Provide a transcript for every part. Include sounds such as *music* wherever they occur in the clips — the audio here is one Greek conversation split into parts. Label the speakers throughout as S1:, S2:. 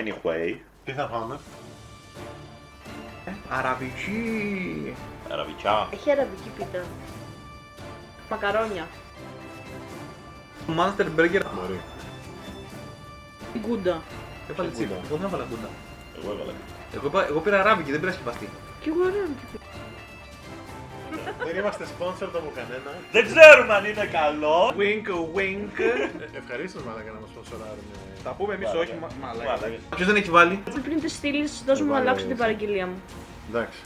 S1: Anyway,
S2: Τι θα φάμε.
S3: Ε, αραβική.
S1: αραβικά.
S4: Έχει αραβική πίτα. Μακαρόνια.
S3: Μάνστερ Μπέργκερ.
S2: Μωρή.
S4: Γκούντα.
S3: Έβαλε Ε, τσίπ.
S2: Κούντα.
S3: Εγώ δεν έβαλα κούντα.
S1: Εγώ έβαλα.
S3: Εγώ, είπα- εγώ πήρα αράβικη, δεν πήρα σκεπαστή.
S4: Και εγώ αραβική πίτα.
S2: Δεν είμαστε sponsored από κανένα.
S1: Δεν ξέρουμε αν είναι καλό.
S3: Wink, wink.
S2: Ευχαρίστως Ε, μαλάκα να μας ε. sponsorάρουν.
S3: Ε, Τα πούμε εμείς
S1: Μαλάκα.
S3: όχι, μα- μαλάκα.
S1: Μαλάκα.
S3: Ποιος δεν έχει βάλει.
S4: Πριν τη στείλεις, δώσ' μου να
S2: Βάλε
S4: αλλάξω την
S2: εσύ.
S4: παραγγελία μου.
S2: Εντάξει.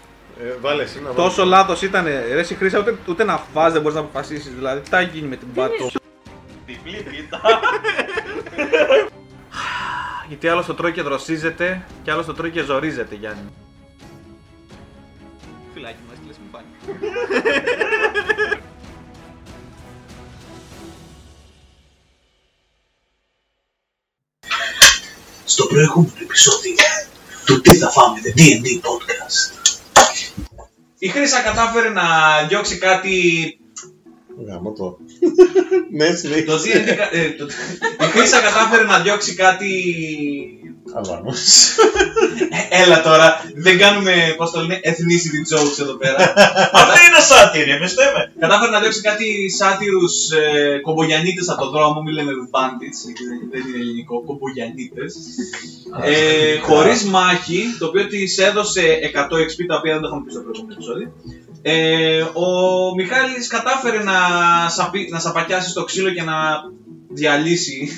S2: Ε, βάλε εσύ να
S3: Τόσο λάθος ήταν. Ρε, εσύ Χρήσα, ούτε, ούτε να φας δεν μπορείς να αποφασίσεις. Δηλαδή, τι θα γίνει με την
S4: Δεν
S3: πάτο.
S4: είναι
S1: Διπλή πίτα.
S3: Γιατί άλλο το τρώει και δροσίζεται και άλλο το τρώει και ζορίζεται, Γιάννη. Φυλάκι μα, τι λε, μου πάνε.
S5: στο προηγούμενο επεισόδιο του Τι θα φάμε, The D&D Podcast.
S3: Η Χρήσα κατάφερε να διώξει κάτι.
S2: Γαμώ το. *laughs* ναι, συνέχεια.
S3: Το D&D κα- ε, το- Η Χρήσα κατάφερε να διώξει κάτι.
S2: Αβάνος.
S3: Ε, Έλα τώρα, δεν κάνουμε, πώς το λένε, ethnicity jokes εδώ πέρα.
S1: Αυτή είναι σάτυρη, εμείς το είμαι.
S3: Κατάφερε να διώξει κάτι σάτυρους ε, κομπογιανίτες από τον δρόμο, μην λέμε bandits, γιατί δεν, δεν είναι ελληνικό, κομπογιανίτες. ε, Χωρίς μάχη, το οποίο της έδωσε 100 XP, τα οποία δεν τα είχαμε πει στο προηγούμενο επεισόδιο. Ε, ο Μιχάλης κατάφερε να, σαπι, να σαπακιάσει στο ξύλο και να διαλύσει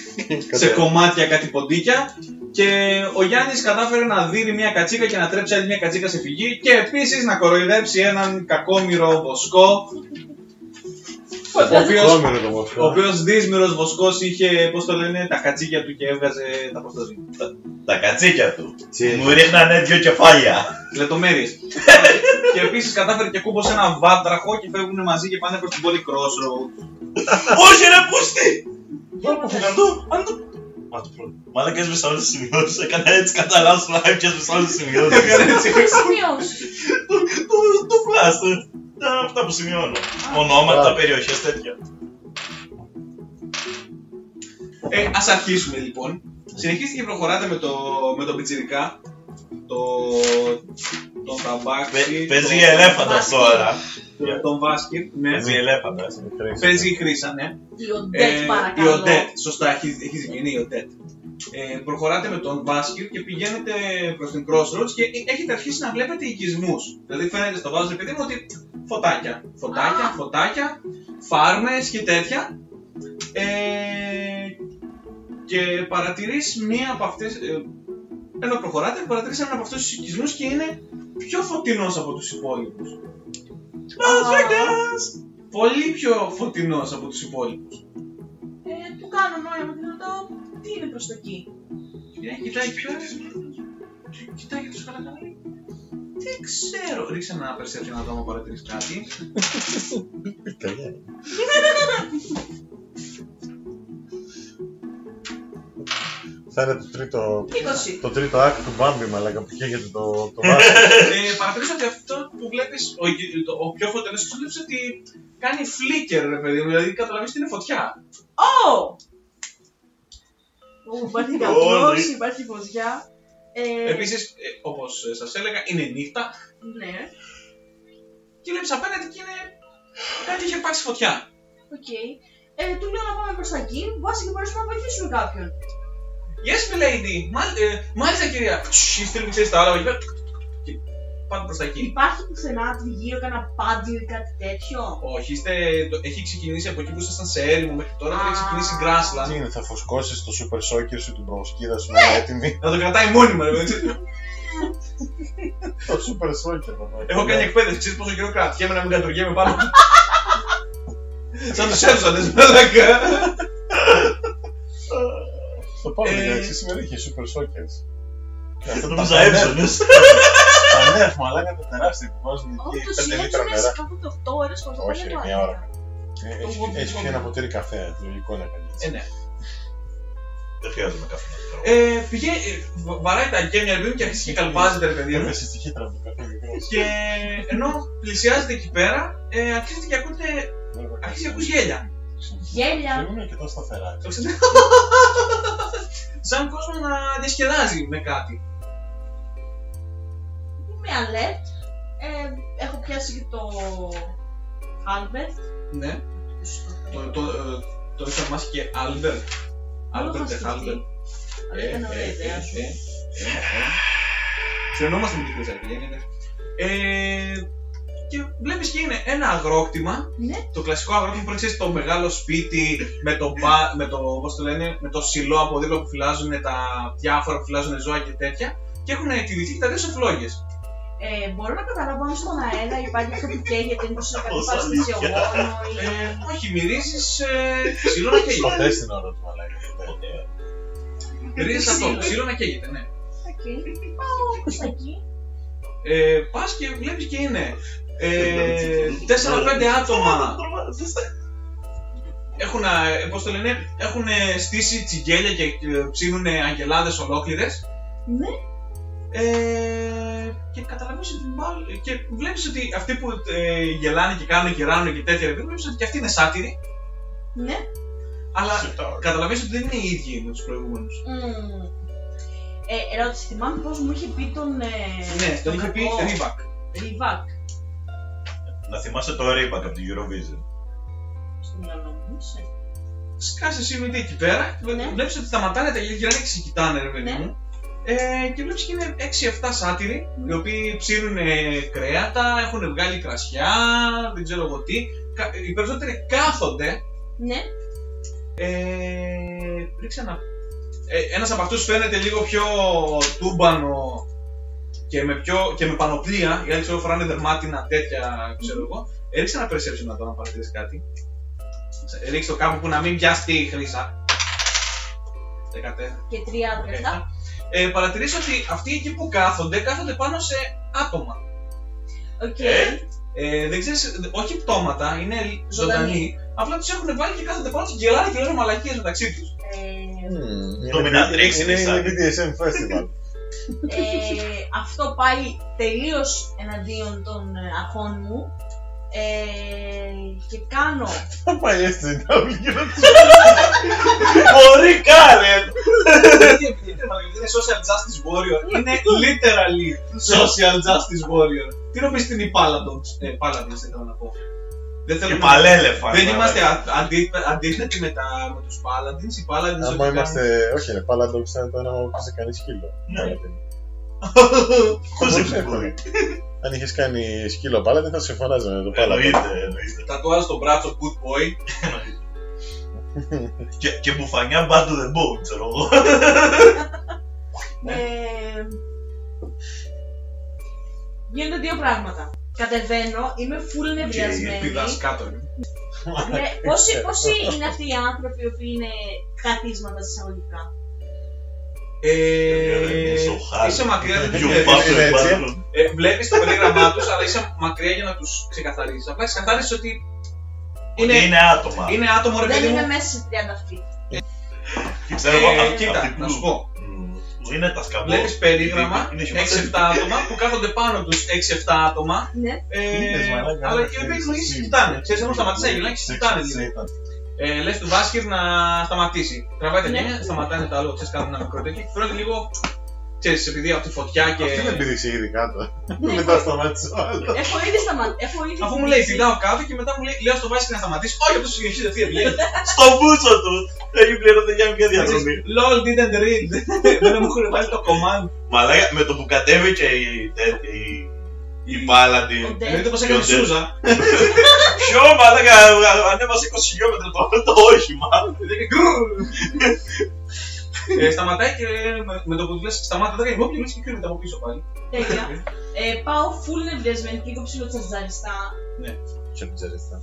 S3: σε κομμάτια κάτι ποντίκια. Και ο Γιάννης κατάφερε να δίνει μια κατσίκα και να τρέψει άλλη μια κατσίκα σε φυγή και επίσης να κοροϊδέψει έναν κακόμοιρο βοσκό. Ο οποίο
S2: Κόμενο το
S3: ο
S2: μορφό.
S3: οποίος δύσμυρος βοσκός είχε, πώς το λένε, τα κατσίκια του και έβγαζε τα προστασία.
S1: Τα κατσίκια του.
S2: Τι.
S1: Μου ρίχνανε δύο κεφάλια. *laughs*
S3: Λεπτομέρειες. και επίσης κατάφερε και κούμπο σε ένα βάτραχο και φεύγουν μαζί και πάνε προς την πόλη Crossroad.
S1: Όχι ρε πούστη! Τώρα που φύγαν το, αν το... Μα το πρώτο. Μαλάκα έσβησα όλες τις σημειώσεις. Έκανα έτσι κατά λάθος live και έσβησα όλες τις σημειώσεις.
S4: σημειώσει.
S1: Το, το flash, ε. Τα- Αυτά που σημειώνω. Ονόματα,
S2: Μπράβο.
S1: περιοχές, τέτοια.
S3: Ε, ας αρχίσουμε λοιπόν. Συνεχίστε και προχωράτε με το, με το πιτσιρικά. Το... τον
S1: Πε-
S3: ταμπάκι.
S1: Παίζει
S3: το-
S1: ελέφαντας
S4: Βάσκι.
S1: τώρα.
S3: το- Τον Βάσκι, ναι.
S1: Παίζει ελέφαντας.
S3: Παίζει η Χρύσα, ναι.
S4: Η
S3: Ε,
S4: οντέτ
S3: η
S4: παρακαλώ.
S3: ΟΤΕΤ, σωστά, έχεις, έχεις ζυγενή η ΟΤΕΤ. Ε, προχωράτε με τον Βάσκιου και πηγαίνετε προς την Crossroads και έχετε αρχίσει να βλέπετε οικισμούς. Δηλαδή φαίνεται στο βάζο, παιδί μου, ότι φωτάκια, φωτάκια,
S4: Α.
S3: φωτάκια, φάρμες και τέτοια. Ε, και παρατηρείς μία από αυτές, ε, ενώ προχωράτε, παρατηρείς έναν από αυτούς τους οικισμούς και είναι πιο φωτεινός από τους υπόλοιπους. Las Vegas! Πολύ πιο φωτεινός από τους υπόλοιπους.
S4: Ε, Του κάνω νόημα και ρωτάω τι είναι προς τα εκεί.
S3: Ε, κοιτάει πιο Κοιτάει τους καλακαλί. Δεν ξέρω. Ρίξε ένα perception να δω αν παρατηρείς κάτι.
S2: Θα είναι το τρίτο,
S4: 20.
S2: το τρίτο act του Μπάμπι, μαλάκα, που καίγεται το, το βάρο.
S3: ε, παρατηρείς ότι αυτό που βλέπεις, ο, γυ- το- ο πιο φωτεινός που βλέπεις ότι κάνει flicker, ρε παιδί μου. Δηλαδή καταλαβαίνεις ότι είναι φωτιά.
S4: Ω! Ου, Υπάρχει καπνός,
S1: Όλοι.
S4: υπάρχει φωτιά. Ε,
S3: ναι. Επίσης, ε, όπως ε, σας έλεγα, είναι νύχτα
S4: Ναι,
S3: και βλέπεις απέναντι και είναι... Κάτι είχε πάξει φωτιά.
S4: οκ. Ε, του λέω να πάμε προς τα εκεί, βάσει και μπορέσουμε να βοηθήσουμε κάποιον.
S3: Yes, my lady. Μάλ- ε, μάλιστα, κυρία. Τσσ, η στήλη που ξέρεις τα άλλα. εκεί πέρα. Και Πάμε προς τα εκεί.
S4: Υπάρχει πουθενά τριγύρω κανένα πάντιο ή κάτι τέτοιο.
S3: Όχι, είστε, το- έχει ξεκινήσει από εκεί που ήσασταν σε έρημο μέχρι τώρα και
S4: Α.
S3: έχει ξεκινήσει Grassland.
S2: Τι είναι, θα φουσκώσεις το super soccer σου, την προσκίδα σου, είναι έτοιμη. *laughs*
S3: Να το κρατάει μόνιμα, ρε παιδί.
S2: Το super soccer, μαλάκα.
S3: Έχω κάνει εκπαίδευση, ξέρεις πόσο καιρό κρατιέμαι να μην κατουργέμαι
S2: *laughs*
S3: πάνω. Σαν τους Εύσοντε, μαλακά.
S2: Το πάμε,
S3: Ε.
S2: εντάξει, σήμερα είχε super soccer. Αυτό το
S1: Νόμιζα
S2: *laughs*
S1: έψονες.
S2: Τα νέα, μαλάκα, τα τεράστια που βάζουν
S4: Όντω
S2: εκεί, 5 λίτρα
S4: είναι
S2: νερά.
S4: κάπου το 8 ώρε το
S2: Όχι,
S4: πέντε
S2: ρε, μια ώρα. Ε, έχει-
S4: Εγώ δεν
S2: Έχει πιει
S4: θυμάμαι.
S2: ένα ποτήρι καφέ, λογικό να κάνει.
S3: Ε, ναι.
S1: Δεν χρειάζομαι κάποιον.
S3: Ε, πηγαίνει, ε, βα- βαράει τα γέμια, ρε παιδί μου, και
S2: Ε,
S3: αρχίζει και καλπάζεται, ρε παιδί μου.
S2: Έπεσε στη χύτρα μου, καφέ μικρός.
S3: Και ενώ πλησιάζεται εκεί πέρα, ε, αρχίζετε και ακούτε,
S2: Δεν έχω
S3: αρχίζει και
S2: κάνει.
S3: ακούς γέλια.
S4: γέλια.
S6: Ήμουν και τόσο σταθερά.
S3: Το
S2: *laughs*
S3: ξέρω. Σαν κόσμο να διασκεδάζει με κάτι.
S4: Είμαι alert. Ε, έχω πιάσει και το Albert.
S3: Ναι. Το, το, ε, το είχα μάθει και Albert. Albert και Albert.
S4: Αλλά
S3: Ε,
S4: ήταν ωραία ιδέα σου.
S3: Συνεννόμαστε Ε, με την Κρυζαρία, είναι. Ε, και βλέπεις και είναι ένα αγρόκτημα.
S4: Ναι.
S3: Το κλασικό αγρόκτημα που είναι ξέρεις, το μεγάλο σπίτι με το, μπα, με το, πώς το λένε, με το σιλό από δίπλα που φυλάζουν τα διάφορα που φυλάζουν ζώα και τέτοια. Και έχουν τηρηθεί και τα δύο σε φλόγες.
S4: Ε, μπορώ να καταλάβω αν στον αέρα υπάρχει αυτό που καίγεται, μήπως είναι κάτι
S2: Ως αλήθεια.
S4: παραστασιογόνο ή...
S3: Ε, όχι, μυρίζεις ε, σιλό να καίγεται.
S6: Ποτέ στην ώρα του μαλάκα.
S3: Μυρίζει αυτό, σιλό να καίγεται, ναι.
S4: ε, Οκ. Πάω προς τα εκεί.
S3: Ε, Πας και βλέπεις και είναι. Ε, 4-5 άτομα έχουν, ε, πώς το λένε, έχουν ε, στήσει τσιγκέλια και ε, ψήνουν αγγελάδες ολόκληρες.
S4: Ναι.
S3: Ε, και καταλαβαίνεις ότι μπα- και βλέπεις ότι αυτοί που ε, γελάνε και κάνουν και ράνουν και τέτοια, δεν βλέπεις ότι και αυτοί είναι σάτυροι,
S4: Ναι.
S3: αλλά καταλαβαίνεις ότι δεν είναι οι ίδιοι με τους προηγούμενους.
S4: Μμμ. Ε, ερώτηση, θυμάμαι πώς μου είχε πει τον... Ε,
S3: Ναι, τον είχε πει
S4: κακό
S3: Ρίβακ.
S4: Ριβάκ
S2: Να θυμάσαι το Reebok από την Eurovision.
S4: στο μυαλό μου. σε.
S3: Σκάσε εσύ μύτη εκεί πέρα,
S4: Ναι.
S3: βλέπεις ότι σταματάνε τα γύρω και σε κοιτάνε ρε παιδί
S4: Ναι.
S3: μου. Ε, και βλέπεις και είναι 6-7 σάτυροι,
S4: Μμμ.
S3: οι οποίοι ψήνουν ε, κρέατα, έχουν βγάλει κρασιά, δεν ξέρω εγώ τι. Κα- Οι περισσότεροι κάθονται
S4: Ναι.
S3: Ε, ρίξε ένα. Ε, ένας από αυτούς φαίνεται λίγο πιο τούμπανο και με, πιο, και με πανοπλία, γιατί ξέρω φοράνε δερμάτινα τέτοια, ξέρω εγώ. Ε, ρίξε ένα perception να το να παρατηρείς κάτι. Ε, Ρίξε το κάπου που να μην πιάσει η χρήσα. 14.
S4: Και τρία λεπτά.
S3: Ε, παρατηρείς ότι αυτοί εκεί που κάθονται, κάθονται πάνω σε άτομα.
S4: Οκ.
S2: Ε.
S3: Ε, δεν ξέρεις, όχι πτώματα, είναι ζωντανοί.
S4: Ζωντανοί.
S3: Απλά τους έχουν βάλει και κάθονται πάνω τους και γελάνε και λένε μαλακίες μεταξύ τους.
S4: Ε,
S2: Dominatrix είναι η
S6: Είναι
S2: Σάκη.
S6: BDSM Festival.
S4: ε, αυτό πάει τελείως εναντίον των ε, αρχών μου ε, και κάνω
S6: Τα παλιέ τη W και να τις-
S1: Ε,
S2: Μπορεί Κάρεν!
S3: Γιατί επιτίθεται μαλακίες, είναι social justice warrior. Είναι literally social justice warrior. Τι να πεις στην Υπάλαντον. Ε, Paladins ήθελα να πω. Δεν
S2: Και
S3: θέλουμε να-
S2: παλέλεφα.
S3: Ε, Δεν είμαστε α- αντί- αντίθετοι με, τα, με τους Paladins. Οι Paladins ό,τι
S6: Άμα
S3: κάνουν-
S6: είμαστε. Ε, Όχι, ρε, πάλα το ξέρω το ένα που σε κάνει σκύλο.
S2: Ναι.
S6: Πώς εύκολο. Αν είχες κάνει σκύλο πάλα, δεν θα σε φωνάζανε το πάλα.
S2: Εννοείται, εννοείται.
S3: Τα τουάλα στον μπράτσο good boy.
S2: Και- Και μπουφανιά back to the bone, ξέρω εγώ.
S3: Ναι.
S4: Ε, γίνονται δύο πράγματα. Κατεβαίνω, είμαι full
S3: Και
S4: νευριασμένη.
S3: πηδάς κάτω. ρε.
S4: Ναι, πόσοι, πόσοι είναι αυτοί οι άνθρωποι που είναι καθίσματα εισαγωγικά.
S3: Ε,
S2: Σοχάρι.
S3: Είσαι μακριά, δεν
S2: You
S3: την
S6: fuck.
S2: bastard
S6: έτσι.
S2: bastard.
S3: ε, Βλέπεις το περίγραμμά τους, αλλά είσαι μακριά για να τους ξεκαθαρίσεις. Απλά ξεκαθάρισες ότι
S2: Ότι
S3: είναι,
S2: Είναι άτομα.
S3: είναι άτομο ρε
S4: Δεν
S3: παιδί
S4: είμαι
S3: μου.
S4: μέσα σε 30 feet.
S2: Και Ξέρω εγώ,
S3: Ε,
S2: αυτοί-
S3: Κοίτα,
S2: αυτοί
S3: να
S2: που-
S3: σου πω.
S2: Μμμ, Είναι τα σκαμπό.
S3: Βλέπεις περίγραμμα
S2: Είναι
S3: 6-7 άτομα που κάθονται πάνω τους 6-7 άτομα.
S4: Ναι.
S6: Είδες,
S3: Ε,
S6: μαλάκα,
S3: αλλά
S6: ρε,
S3: και οι
S6: ξέρεις,
S3: οποίοι γνωρίζεις
S6: εσύ.
S3: συζητάνε. Ξέρει, έχουν σταματήσει να γυρνάει και συζητάνε. λίγο.
S6: ήταν.
S3: Ε, Λες του Βάσκερ να σταματήσει. Τραβάει τα
S4: Ναι.
S3: μία, σταματάνε το άλλο, ξέρεις κάνουν ένα μικρό τέτοιο. Φαίνονται λίγο. Ξέρεις, επειδή από τη φωτιά και.
S6: Αυτή δεν πήδηξε ήδη κάτω.
S4: Ναι,
S6: Μετά σταμάτησε ο άλλος.
S4: *laughs* Έχω ήδη σταματήσει. Έχω ήδη
S3: Αφού μου λέει πηδάω κάτω και μετά μου λέει λέω στο Βάσκερ να σταματήσει. Όχι, αυτό συνεχίζει αυτή η ευλογία.
S2: Στο μπούτσο του! Έχει πληρωθεί για μια διαδρομή.
S3: LOL didn't read. *laughs* Δεν μου έχουν βάλει το command.
S2: Μαλάκα, με το που κατέβηκε η, τέτοια- η, η Paladin.
S4: Ναι.
S3: Εννοείται πως
S2: Και ο
S3: έκανε
S2: Ντέρ.
S3: Σούζα.
S2: Ποιο μαλάκα, α- ανέβασε 20 χιλιόμετρα το, το όχημα.
S3: Και λέει, «Γκρου». Ε, Σταματάει και με- με το που του λε σταμάτα, δεν κάνει εγώ και λες, και κρύβεται από πίσω πάλι.
S4: Τέλεια.
S3: *laughs*
S4: Ε, πάω full νευριασμένη και λίγο ψιλοτσαζαριστά.
S6: Και μην ξέρεις τα.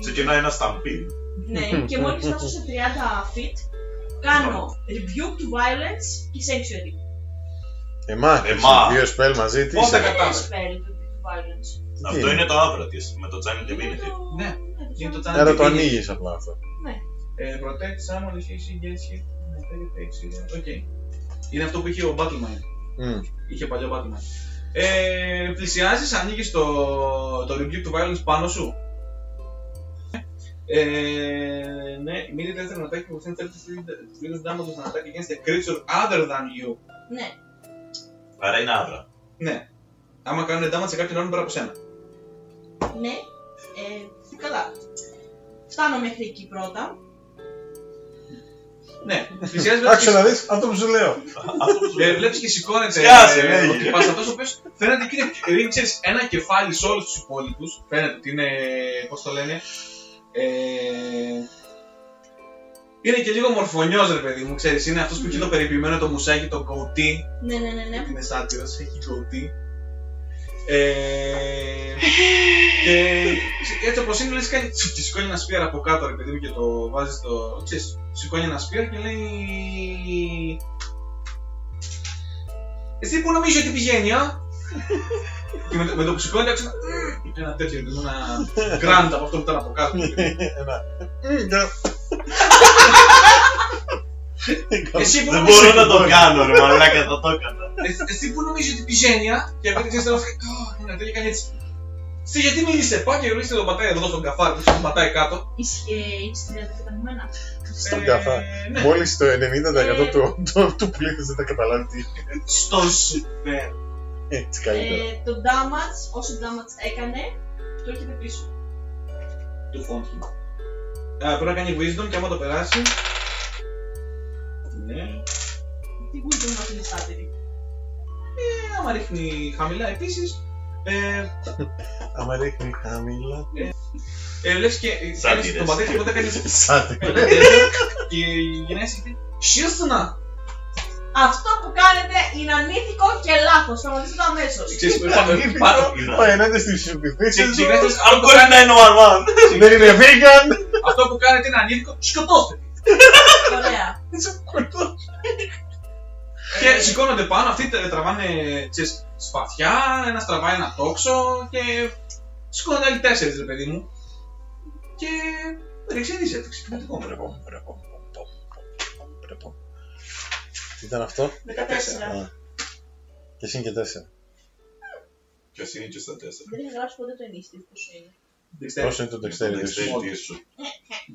S2: Ξεκινάει ένα σταμπί.
S4: Ναι, και μόλις φτάσω σε 30 feet, κάνω rebuke to violence και sanctuary.
S6: Εμά,
S2: Εμά.
S6: δύο σπέλ μαζί, τι
S3: Πώς τα
S6: είσαι.
S3: κα-
S4: Δεν είναι
S3: κατάλαβα.
S4: spell rebuke to violence.
S6: τι
S2: Αυτό
S6: είναι.
S2: είναι το άβρα της με το Τζάνι
S4: Είναι
S2: Divinity.
S4: το-
S3: Ναι, είναι το Τζάνι.
S6: Άρα το
S3: Πήγε.
S6: ανοίγεις απλά αυτό.
S3: Ε, protect someone if he gets hit. Οκ. Είναι αυτό που είχε ο Battleman.
S6: Μμ.
S3: Είχε παλιό Battleman. Ε, πλησιάζεις, ανοίγεις το, το rebuke του violence πάνω σου. Ε, ναι, μην είναι δεύτερο ατάκι που θέλει του βίντεο δυνάμω του θανατάκι against a creature other than you.
S4: Ναι.
S2: Άρα είναι άβρα.
S3: Ναι. Άμα κάνουν damage σε κάποιον άλλον πέρα από σένα.
S4: Ναι. Ε, καλά. Φτάνω μέχρι εκεί πρώτα.
S3: Ναι. Πλησιάζει
S6: Άξιο
S3: βλέπεις-
S6: να δεις, αυτό που σου λέω.
S2: Αυτό σου
S3: ε,
S2: λέω.
S3: βλέπεις και σηκώνεται
S2: Σκάσε,
S3: ε,
S2: λέγε.
S3: ο Παστατός ο οποίος φαίνεται και είναι ρίξες ένα κεφάλι σε όλους τους υπόλοιπους. Φαίνεται ότι είναι, πώς το λένε, ε, είναι και λίγο μορφωνιός ρε παιδί μου, ξέρεις, είναι αυτός που έχει το περιποιημένο το μουσάκι, το κοουτί,
S4: Ναι, ναι, ναι, ναι.
S3: είναι σάτυρος, έχει κολλτή. Ε, και έτσι όπως είναι, λες κάνει τσου και σηκώνει ένα σπίρ από κάτω, ρε παιδί μου, και το βάζεις στο... Ξέρεις, σηκώνει ένα σπίρ και λέει... Εσύ που νομίζω ότι πηγαίνει, α! και με, το- με το που σηκώνει, άκουσα ένα «Μμμ», ένα τέτοιο, ρε παιδί μου, ένα γκραντ από αυτό που ήταν από κάτω.
S6: Ένα. Μμ, *laughs* και-
S3: Εσύ που
S2: Δεν
S3: νομίζω
S2: μπορώ
S3: ότι
S2: να το κάνω, ρε μαλάκα, θα το έκανα.
S3: «Ε, Εσύ που νομίζεις ότι πηγαίνει, α, και αυτή τη στιγμή να τελικά έτσι. Σε γιατί μίλησε, πάω και ρωτήστε τον πατέρα εδώ στον καφάρι που τον πατάει κάτω.
S4: Είσαι στην κατανοημένα.
S6: Στον
S3: Ε,
S6: καφάρι.
S3: ναι.
S6: Μόλις το 90% του, του, του πλήθους δεν τα καταλάβει τι είναι.
S3: Στον σούπερ.
S6: Έτσι καλύτερα.
S4: Ε, το damage, όσο damage έκανε, το έρχεται πίσω.
S3: Του φόντου. Πρέπει να κάνει wisdom και άμα το περάσει. Ναι.
S4: Τι wisdom μας είναι στάτερη.
S3: Ε, άμα ρίχνει χαμηλά επίσης. Ε,
S6: Άμα ρίχνει χαμηλά.
S3: ε, λες και ε,
S2: Σάτυρες.
S3: τον πατέρα και μετά κάνεις
S6: Σαν
S2: *laughs*
S3: ε, ναι, και η γυναίκα σου λέει, «Σίστουνα!»
S4: Αυτό που κάνετε είναι ανήθικο και λάθος. Σταματήστε το αμέσως.
S3: Ξέρεις, Ε, πάμε πάνω.
S6: Πάει ενάντια στις επιθέσεις.
S3: Και οι γυναίκες,
S2: Αν μπορεί να είναι one man.
S6: Δεν είναι vegan.
S3: Αυτό που κάνετε είναι ανήθικο, σκοτώστε.
S4: Ωραία.
S3: Και σηκώνονται πάνω, αυτοί τε- τραβάνε ξέρεις, σπαθιά, ένας τραβάει ένα τόξο και σηκώνονται άλλοι τέσσερις, ρε παιδί μου. Και ρεξίδησε, το ξυπνητικό μου.
S6: Μπρεπομ, μπρεπομ, μπρεπομ, μπρεπομ. Τι ήταν αυτό.
S4: 14.
S6: Α. Και εσύ είναι και τέσσερα.
S3: Ναι.
S2: Ποιο είναι και στα τέσσερα.
S4: Δεν έχει γράψει ποτέ το ενίσχυτη πόσο είναι.
S6: Πόσο είναι το
S3: Ναι,
S6: dexterity σου.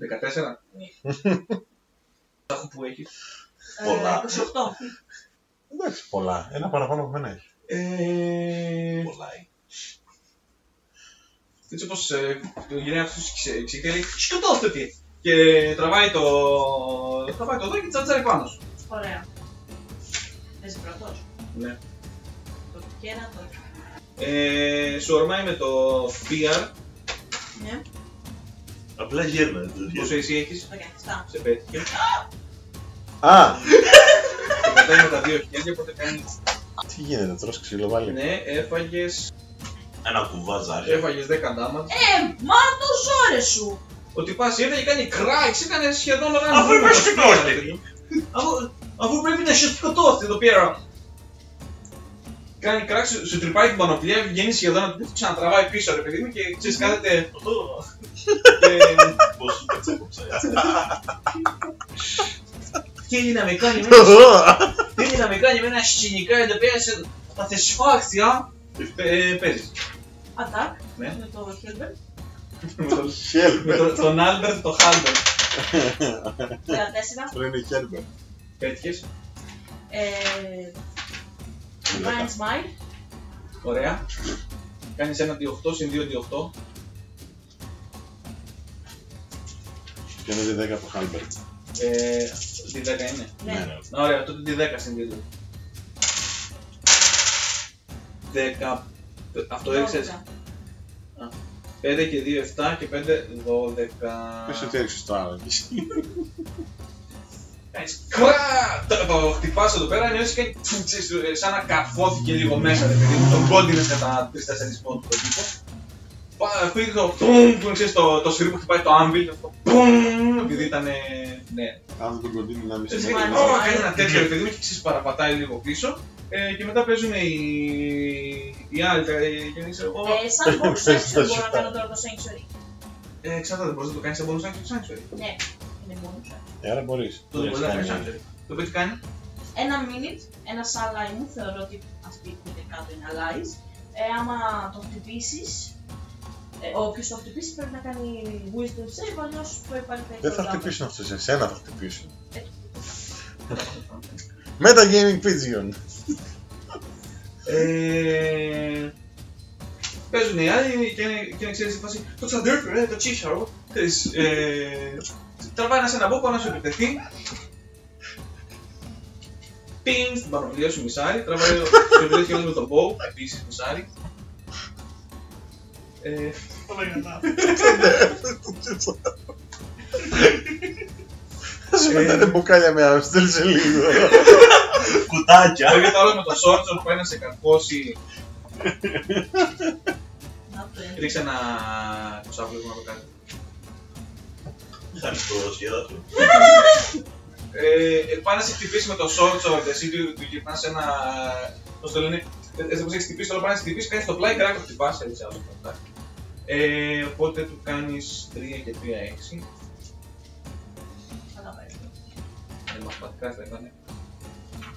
S3: 14.
S4: Ναι.
S3: Τα έχω που έχεις.
S4: Ε,
S2: Πολλά.
S4: 28.
S6: Εντάξει, πολλά. Ένα παραπάνω από μένα έχει.
S2: Πολλάει.
S3: Ε, Έτσι όπως γυρνάει αυτός του ξύκτελη, σκοτώστε τι! Και τραβάει το. τραβάει το δω και τσατσάρει πάνω σου.
S4: Ωραία. Θες πρώτος.
S3: Ναι.
S4: Το κέρα το.
S3: Ε, σου ορμάει με το fear,
S4: Ναι.
S2: Απλά γέρνα. δεν το γέρνα.
S3: πόσο εσύ έχεις,
S4: 17.
S3: σε πέτυχε. *laughs*
S6: Α!
S3: Το πατάει με τα δύο χέρια, οπότε κάνει
S6: Τι γίνεται, τρως ξύλο
S3: *laughs*
S6: πάλι.
S3: Ναι, έφαγες.
S2: Ένα κουβάζα.
S3: Έφαγε 10 damage.
S4: Ε, μα το ζόρε σου!
S3: Ο τυπάς ήρθε και κάνει κράξ, έκανε σχεδόν όλα
S2: Αφού με σκοτώσετε.
S3: Αφού, αφού πρέπει να σε σκοτώσετε εδώ πέρα. Κάνει κράξ, σου- σου τρυπάει την πανοπλία, βγαίνει σχεδόν να την ξανατραβάει πίσω, ρε παιδί μου και ξέρεις κάθεται. Ε, και-
S2: Πώ σου τα τσέκοψα.
S3: *laughs* Θέλει να με κάνει με
S6: *laughs*
S3: Θέλει να με κάνει με ένα σκηνικά εδώ πέρα σε. Θα σε σφάξει, α! Ε, Παίζεις.
S4: Ατάκ.
S3: Ναι.
S4: Με το Χέλμπερ.
S3: Με τον- με
S6: Χέλμπερ.
S3: τον- τον Άλμπερτ, τον Χάλμπερτ.
S4: 34.
S6: Αυτό είναι Χέλμπερ.
S3: Πέτυχες.
S4: Ε, Mind Smile.
S3: Ωραία. Κάνεις ένα D8 συν 2 D8.
S6: Και είναι 10 από Χάλμπερ.
S3: Ε, D10 είναι.
S4: Ναι.
S3: Να, Ωραία, τότε D10 συν 2 D8. 10. Αυτό έριξε 5 και 2, 7 και 5, 12.
S6: Πες ότι έριξες το άλλο.
S3: Κάνεις κρά! Το- Το χτυπάς εδώ πέρα, νιώθεις και τσου, ξέρεις, ε, σαν να καρφώθηκε λίγο μέσα, ρε παιδί μου. Τον κόντινες κατά 3-4 πόντου το τύπο. Πα- Πήγε το πουμ, που ξέρεις το, το σφυρί που χτυπάει το άμβιλ, αυτό πουμ, επειδή ήταν, ε, ναι,
S6: Αν τον κοντίνει να μην
S3: Ξέρεις,
S6: σε
S4: Μάλιστα.
S3: κάνει, «Ω, Κάνει ένα τέτοιο επειδή μου και ξέρεις, παραπατάει λίγο πίσω. Ε, και μετά παίζουν οι, οι άλλοι. τα- οι- και ξέρω εγώ,
S4: Ε, σαν bonus
S6: Ξέρεις
S4: action
S6: τα
S4: μπορώ να
S6: ζητά.
S4: κάνω τώρα το Sanctuary.
S3: Ε, εξαρτάται, μπορείς να το κάνεις σε bonus action sanctuary.
S4: Ναι, είναι bonus action.
S6: Ε, Άρα μπορείς.
S3: Το δεν
S6: Μπορείς
S3: μπορείς να
S6: να
S3: κάνεις
S6: κάνεις.
S3: sanctuary. Το οποίο τι κάνει.
S4: Ένα minute, ένα ally μου, θεωρώ ότι αυτή που είναι κάτω είναι allies. Ε, άμα το χτυπήσεις, Ε, Όποιος το χτυπήσει πρέπει να κάνει wisdom save, αλλιώς πρέπει να κάνει.
S6: Δεν θα χτυπήσουν αυτούς, εσένα θα χτυπήσουν.
S4: Ε.
S6: Metagaming Pigeon.
S3: Ε, Παίζουν οι άλλοι και, είναι- και είναι ξέρεις στη φάση. Το ξαντέρφι, ρε, το τσίχαρο. Ξέρεις, ε, τραβάει ένα σε ένα μπόκο να σου επιτεθεί. Πιν στην παροπλία σου μισάρι. Τραβάει το βιβλίο και όλος με τον μπόκο. Επίσης μισάρι. Ε,
S6: Θα
S2: Ε.
S6: σου πετάνε μπουκάλια με άμεση, θέλεις σε λίγο.
S2: Κουτάκια.
S3: Έρχεται άλλο με το σόρτσο που ένα σε καρφώσει. Ρίξε ένα κοσάπλο να το κάνει.
S2: Δεν θα είναι το σχεδόν του.
S3: Ε, ε, πάει να σε χτυπήσει με το short και εσύ του, του γυρνάς ένα. Πώς το λένε, ε, έτσι όπω έχει χτυπήσει, τώρα πάει να σε χτυπήσει, κάνεις το πλάι και να το χτυπάς έτσι άλλο αυτά. Ε, οπότε του κάνεις 3 και 3, 6. Ε, μαθηματικά θα ήταν.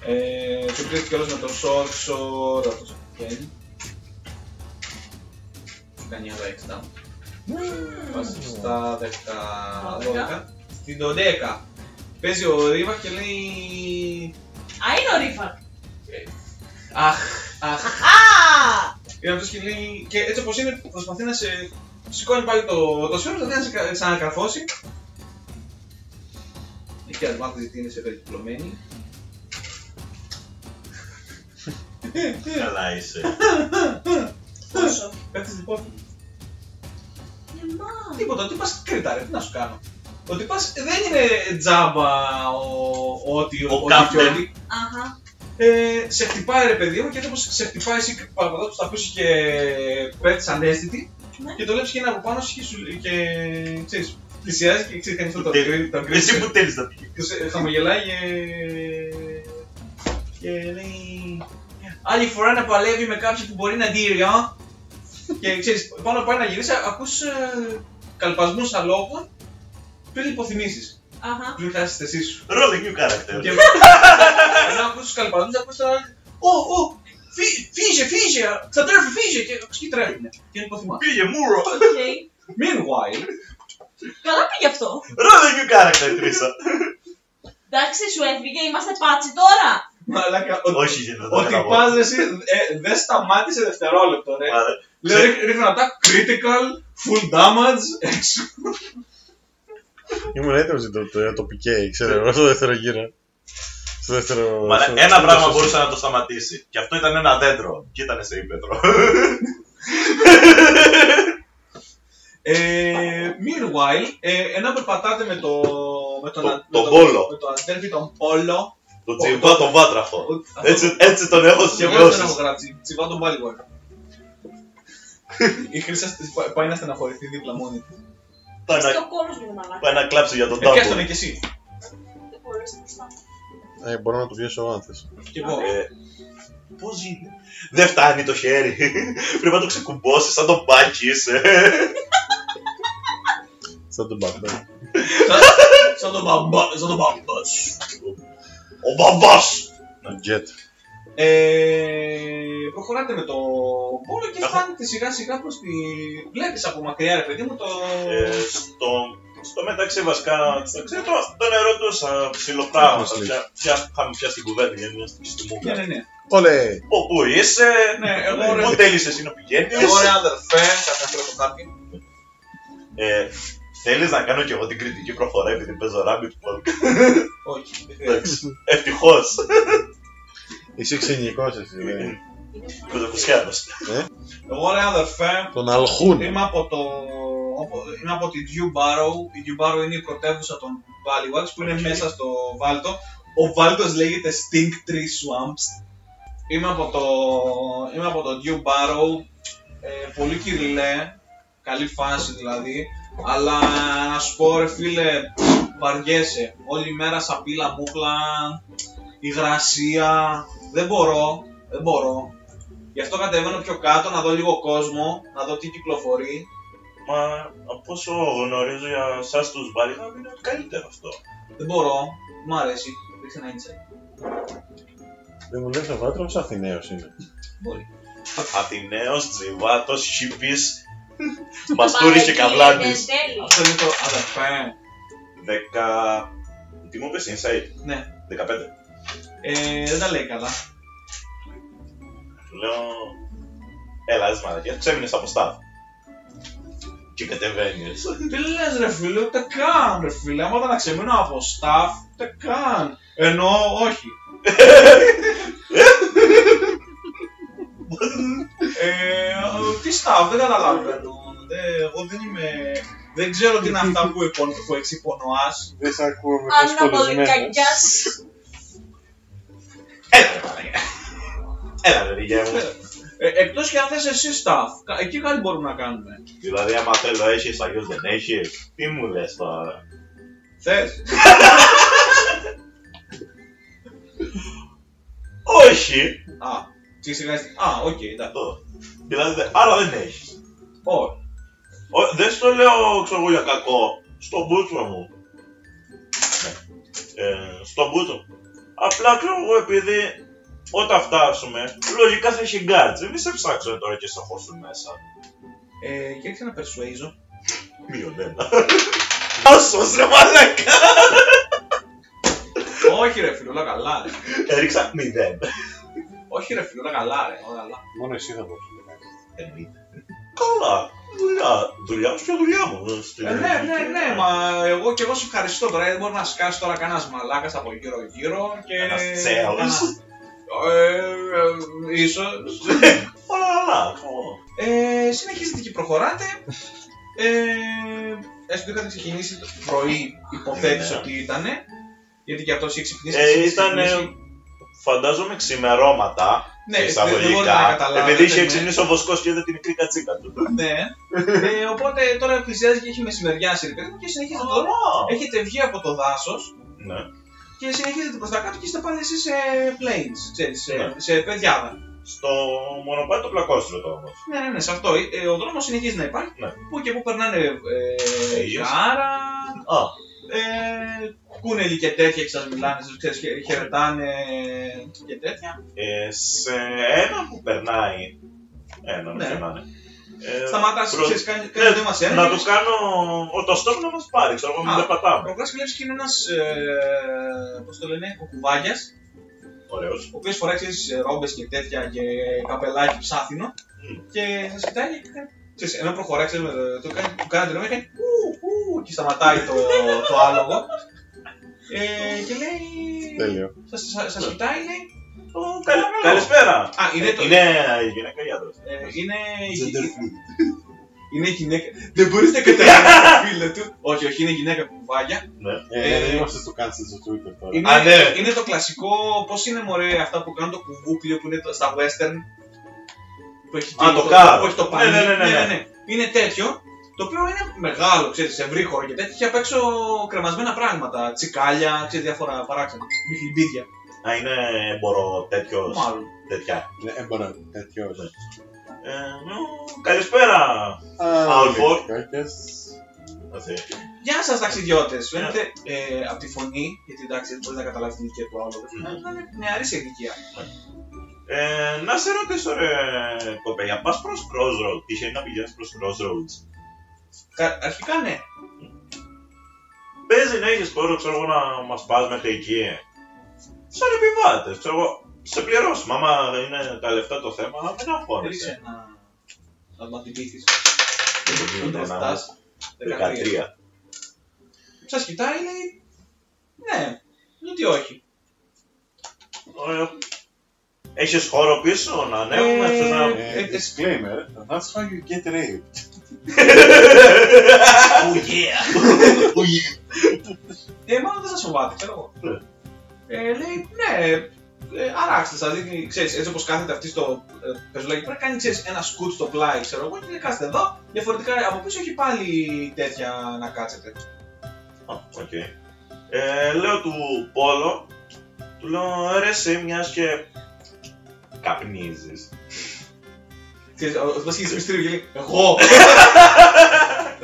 S3: Ε, του πήρε κιόλα με το short short αυτό το πηγαίνει. Του κάνεις άλλα 6 Βάζει στα 10, 12. Στην 10. Παίζει ο Ρίβα και λέει
S4: Α, είναι ο Ρίφαρ.
S3: Αχ, αχ.
S4: Α!
S3: Είναι αυτός και λέει. Και έτσι όπως είναι, προσπαθεί να σε. Σηκώνει πάλι το, το σφύρο, προσπαθεί να σε κα- ξανακαρφώσει. Εκεί advantage τι είναι σε περικυκλωμένη.
S2: Καλά είσαι.
S4: Πόσο.
S3: Πέφτει την πόρτα.
S4: Γεμά.
S3: λοιπόν, Τίποτα, ότι πας κρύτα, ρε, τι να σου κάνω. Ότι πας δεν είναι τζάμπα ο, ότι
S2: Ο
S3: ότι
S2: captain.
S3: και ότι.
S4: Αχα.
S3: Ε, σε χτυπάει ρε παιδί μου και έτσι όπως σε χτυπάει εσύ παραπατά του τα ακούσει και πέφτεις ανέστητη
S4: Ναι.
S3: και το βλέπεις και είναι από πάνω σου και, σου- και ξέρεις, πλησιάζει και ξέρεις κανείς το
S2: Τέλει.
S3: κρύβει, το κρύβει
S2: Εσύ που τέλεις να πει.
S3: και σε- χαμογελάει και, και λέει άλλη φορά να παλεύει με κάποιον που μπορεί να δίρια και ξέρεις πάνω πάει να γυρίσει ακούς ε, καλπασμούς αλόγων πριν υποθυμήσεις,
S4: Αχα.
S3: πριν χάσεις τη θέση σου.
S2: Rolling new character.
S3: Και ενώ ακούς τους καλπαδούς, ακούς τον άλλο. Ω, ω, φύ- φύγε, φύγε, ξαντέρφη, φύγε. Και ακούς και τρέχουνε. Και είναι υποθυμά.
S2: Πήγε μούρο.
S4: Οκ.
S3: Meanwhile,
S4: Καλά πήγε αυτό.
S2: Rolling new character, Κρίσα.
S4: Εντάξει, σου έφυγε, είμαστε πάτσι τώρα.
S3: μαλάκα, ο-
S2: Όχι, δεν
S3: ο
S2: θα κάνω.
S3: τυπάς, ρε, εσύ, ε, δεν σταμάτησε δευτερόλεπτο, ρε. Λέω,
S2: Ξέ-
S3: ρίχνω να τα critical, full damage, έξω.
S6: Ήμουν έτοιμος για το- το- το PK, ξέρω εγώ, στο δεύτερο γύρο. Στο δεύτερο...
S2: Μαλά,
S6: στο-
S2: ένα
S6: στο-
S2: πράγμα
S6: στο-
S2: μπορούσε να το σταματήσει. Και αυτό ήταν ένα δέντρο. Και ήταν σε ύπεθρο.
S3: Ε, meanwhile, ε, ενώ περπατάτε με το... Με τον,
S2: Το-
S3: με
S2: τον Πόλο.
S3: Με τον αντέρφη τον Πόλο.
S2: Το τσιμπά τον βάτρα αυτό.
S3: ο- αυτό-
S2: Έτσι, έτσι τον έχω
S3: Και εγώ δεν
S2: σημειώσει.
S3: έχω γράψει. Τσιβά τον πάλι εγώ. Η Χρύσα στις- πά- πάει να στεναχωρηθεί δίπλα μόνη της.
S2: Πάει να-
S4: Στο κόρο μου, μαλάκα.
S2: Πάει να κλάψει για τον
S3: Ε, πιάστο
S2: τάμπο.
S3: είναι κι εσύ.
S4: Δεν μπορείς να προσπαθείς.
S6: Ε, μπορώ να το πιέσω εγώ αν θες.
S3: Κι εγώ.
S2: Ε, Πώς γίνεται. Δεν φτάνει το χέρι. *laughs* Πρέπει να το ξεκουμπώσεις σαν τον μπάκι είσαι.
S6: Σαν τον
S2: Ναι.
S6: Batman.
S3: ε, Σαν- Σαν τον μπαμπά, σαν τον μπαμπάς σου.
S2: Ο μπαμπάς.
S6: ναι. Jet.
S3: Ε, προχωράτε με το πόλο και
S2: Καθα-
S3: φτάνετε σιγά σιγά προς τη... Βλέπεις από μακριά ρε παιδί μου το...
S2: Ε, στο, στο μεταξύ βασικά, το, ξέρω, το- τον ερωτούσα ψηλοπράγμα,
S6: Μας λέει.
S2: πια, πια, είχαμε πια στην κουβέντα για μια στιγμή στη
S3: Ναι,
S2: μούγκα.
S3: ναι, ναι.
S6: Όλε!
S2: Πού, πού είσαι,
S3: Ναι, εγώ ρε...
S2: πού τέλεισε εσύ να πηγαίνεις,
S3: Εγώ ρε αδερφέ, θα καταφέρω το χάρτη.
S2: ε, θέλεις να κάνω και εγώ την κριτική προφορά επειδή παίζω ράμπι του podcast,
S3: Όχι, δεν χρειάζεται.
S2: εντάξει, ευτυχώς,
S6: Είσαι ξενικός εσύ,
S2: Ε.
S6: λέει.
S2: κοντακουσιάνος.
S3: Εγώ ρε αδερφέ,
S6: Τον αλχούν.
S2: Ε,
S3: Είμαι από, το... από- είμαι από τη Dew Barrow. Η Dew Barrow είναι η πρωτεύουσα των Valleywalks που είναι μέσα στο Βάλτο. Ο Βάλτος λέγεται Stink Tree Swamps. Είμαι από το, είμαι από το Dew Barrow. Ε, πολύ κυριλέ. Καλή φάση δηλαδή. Αλλά να σου πω ρε φίλε, βαριέσαι. Όλη μέρα σαπίλα μπούκλα, υγρασία. Δεν μπορώ, δεν μπορώ. Γι' αυτό κατεβαίνω πιο κάτω να δω λίγο κόσμο, να δω τι κυκλοφορεί.
S2: Μα από όσο γνωρίζω για εσάς τους Μπάλιγαμ είναι καλύτερο αυτό.
S3: Δεν μπορώ, μου αρέσει. Ρίξε ένα insight.
S6: Δεν μου λες ο Βάτρος Αθηναίος είναι.
S3: Μπορεί.
S2: Αθηναίος, Τζιβάτος, Χίπης, Μαστούρι και καβλάντη.
S4: Ναι,
S7: Τέλει.
S3: Αυτό είναι το αδερφέ.
S2: 10. Τι μου είπες, Insight.
S3: Ναι.
S2: 15.
S3: Ε, δεν τα λέει καλά.
S2: Του λέω. Έλα, ρε μαλακία. Ξέμεινε από staff. Και κατεβαίνεις.
S3: Τι λες, ρε φίλε, ούτε καν, ρε φίλε. Άμα όταν ξεμείνω από staff, ούτε καν. Ενώ όχι. ε, ο- τι staff, δεν καταλαβαίνω. Δεν- εγώ δεν είμαι. Δεν ξέρω τι είναι αυτά που, υπον, που εξυπονοάς.
S6: Δεν σε ακούω με τόσο
S4: Άννα
S2: ναι.
S4: Πολυκαγκιά.
S6: κολλησμένος.
S2: Έλα, ρε μαλακία. Έλα, ρε γεια μου.
S3: Ε, Εκτός και αν θες εσύ staff. Κα- Εκεί κάτι μπορούμε να κάνουμε.
S2: Δηλαδή, άμα θέλω, έχεις, αλλιώς δεν έχεις. Τι μου λες τώρα.
S3: Θες.
S2: Όχι.
S3: Α, τι σιγά σιγά. Α, οκ, εντάξει.
S2: Αυτό. Δηλαδή, δε- άρα δεν έχεις.
S3: Ω,
S2: Ο- Δεν στο λέω, ξέρω εγώ, για κακό. Στον μπούτσο μου. Ναι. Ε, στον μπούτσο. Απλά ξέρω εγώ, επειδή όταν φτάσουμε, λογικά θα έχει γκάτζ. Εμείς σε ψάξουμε τώρα και σε χώσουν μέσα.
S3: ε, και έξω να persuasion.
S2: Μείον *laughs* ένα. Άσος ρε μαλακά.
S3: Όχι, ρε φίλε, όλα καλά. Ρε.
S2: Έριξα μηδέν.
S3: Όχι, ρε φίλε, όλα καλά, ρε. Όλα καλά.
S6: Μόνο εσύ θα μπορούσε να κάνεις.
S2: Εννοείται. Καλά. Δουλειά. Δουλειά μου και δουλειά μου. Στην-
S3: Ε, ναι, ναι, ναι, μα εγώ και εγώ σε ευχαριστώ τώρα. Δεν μπορεί να σκάσει τώρα κανένας μαλάκας από γύρω-γύρω και.
S2: Ένας τσέος.
S3: Ε, ε, ίσως.
S2: Όλα καλά. ξέρω εγώ.
S3: Ε, συνεχίζετε και προχωράτε. Ε, έστω και είχατε ξεκινήσει το πρωί, υποθέτεις
S2: Ναι.
S3: ότι ήταν. Γιατί και αυτός είχε ξυπνήσει.
S2: Ε,
S3: εσύ έχεις
S2: ήταν
S3: ξυπνήσει.
S2: φαντάζομαι ξημερώματα.
S3: Ναι,
S2: σε
S3: δεν- δεν μπορείτε να καταλάβετε.
S2: Επειδή είχε
S3: ναι.
S2: ξυπνήσει ο βοσκός και είδε την μικρή κατσίκα του.
S3: Ναι. ε, οπότε τώρα πλησιάζει και έχει μεσημεριάσει, ρε παιδί μου, και συνεχίζετε τώρα.
S2: Α,
S3: Έχετε βγει από το δάσος
S2: Ναι.
S3: και συνεχίζετε προς τα κάτω και είστε πάλι εσείς σε planes, ξέρεις, σε,
S2: Ναι.
S3: σε παιδιάδα.
S2: Στο μονοπάτι το πλακόστρο το όμως.
S3: Ναι, ναι, ναι, σε αυτό. Ε, ο δρόμος συνεχίζει να υπάρχει.
S2: Ναι.
S3: Πού και πού περνάνε ε,
S2: Έγιες.
S3: γάρα,
S2: Α,
S3: ε, κούνελοι και τέτοια και σα μιλάνε, σας ξέρεις, χαι- χαιρετάνε και τέτοια.
S2: ε, σε ένα που περνάει.
S3: Ναι.
S2: Ένα ναι. περνάνε. Ε,
S3: Σταματάς,
S2: προ-
S3: ξέρεις, κάνει
S2: Ναι,
S3: κάτι μας
S2: Να
S3: ένα.
S2: του κάνω. Ο το στόχο να μας πάρει, ξέρω εγώ,
S3: Α.
S2: μην δεν πατάμε.
S3: Ο Κράσκελε είναι ένας. Πώς το λένε, κουκουβάγια,
S2: Ωραίος.
S3: ο οποίος φοράει ξέρεις, ε, ρόμπες και τέτοια και καπελάκι ψάθινο.
S2: Μμ.
S3: Και σας κοιτάει και κάνει. Ξέρεις, ενώ προχωράει, ξέρεις, με- το κάνει, του κάνει την ώρα, κάνει. Ου, ου, και σταματάει το, το άλογο. Ε, και λέει.
S6: Τέλειο.
S3: Σας σας κοιτάει, λέει. «Ω,
S2: Καλη-
S3: καλό».
S2: Καλησπέρα.
S3: Α, είναι το.
S2: Είναι η γυναίκα ή άντρας.
S3: ε, είναι,
S6: Gender
S3: η- είναι γυναίκα. Δεν μπορείς να καταλάβεις, φίλε του. Όχι, όχι, είναι γυναίκα που κουβάγια.
S6: Ε,
S3: Ε,
S6: δεν είμαστε στο cancel στο Twitter τώρα.
S3: Είναι,
S2: Ναι. Α, ναι.
S3: είναι το κλασικό. Πώς είναι μωρέ αυτά που κάνουν το κουβούκλιο που είναι το- στα western. Που έχει
S2: Α, το κάρο.
S3: Που έχει το
S2: Ναι,
S3: πανί.
S2: ναι, ναι, ναι, ναι.
S3: Είναι τέτοιο. Το οποίο είναι μεγάλο, ξέρεις, ευρύχωρο και τέτοια. Έχει απ' έξω κρεμασμένα πράγματα. Τσικάλια, ξέρεις, διάφορα παράξενα. Μπιχλιμπίδια.
S2: Α, είναι μπορώ τέτοιος.
S3: Μάλλον.
S2: Τέτοια.
S6: Ναι, ε, μπορώ. Τέτοιο. όχι.
S2: Ε, νο, καλησπέρα.
S6: Α,
S2: Αλφόρ.
S6: ναι, κακές.
S2: Αυτή.
S3: Γεια σας, ταξιδιώτες.
S2: Ναι.
S3: Φαίνεται ε, από τη φωνή, γιατί εντάξει, δεν μπορείς να καταλάβεις την ηλικία του άλλου. Ε,
S2: Ναι.
S3: αλλά Είναι νεαρής σε ηλικία.
S2: Ε, να σε ρωτήσω ρε κοπέλια, πας προς Crossroads, είχε να πηγαίνεις προς Crossroads.
S3: Κα- Αρχικά ναι.
S2: Παίζει να έχεις χώρο, ξέρω εγώ, να μας πας μέχρι εκεί. ε. Σαν επιβάτες, ξέρω εγώ, σε πληρώσουμε, άμα δεν είναι τα λεφτά το θέμα, να μην αγχώνεσαι.
S3: Ρίξε να. να το αντιλήθεις.
S2: Δεν
S3: Ούτε
S2: το
S3: φτάσεις. 13.
S2: 13.
S3: Σας κοιτάει, λέει. Ναι, γιατί όχι.
S2: Ωραία. Έχεις χώρο πίσω να ανέβουμε,
S3: Ε,
S2: θες να...
S6: Ε,
S3: ε,
S6: Disclaimer, that's how you
S3: *laughs*
S6: get raped.
S2: Oh yeah!
S3: Ε, μάλλον δεν σα φοβάται, ξέρω εγώ. Ε, λέει, ναι, ε, αράξτε σα. Δηλαδή, ξέρεις, έτσι όπως κάθεται αυτή στο ε, πεζουλάκι πρέπει να κάνει ξέρεις, ένα σκουτ στο πλάι, ξέρω εγώ, και λέει, κάστε εδώ. Διαφορετικά από πίσω έχει πάλι τέτοια να κάτσετε.
S2: Α, Οκ. Ε, λέω του Πόλο, του λέω ρε σε μιας και καπνίζεις.
S3: Ξέρεις, ο Βασίλη Μυστήριο και λέει, Εγώ!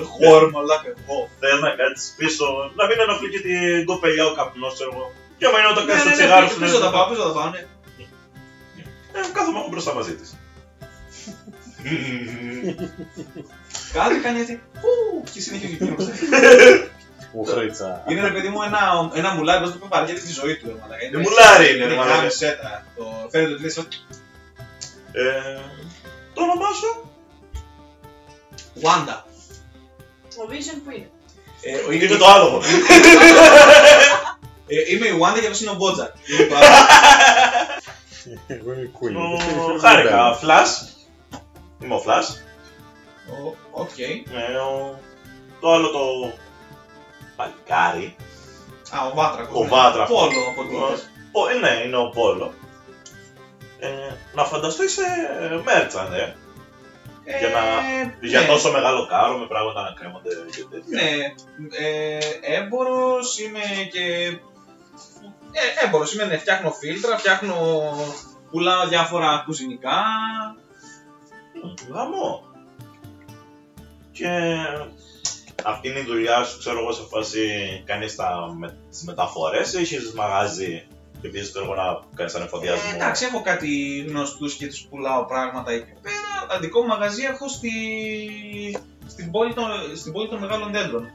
S3: Εγώ, ρε μαλάκα, εγώ.
S2: Θε να κάτσεις Ναι, πίσω, να μην ενοχλεί και την κοπελιά ο καπνός, εγώ. Και άμα είναι να το
S3: Ναι,
S2: κάνεις το
S3: ναι, ναι,
S2: τσιγάρο
S3: πίσω-
S2: σου,
S3: Πίσω
S2: ναι.
S3: τα πάω, πίσω τα πάω, ναι.
S2: Ε, κάθομαι εγώ μπροστά μαζί της.
S3: Κάτι κάνει έτσι. Φου! Και συνέχεια γυρνούσε.
S6: Κουφρίτσα.
S3: Είναι ρε παιδί μου ένα, ένα μουλάρι μας το οποίο παραγγέλνεις στη ζωή του. ρε μαλάκα. Είναι
S2: Ε, μουλάρι είναι, ρε μαλάκα.
S3: μαλάκα. σέτα. Το φέρει το τρίτη.
S2: Ε, το όνομά σου.
S3: Wanda.
S4: Ο Vision που είναι.
S3: Ε, ο-
S2: Είναι το άλογο.
S3: ε, Είμαι η Wanda και αυτός είναι ο Μπότζακ.
S6: *laughs* Εγώ είμαι cool.
S3: Oh,
S6: *laughs*
S2: Ο- Χάρηκα. Φλας. Είμαι ο Φλας.
S3: Ο- Οκ.
S2: Ναι, ο... το άλλο το παλικάρι.
S3: Α, ο Βάτρακος.
S2: Ο
S3: ναι.
S2: Βάτρακος.
S3: Πόλο από την
S2: Ο, ε, ναι, είναι ο Πόλο. Ε, να φανταστώ είσαι μέρτσαν, ε. Για να-
S3: Ε,
S2: Για τόσο μεγάλο κάρο με πράγματα να κρέμονται και τέτοια.
S3: Ναι, ε, έμπορος είμαι και... Ε, έμπορος είμαι, ναι, φτιάχνω φίλτρα, φτιάχνω... Πουλάω διάφορα κουζινικά.
S2: Μμ, Γαμό. Και αυτή είναι η δουλειά σου, ξέρω εγώ, σε φάση κάνεις τα, με, τις μεταφορές, έχεις μαγάζι και πήγες, ξέρω εγώ, να κάνεις ανεφοδιασμό.
S3: Ε, εντάξει, έχω κάτι γνωστούς και τους πουλάω πράγματα εκεί πέρα. Τα δικό μου μαγαζί έχω στη... στην, πόλη των... στην πόλη των μεγάλων δέντρων.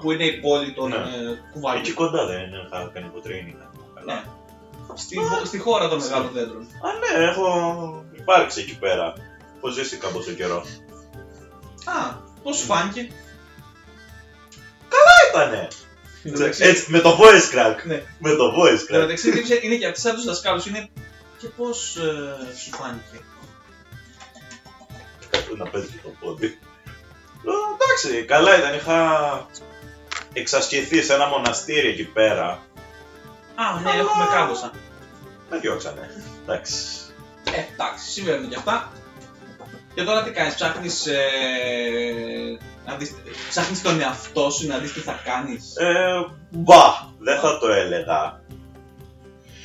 S3: Που είναι η πόλη των
S2: Ναι.
S3: ε,
S2: Εκεί
S3: κουβαλιών.
S2: κοντά δεν είναι, θα κάνει ποτρίνι.
S3: Ναι. Στη, στη χώρα των μεγάλων δέντρων.
S2: Α, ναι, έχω υπάρξει εκεί πέρα. Έχω ζήσει κάποτε καιρό.
S3: Α, πώς
S2: Ναι.
S3: σου φάνηκε.
S2: Ήτανε.
S3: Εντάξει.
S2: Έτσι, με το voice crack.
S3: Ναι.
S2: Με το voice
S3: Εν τω
S2: crack.
S3: μεταξύ, δίπλα είναι και αυτή σαν τους δασκάλους. Είναι και πώς ε, σου φάνηκε.
S2: Πρέπει να παίζει το πόδι. Ε, εντάξει, καλά ήταν. Είχα εξασκηθεί σε ένα μοναστήρι εκεί πέρα.
S3: Α, ναι, έχουμε κάμποσα.
S2: Με διώξανε. Εντάξει.
S3: Ε, εντάξει, συμβαίνουν και αυτά. Και τώρα τι κάνεις, ψάχνεις. Ε, να δεις- ψάχνεις τον εαυτό σου να δεις τι θα κάνεις.
S2: Ε, μπα, δεν θα το έλεγα.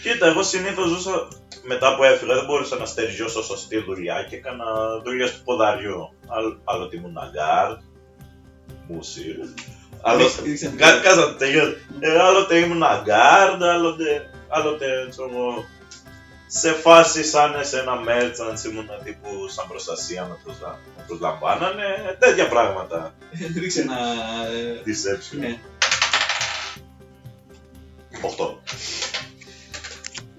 S2: Κοίτα, εγώ συνήθως ζούσα μετά που έφυγα, δεν μπορούσα να στεριώσω σωστή δουλειά και έκανα δουλειά του ποδαριού. Άλλο, άλλο τι ήμουν αγκάρτ, μουσίρ. Άλλο.
S3: Δείξε- δείξε-
S2: Κα- Κάτσε να τελειώσει. Ε, άλλοτε ήμουν αγκάρντ, άλλοτε, άλλοτε ξέρω εγώ, σε φάση σαν σε ένα merchant ήμουν τύπους σαν προστασία με προσλα- με προσλαμβάνανε, τέτοια πράγματα.
S3: Ρίξε ένα. ε,
S2: Deception.
S3: Ναι.
S2: 8.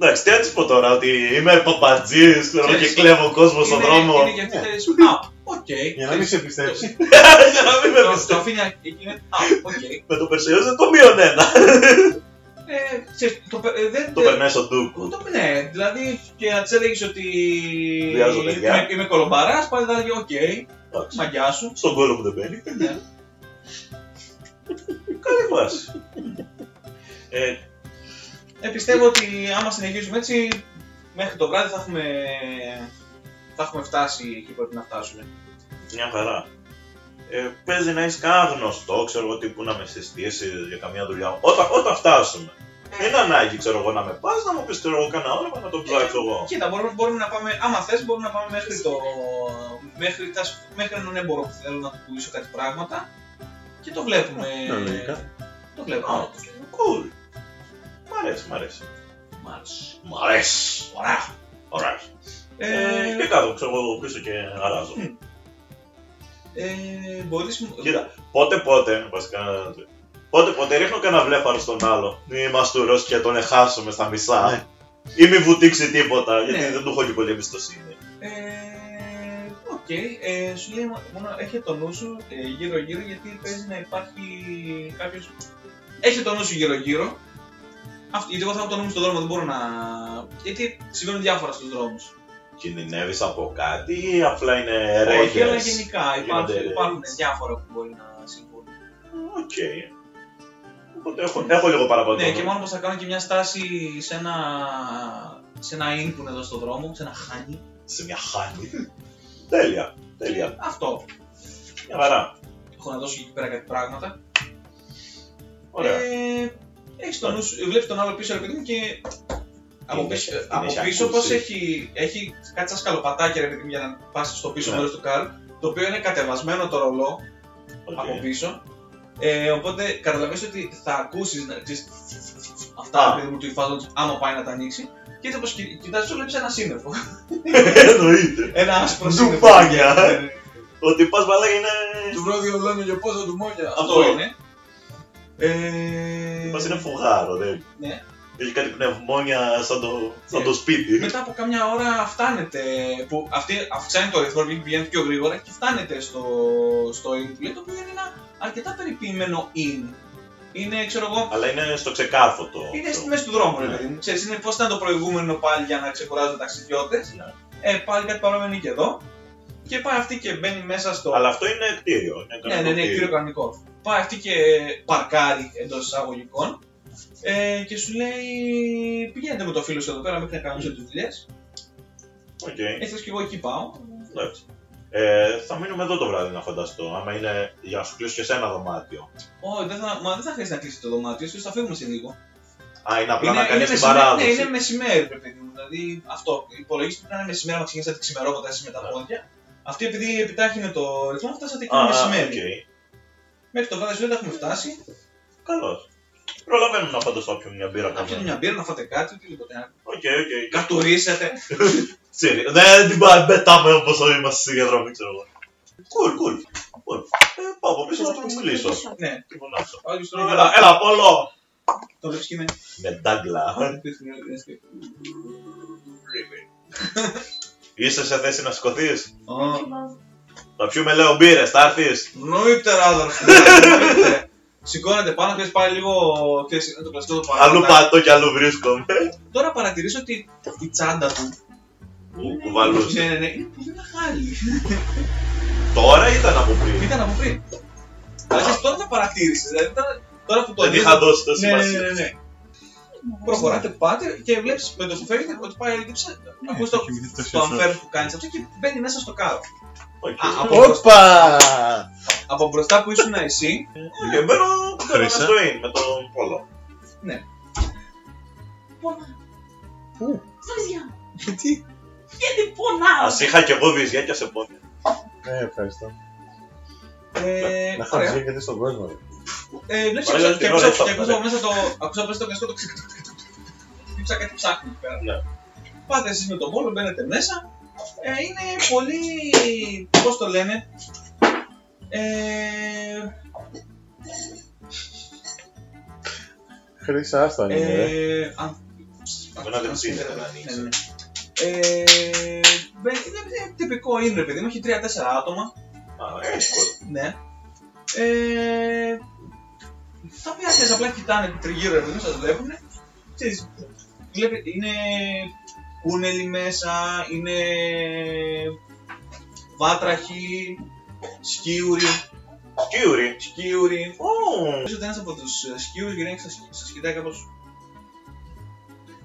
S2: Εντάξει, τι να της πω τώρα, ότι είμαι παπατζής ξέρω εγώ, και
S3: Ξέρεις,
S2: κλέβω κόσμο στον
S3: είναι-
S2: δρόμο. Ναι.
S3: Είναι και αυτή η θέση σου. Α, οκ.
S6: Για να μην σε πιστέψει.
S2: *laughs* Για να μην με
S3: Το- Το
S2: πιστεύει.
S3: αφήνει εκείνη. Α, οκ.
S2: Με το Περσεϊός δεν το μείον ένα.
S3: Ε, ξέρεις, το πε- ε, δεν-
S2: Το περνάει στον Τούκου.
S3: Το, ναι, δηλαδή και να τη έλεγες ότι.
S2: Χρειάζομαι παιδιά.
S3: είμαι, είμαι κολομπαράς, πάλι θα έλεγε: Οκ,
S2: Εντάξει.
S3: μαγιά σου.
S2: Στον κόλλο μου δεν μπαίνει.
S3: Ναι.
S2: Καλή φάση. Ε,
S3: Ε, πιστεύω ότι άμα συνεχίσουμε έτσι, μέχρι το βράδυ θα έχουμε, θα έχουμε φτάσει εκεί που πρέπει να φτάσουμε.
S2: Μια χαρά. Ε, παίζει να είσαι κανένα γνωστό, ξέρω εγώ, τύπου να με συστήσεις για καμία δουλειά. Όταν, όταν φτάσουμε.
S3: Ε.
S2: Είναι ανάγκη, ξέρω εγώ, να με πας, να μου πεις, ξέρω εγώ, κανένα όνομα να το ψάξω εγώ.
S3: Κοίτα, μπορούμε, μπορούμε να πάμε, άμα θες μπορούμε να πάμε μέχρι, το, μέχρι, τα, σ- μέχρι έναν έμπορο που θέλω να του πουλήσω κάτι πράγματα και το βλέπουμε.
S6: Ναι, λογικά.
S3: Το βλέπουμε.
S2: Ναι, Α, cool. Μ' αρέσει, μ' αρέσει.
S3: Μ' άρεσε.
S2: Μ' αρέσει.
S3: Ωραία.
S2: Ωραία. Ε,
S3: Ε,
S2: και κάτω, ξέρω εγώ, πίσω και αράζω.
S3: Μμ. ε, μπορείς... μου-
S2: Κοίτα, πότε πότε, βασικά. Πότε πότε ρίχνω κανένα βλέφαρο στον άλλο. Μη μαστούρο και τον εχάσουμε στα μισά. Ή μη βουτήξει τίποτα, γιατί
S3: Ναι.
S2: δεν του έχω και πολύ εμπιστοσύνη.
S3: Ε, Οκ, ε, σου λέει μόνο έχει το νου σου ε, γύρω-γύρω γιατί παίζει να υπάρχει κάποιος. Έχει το νου σου γύρω-γύρω. Αυτό, γιατί εγώ θα έχω το νου μου στον δρόμο, δεν μπορώ να. Γιατί συμβαίνουν διάφορα στους δρόμους.
S2: Κινδυνεύεις από κάτι ή απλά είναι
S3: Όχι,
S2: ρέγγε.
S3: αλλά γενικά
S2: Γίνονται
S3: υπάρχουν,
S2: ρε.
S3: υπάρχουν διάφορα που μπορεί να συμβούν.
S2: Οκ. Οπότε έχω, έχω λίγο παραπάνω.
S3: Ναι, και μόνο πως θα κάνω και μια στάση σε ένα. σε ένα inn που είναι εδώ στον δρόμο, σε ένα χάνι.
S2: Σε μια χάνη. τέλεια. Τέλεια.
S3: Αυτό.
S2: Μια χαρά.
S3: Έχω να δώσω εκεί πέρα κάτι πράγματα.
S2: Ωραία.
S3: Ε, έχεις τον νου σου, βλέπεις τον άλλο πίσω, ρε παιδί μου, και από
S2: Την
S3: πίσω,
S2: έχει- την
S3: από
S2: έχει
S3: πίσω
S2: ακούσει.
S3: πως έχει, έχει κάτι σαν σκαλοπατάκια, ρε παιδί μου, για να πας στο πίσω
S2: Ναι.
S3: μέρος του καρ, το οποίο είναι κατεβασμένο το ρολό
S2: Οκ.
S3: από πίσω. Ε, οπότε καταλαβαίνεις ότι θα ακούσεις να, ξέρεις,
S2: Α.
S3: αυτά ρε παιδί μου, του υφάζοντος, άμα πάει να τα ανοίξει. Και έτσι όπως
S6: *laughs*
S3: κοι- κοιτάζεις, βλέπεις ένα σύννεφο.
S2: *laughs* Εννοείται.
S3: Ένα άσπρο σύννεφο.
S2: Ντουμπάνια.
S3: Ναι, ναι.
S2: Ότι πας μαλάκα είναι.
S6: Του βρω δύο βλόνια για πόσα του μόνια.
S2: Αυτό.
S3: Αυτό είναι. Ε,
S2: Πας είναι φουγάρο, δεν.
S3: Ναι.
S2: Έχει κάτι πνευμόνια σαν το, σαν
S3: Ναι.
S2: το σπίτι.
S3: μετά από καμιά ώρα φτάνετε. Που αυτή αυξάνει το ρυθμό, δηλαδή πηγαίνει πιο γρήγορα και φτάνετε στο, στο inn που λέει, το οποίο είναι ένα αρκετά περιποιημένο inn. Είναι, ξέρω εγώ,
S2: Αλλά είναι στο ξεκάρφο το.
S3: είναι στη
S2: το-
S3: μέση του δρόμου, ρε
S2: Ναι.
S3: παιδί μου. Ξέρεις, είναι πώς ήταν το προηγούμενο πάλι για να ξεκουράζουν ταξιδιώτες.
S2: Ναι.
S3: Ε, πάλι κάτι παρόμοιο είναι και εδώ. Και πάει αυτή και μπαίνει μέσα στο.
S2: Αλλά αυτό είναι κτίριο. Είναι
S3: Ναι, ναι, ναι, κτίριο κανονικό. Πάει αυτή και παρκάρει εντός εισαγωγικών ε, και σου λέει: Πηγαίνετε με το φίλο σου εδώ πέρα μέχρι να κανονίσω τις δουλειές.
S2: Οκ.
S3: Έτσι και Ε, εγώ εκεί πάω.
S2: Εντάξει. Ε, θα μείνουμε εδώ το βράδυ να φανταστώ. Άμα είναι για να σου κλείσω και σε ένα δωμάτιο.
S3: Ω, δεν θα, μα δεν θα χρειάζεται να κλείσει το δωμάτιο, ίσως θα φύγουμε σε λίγο.
S2: Α, είναι απλά να
S3: είναι
S2: κάνει την
S3: μεσημέρι-
S2: παράδοση.
S3: Ναι, είναι μεσημέρι, ρε παιδί μου. Δηλαδή αυτό. Υπολογίστε ότι ήταν μεσημέρι, άμα ξεκινήσατε ξημερώματα εσεί με τα
S2: Ναι.
S3: πόδια. Αυτή επειδή επιτάχυνε το ρυθμό, φτάσατε εκεί
S2: Α,
S3: μεσημέρι.
S2: οκ. Ναι.
S3: Μέχρι το βράδυ σου δεν έχουμε φτάσει.
S2: Καλώς. Προλαβαίνουμε να φανταστώ πιούμε μια μπύρα
S3: Να πιείτε
S2: καμιά.
S3: μια μπύρα, να φάτε κάτι, οτιδήποτε.
S2: Οκ, οκ.
S3: Κατουρίσατε.
S2: Ξέρει. Δεν την πα- πετάμε όπω είμαστε στη διαδρομή, ξέρω εγώ. Κουλ, κουλ. Κουλ. Ε, Πάω από πίσω να του μιλήσω.
S3: ναι,
S2: Τι φωνάζω.
S3: όλοι στον
S2: Έλα, έλα, Πόλο!
S3: Το βλέπεις και είναι.
S2: Με ντάγκλα. Είσαι σε θέση να σηκωθεί. Θα πιούμε, λέω, μπύρες, θα έρθεις.
S3: Νοήπτε, ράδορ. Σηκώνεται πάνω, ξέρει πάει λίγο. Ξέρεις, το κλασικό το παράδειγμα.
S2: Αλλού πατώ και αλλού βρίσκομαι.
S3: Τώρα παρατηρήσω ότι η τσάντα του.
S2: Ου, Κουβαλούσε.
S3: Ναι, ναι, ναι, είναι πολύ μεγάλη.
S2: Τώρα ήταν από πριν.
S3: Ήταν από πριν. Αλλά ξέρεις, τώρα τα παρατήρησε. Δηλαδή τώρα- τώρα που το
S2: Δεν
S3: δεις-
S2: είχα δώσει τόση
S3: Ναι, ναι, ναι,
S2: σημασία.
S3: ναι, ναι. Προχωράτε, πάτε και βλέπεις με το που φεύγετε ότι πάει
S2: Ναι,
S3: δίψα. Ακούς το, το αμφέρ που κάνεις αυτό και μπαίνει μέσα στο κάρο.
S2: Οκ.
S3: Α, από-
S6: Όπα!
S3: Από μπροστά που ήσουν εσύ,
S2: Και μπαίνω κάνω ένα
S6: Χρήσα.
S2: στο in με τον Πόλο.
S4: Πονάω.
S6: Πού?
S4: Βυζιά μου.
S6: Γιατί?
S4: Γιατί πονάω.
S2: Ας είχα κι εγώ βυζιά και σε πόδια.
S6: Ε, ευχαριστώ.
S3: Ε,
S6: Να
S3: ωραία.
S6: χαρακτηρίζεται στον κόσμο. ρε.
S3: Ε, βλέπεις
S2: Ωραία,
S3: και
S2: ωραία,
S3: ακούσα και
S2: ωραία.
S3: ακούσα από μέσα το. Ακούσα από μέσα το κλασικό το ξυκ- Χτύπησα κάτι ψάχνει εκεί πέρα.
S2: Ναι.
S3: Πάτε εσείς με τον πόλο, μπαίνετε μέσα. Ε, είναι πολύ. Πώς το λένε. Ε,
S6: Χρήσα, άστα είναι. ρε.
S3: ε, αν-
S2: Μπορεί να δεν ψήνεται,
S3: Ναι,
S2: να
S3: ναι.
S2: ανοίξει.
S3: Ε, μπε- Είναι τυπικό είναι, ρε παιδί μου, έχει 3-4 άτομα.
S2: Α, εύκολο.
S3: Ναι. Ε, τα οποία ξέρεις, απλά κοιτάνε τριγύρω, ρε παιδί μου, σας βλέπουν. Ξέρεις, βλέπει- είναι κούνελοι μέσα, είναι βάτραχοι, σκιούρι,
S2: Κιούρι.
S3: σκιούρι.
S2: Ω,
S3: Νομίζω ότι ένας από τους ε, σκιούρις γυρνάει και σας, σας κοιτάει κάπως...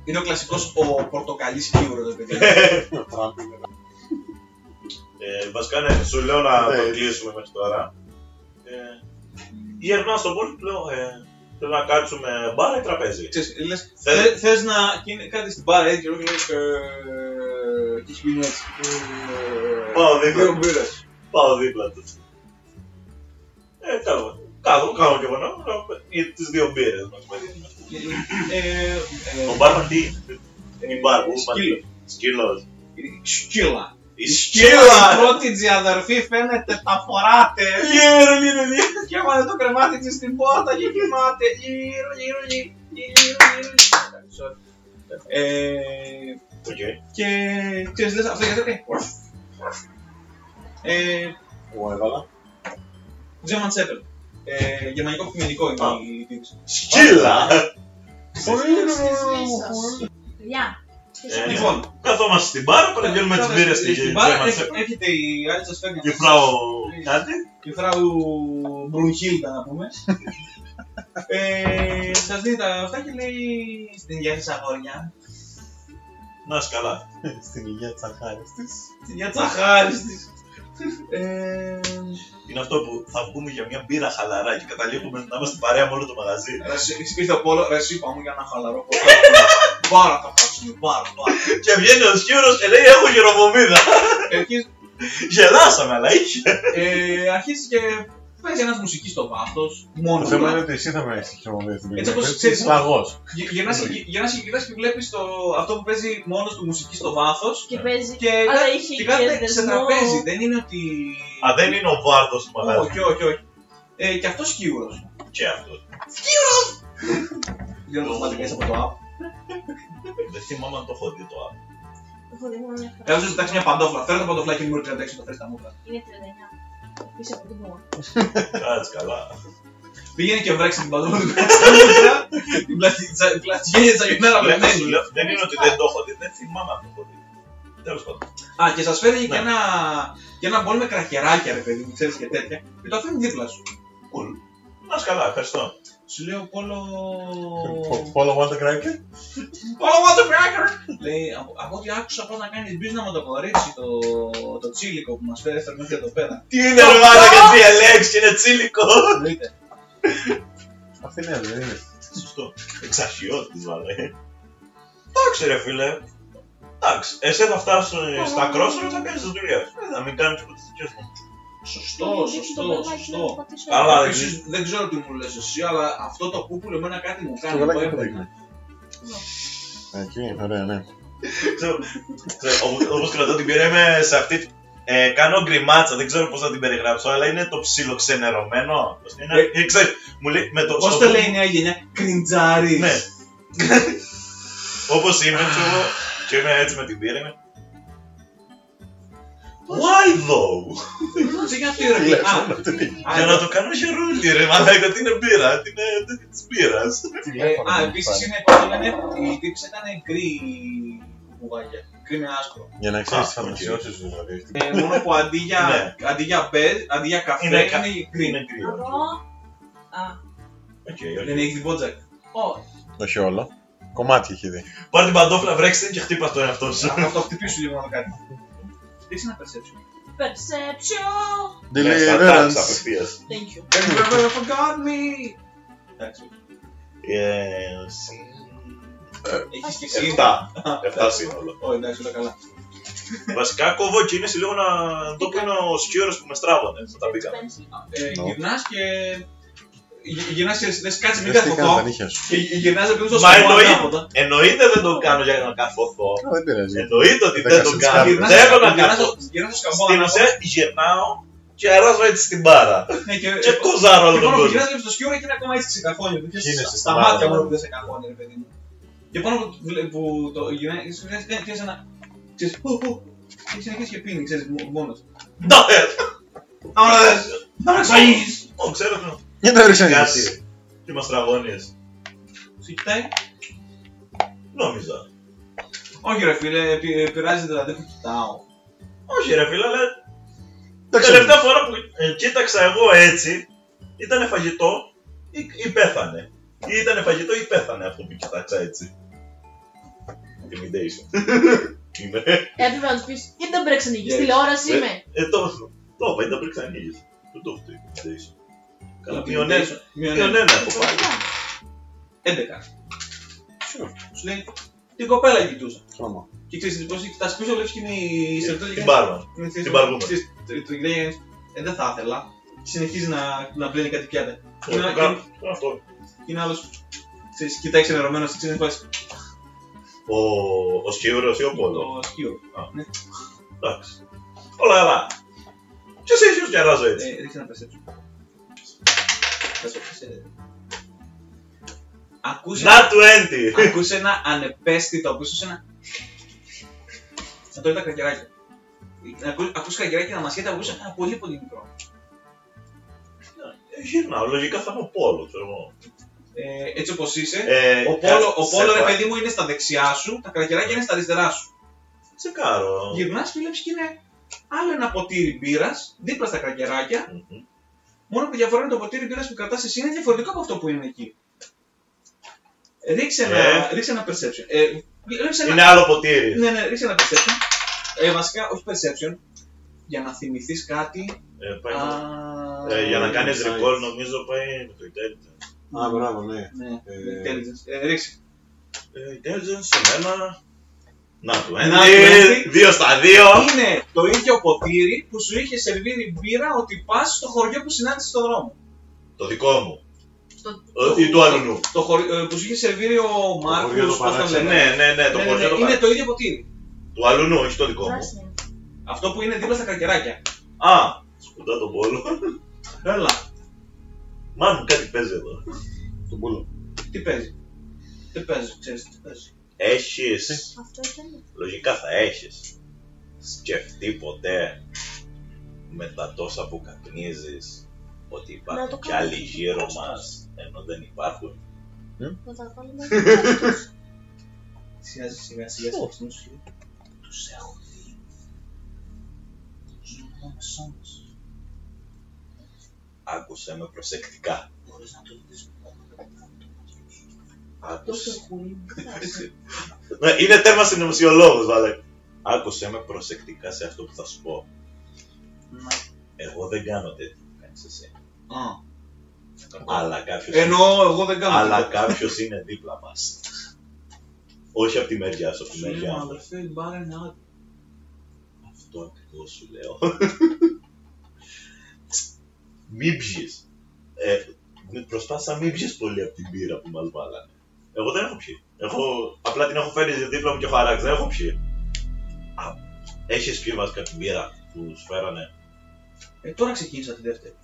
S3: Είναι ο κλασικός ο πορτοκαλί σκιούρο, ρε παιδί.
S2: *laughs*
S6: Ο Τραμπ είναι.
S2: Ε, βασικά ναι, σου λέω να
S6: Ναι.
S2: το κλείσουμε μέχρι τώρα. Ε, γυρνάω στον πόλο και λέω, ε, θέλω να κάτσουμε μπάρα ή τραπέζι.
S3: Ξέρεις, λες,
S2: Θε-
S3: θε- θες να και είναι κάτι στην μπάρα, έτσι, και λέω, ε, και έχει γίνει έτσι. ε,
S2: Πάω δίπλα,
S3: Δύο μπύρες.
S2: πάω δίπλα τους. Ε, κάθομαι. Κάθομαι, κάθομαι και εγώ να να- για τις δύο μπύρες μας. παίρνουμε.
S3: Ε,
S2: Ο
S3: ε,
S2: μπάρμαν τι, είναι, η μπάρ, ο
S3: σκύλο.
S2: σκύλος.
S3: Σκύλα.
S2: Η
S3: Η
S2: σκύλα!
S3: πρώτη τζιαδερφή φαίνεται τα φοράτε.
S2: Γύρω, γύρω, γύρω.
S3: Και έβαλε το κρεβάτι της στην πόρτα και κοιμάται. Γύρω, γύρω, γύρω, γύρω, γύρω. Sorry. Ε,
S2: Οκ.
S3: και ξέρεις, λες αυτό γιατί. Ε,
S6: Εγώ έβαλα.
S3: German Shepherd. Ε, γερμανικό πλημμυρικό
S2: Α.
S3: είναι η τύπη.
S2: Σκύλα!
S4: Γεια.
S2: Ε,
S3: Λοιπόν,
S2: Καθόμαστε στην μπάρα, παραγγέλνουμε τις μπύρες στη
S3: στην μπάρα. έχ- Έχετε η άλλη σας φέρνει.
S2: Και φράω κάτι.
S3: τη φράου Μπρουνχίλτα να πούμε. ε, σας δίνει τα αυτά και λέει στην υγεία της αγόρια.
S2: Να είσαι καλά.
S6: ε, *laughs* Στην υγεία της αχάρης της.
S3: Στην υγεία της αχάρης της. Ε,
S2: Είναι αυτό που θα βγούμε για μια μπύρα χαλαρά και καταλήγουμε να είμαστε παρέα με όλο το μαγαζί.
S3: ρε, εσύ- εσύ ήρθε ο Πόλο, ρε εσύ είπα μου για ένα χαλαρό πόλο. Βάρα θα κάτσουμε, βάρα, βάρα.
S2: και βγαίνει ο σκύρος και λέει: Έχω γεροβομίδα.
S3: Αρχίζει-
S2: Γελάσαμε, αλλά είχε.
S3: ε, Αρχίζει και Παίζει ένας μουσικής στο βάθο, μόνος
S6: Το
S3: του.
S6: θέμα είναι ότι εσύ θα με έχεις χειρομοδία στην
S3: Έτσι
S6: πίστη.
S3: όπως ξέρεις-
S6: Λαγός.
S3: Γυ- γυρνάς και- Γυρνά και κοιτά και βλέπεις αυτό που παίζει μόνος του μουσικής στο βάθο.
S4: Και παίζει.
S3: Και,
S4: Αλλά είχε
S3: και
S4: και
S3: κάθεται σε
S4: δεσμό.
S3: τραπέζι. Δεν είναι ότι.
S2: Α, δεν είναι ο βάρδος του μαγαζιού.
S3: Όχι, όχι, όχι. Ε, και αυτός κύουρο.
S2: Και αυτός.
S3: Για να το θυμάται κανείς από το app.
S2: Δεν θυμάμαι αν το έχω δει το άλλο.
S4: Έχω δει μόνο μια φορά.
S3: Θέλω να σου ζητάξει μια παντόφλα. Θέλω το παντοφλάκι νούμερο 36 το φέρει τα μούτρα.
S4: Είναι 39. Πίσω από την πόλη.
S2: Κάτσε *laughs* καλά.
S3: Πήγαινε και βρέξει την παντόφλα του πέρα στα μούτρα. Την πλαστιγένια τσαγενάρα
S2: Λέω,
S3: πεθαίνει.
S2: σου λέω, Δεν είναι ότι δεν το έχω δει, δεν θυμάμαι αν το έχω δει. Τέλος πάντων.
S3: Α, και σας φέρνει και
S2: Ναι.
S3: ένα, και ένα μπολ με κρακεράκια, ρε παιδί μου, ξέρεις και τέτοια. Και το αφήνει δίπλα σου.
S2: Κουλ. Να είσαι καλά, ευχαριστώ.
S3: Σου λέω Πόλο. ε,
S2: *laughs*
S6: Follow what the cracker.
S3: Πόλο, what the cracker! Λέει, από από ό,τι άκουσα πώ να κάνει μπίζνα με το κορίτσι το, το τσίλικο που μας φέρει μέχρι εδώ πέρα.
S2: Τι είναι Ναι, ρε μάνα και τι ελέγξει, είναι τσίλικο.
S3: Εννοείται.
S6: Αυτή είναι, δεν είναι.
S2: Σωστό. Εξαρχιώτης βάλε. Εντάξει ρε φίλε. Εντάξει, εσύ θα φτάσεις στα κρόσφαιρα θα κάνει τη δουλειά σου. Ε, Θα μην κάνεις τίποτα δικιά σου.
S3: Σωστό, σωστό, σωστό.
S2: Καλά.
S3: Επίσης, δεν ξέρω τι μου λες εσύ, αλλά αυτό το κούκουλο εμένα κάτι μου
S6: Στο
S3: κάνει.
S6: γαλάκι
S3: Εγώ
S6: που
S3: έπαιρνα.
S6: δείχνει. Εκεί, ωραία, ναι.
S2: Όπω κρατώ την πειρά είμαι σε αυτή. Ε, κάνω γκριμάτσα, δεν ξέρω πώς να την περιγράψω, αλλά είναι το ψήλο ξενερωμένο. Είναι,
S3: Ε,
S2: ε, ξέρεις, μου λέει με το.
S3: Πώς
S2: στο-
S3: το λέει η νέα γενιά, κριντζάρι.
S2: *laughs* Ναι. Όπως είμαι, ξέρω εγώ, και είμαι έτσι με την πύρα. είμαι, Why though?
S3: Γιατί ρε,
S6: Βλέπω.
S3: α, α, ε,
S2: Για να το κάνω χερούλι, ρε μαλάκα, τι είναι πύρα, τι είναι τέτοια της πύρας.
S6: Τηλέφωνο
S3: ε, Α,
S6: δεν
S3: επίσης
S6: υπάρχει.
S3: είναι πώς το λένε, η τύψη ήταν γκρι κουβάγια. Γκρι με άσπρο.
S6: Για να ξέρεις τι
S2: Α, οκ.
S6: φαντασιώσει σου δηλαδή.
S3: Ε, μόνο που αντί για, αντί για μπε, αντί για καφέ
S2: Ναι. Είναι
S3: είναι,
S2: κα-
S3: γκρι.
S2: Είναι κρύο.
S4: Εγώ. Α,
S2: Οκ,
S3: Δεν
S2: οκ.
S3: έχει την πότζακ.
S4: όχι.
S6: Όχι όλο. Κομμάτι έχει
S3: Ναι,
S6: δει.
S2: Πάρε την παντόφλα, βρέξτε την και χτύπα τον εαυτό σου.
S3: Αν αυτό χτυπήσει λίγο να το κάνει. Τι είναι perception.
S4: Perception.
S2: Στα
S6: Deliverance.
S2: Ναι, απευθείας.
S4: Thank you.
S3: Have you ever forgot me? Εντάξει.
S2: Ε,
S3: Έχεις και εσύ.
S2: Εφτά. Εφτά σύνολο.
S3: Ω, εντάξει, όλα καλά.
S2: Βασικά κόβω κίνηση λίγο να το πει ο σκιώρος που με στράβωνε. που Τα πήγα.
S3: Ε,
S6: No.
S3: Γυρνάς και... γυ- Γυρνάς και λες
S2: Ε,
S3: κάτσε μην
S6: Δεν στήκανε τα
S3: καθοθώ.
S6: νύχια σου.
S3: Και γυ- γυρνάς επειδή στο
S2: Μα
S3: σκοπό
S2: εννοεί.
S3: ανάποδα.
S2: Εννοείται δεν το κάνω για να καθοθώ.
S6: Α, Δεν πειράζει.
S2: Εννοείται ότι δεν το
S6: Δέκα
S2: κάνω.
S6: σεντ
S3: Γυρνάς-
S2: Δεν έχω να
S3: γυρνάς-
S2: κάνω.
S3: Γυρνάς στο σκοπό
S2: Στην
S3: ανάποδα.
S2: ουσία γυρνάω και αράζω έτσι στην μπάρα.
S3: Ναι,
S2: Και κόζαρω όλο
S3: Και
S2: τον
S3: μόνο που
S2: κόσμο.
S3: γυρνάς στο σκιούρο και είναι ακόμα έτσι ξεκαχώνιο. Το πιάσεις
S6: Γίνεσαι
S3: στα
S6: καλά,
S3: μάτια μόνο
S6: ναι.
S3: που δεν σε καχώνει, ρε παιδί μου. Και πάνω που, βλέ- που το γυρνάς, πιάσεις ένα... Ξέρεις, πού, πού. Και συνεχίζεις και πίνει, ξέρεις, μό- μόνος.
S2: Να, ε,
S3: Άμα δες, άμα ξαγείς.
S2: ω, Ξέρω το-
S6: Για να ρίξω
S2: κάτι. Και μα τραγώνει.
S3: Σου κοιτάει.
S2: Νόμιζα.
S3: Όχι ρε φίλε, πει- πειράζεται δηλαδή που κοιτάω.
S2: Όχι ρε φίλε, αλλά Τελευταία φορά που ε, κοίταξα εγώ έτσι, ήταν φαγητό ή, ή πέθανε. Ή ήταν φαγητό ή πέθανε αυτό που κοιτάξα έτσι. Intimidation. Ναι. Είναι.
S4: Έπρεπε να τους πεις γιατί δεν πρέπει να
S3: Yes.
S4: Τηλεόραση
S2: Ε.
S4: είμαι.
S2: Ε, το το είπα, ήταν πριν ξανανοίγεις. Δεν το έχω το intimidation. Καλά, μείον ένα.
S3: Μειονέζω.
S2: Μείον
S3: Μειονέζω.
S2: ένα έχω πάρει.
S3: 11. Σου λέει, την κοπέλα κοιτούσα.
S6: Χρώμα.
S3: Και ξέρεις, πώς κοιτάς πίσω, βλέπεις και είναι η στρατιώτικη.
S2: Ε, Την πάρω.
S3: Ναι, ξέρεις,
S2: Την παργούμε.
S3: ξέρεις, το- το γυρνάει, Ε, δεν θα ήθελα. Συνεχίζει να, να πλένει κάτι πιάτα.
S2: Ε,
S3: Είναι-
S2: το κάνω. Αυτό.
S3: Είναι άλλος, ξέρεις, κοιτάει ξενερωμένος, ξέρεις, είναι φάση,
S2: Ο- Ο Σκιούρος ή ο Πόλο.
S3: το σκύο.
S2: Α.
S3: Ναι.
S2: Εντάξει. Όλα καλά. Και σε ίσως και αράζω έτσι.
S3: Ε, Ρίξε να πεσέψω. Θα σου πεσέψω. Ακούς
S2: Να του έντι!
S3: ακούς ένα ανεπαίσθητο, ακούς ένα... Να το είδα κρακεράκι. Ακούς, ακούς κρακεράκι να μασχέται, ακούς ένα πολύ πολύ μικρό.
S2: Ε, Γυρνάω, λογικά θα είμαι ο Πόλο, ξέρω εγώ.
S3: Ε, έτσι όπως είσαι,
S2: Ε,
S3: Ο πόλο, ο
S2: σε
S3: πόλο ρε
S2: πα-
S3: παιδί μου είναι στα δεξιά σου, τα κρακεράκια είναι στα αριστερά σου.
S2: Τσεκάρω.
S3: Γυρνάς, βλέπεις και είναι άλλο ένα ποτήρι μπύρας δίπλα στα κρακεράκια.
S2: Μμμ.
S3: Μόνο που διαφορά είναι το ποτήρι μπύρα που κρατάς εσύ είναι διαφορετικό από αυτό που είναι εκεί. Ρίξε ένα,
S2: Ε.
S3: ρίξε ένα perception. Ε, ρίξε ένα,
S2: Είναι άλλο ποτήρι.
S3: ναι, ναι, ρίξε ένα perception. Ε, βασικά, όχι perception. Για να θυμηθείς κάτι.
S2: Ε, πάει-
S3: Ναι. α,
S2: ε, για να
S6: insight.
S2: κάνεις recall νομίζω πάει με το intelligence.
S6: Α, μπράβο, ναι.
S3: Ναι,
S6: Ε,
S3: intelligence. Ε, ρίξε.
S2: Ε, intelligence σε μένα. Να του.
S3: Ένα
S2: Ε,
S3: twenty.
S2: Δύο στα δύο.
S3: Είναι το ίδιο ποτήρι που σου είχε σερβίρει μπύρα ότι πας στο χωριό που συνάντησες στον δρόμο.
S2: Το δικό μου.
S4: Στο-
S2: Ε, Ή του αλλού.
S3: Το χωρι... ε, που σου είχε σερβίρει ο Μάρκος.
S6: χωριό το παράξενο.
S2: Ναι, ναι, ναι, το χωριό το
S3: Είναι
S2: πα-
S3: το ίδιο ποτήρι.
S2: Του αλλού, όχι το δικό μου.
S4: πράσινο.
S3: Αυτό που είναι δίπλα στα κρακεράκια.
S2: Α, σκουτά τον πόλο. *laughs*
S3: Έλα,
S2: Μάλλον κάτι παίζει εδώ.
S6: Τον πούλο.
S3: τι παίζει. Τι παίζει, ξέρεις τι παίζει.
S2: Έχεις.
S4: Αυτό ήταν.
S3: Ναι.
S2: Λογικά θα έχεις. Σκεφτεί ποτέ με τα τόσα που καπνίζεις ότι
S4: Να το
S2: υπάρχουν κι
S4: κάνω.
S2: άλλοι γύρω μας ενώ δεν υπάρχουν.
S4: Να τα βάλουμε.
S2: *laughs*
S3: Σιγά σιγά σιγά
S6: Ω.
S3: στο ψωμί σου. Τους έχω δει. Τους γνώμες όμως.
S2: Άκουσε με προσεκτικά.
S3: Μπορείς να το δεις μόνο με το χαμηλή.
S4: Τόσο
S2: Άκουσε.
S4: χουλή.
S2: *laughs* Ναι, είναι τέρμα συνωμοσιολόγο, βάλε. Άκουσε με προσεκτικά σε αυτό που θα σου πω. Εγώ δεν κάνω τέτοιο που κάνεις εσύ. Αλλά κάποιος
S3: Ενώ εγώ δεν κάνω.
S2: Αλλά κάποιος είναι δίπλα μας. Όχι από τη μεριά σου, από τη
S3: Σου
S2: μεριά
S3: λέω,
S2: μου.
S3: αδερφέ, η μπάρα είναι άδεια.
S2: Αυτό ακριβώς σου λέω. μην πιει. Ε, προσπάθησα να μην πιεις πολύ από την πύρα που μας βάλανε. Εγώ δεν έχω πιει. Έχω, απλά την έχω φέρει δίπλα μου και έχω αράξει. Δεν έχω πιει. Έχει πιει βασικά την πύρα που σου φέρανε.
S3: Ε, τώρα ξεκίνησα τη δεύτερη.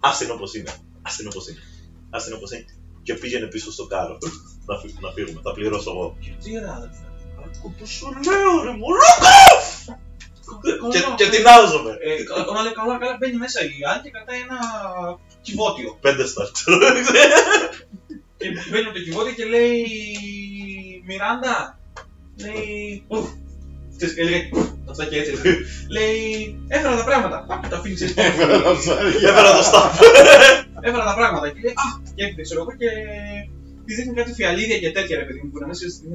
S2: Άσε είναι όπως είναι. Άσε είναι όπως είναι. Άσε είναι όπως είναι. Και πήγαινε πίσω στο κάρο. να, φύ- να φύγουμε. Θα πληρώσω εγώ.
S3: Τι ρε αδερφέ.
S2: Άκου που σου λέω ρε μωρόκο! Και, και τεινάζομαι.
S3: Ε, κα- Όλα λέει καλά, καλά, μπαίνει μέσα η Άννη και κρατάει ένα κυβότιο.
S2: Πέντε *laughs* σταρτ.
S3: Και μπαίνει από το κυβότιο και λέει Μιράντα. Λέει. «Ουφ». Ξέρεις, έλεγε αυτά και έτσι. Λέει. Έφερα τα πράγματα. Παπ, Τα αφήνεις ξέρεις,
S6: Έφερα τα ψάρια.
S2: Έφερα το σταφ.
S3: Έφερα τα πράγματα και λέει Α, και έπειτα ξέρω εγώ και τη δείχνει κάτι φιαλίδια και τέτοια ρε παιδί μου που να μέσα στην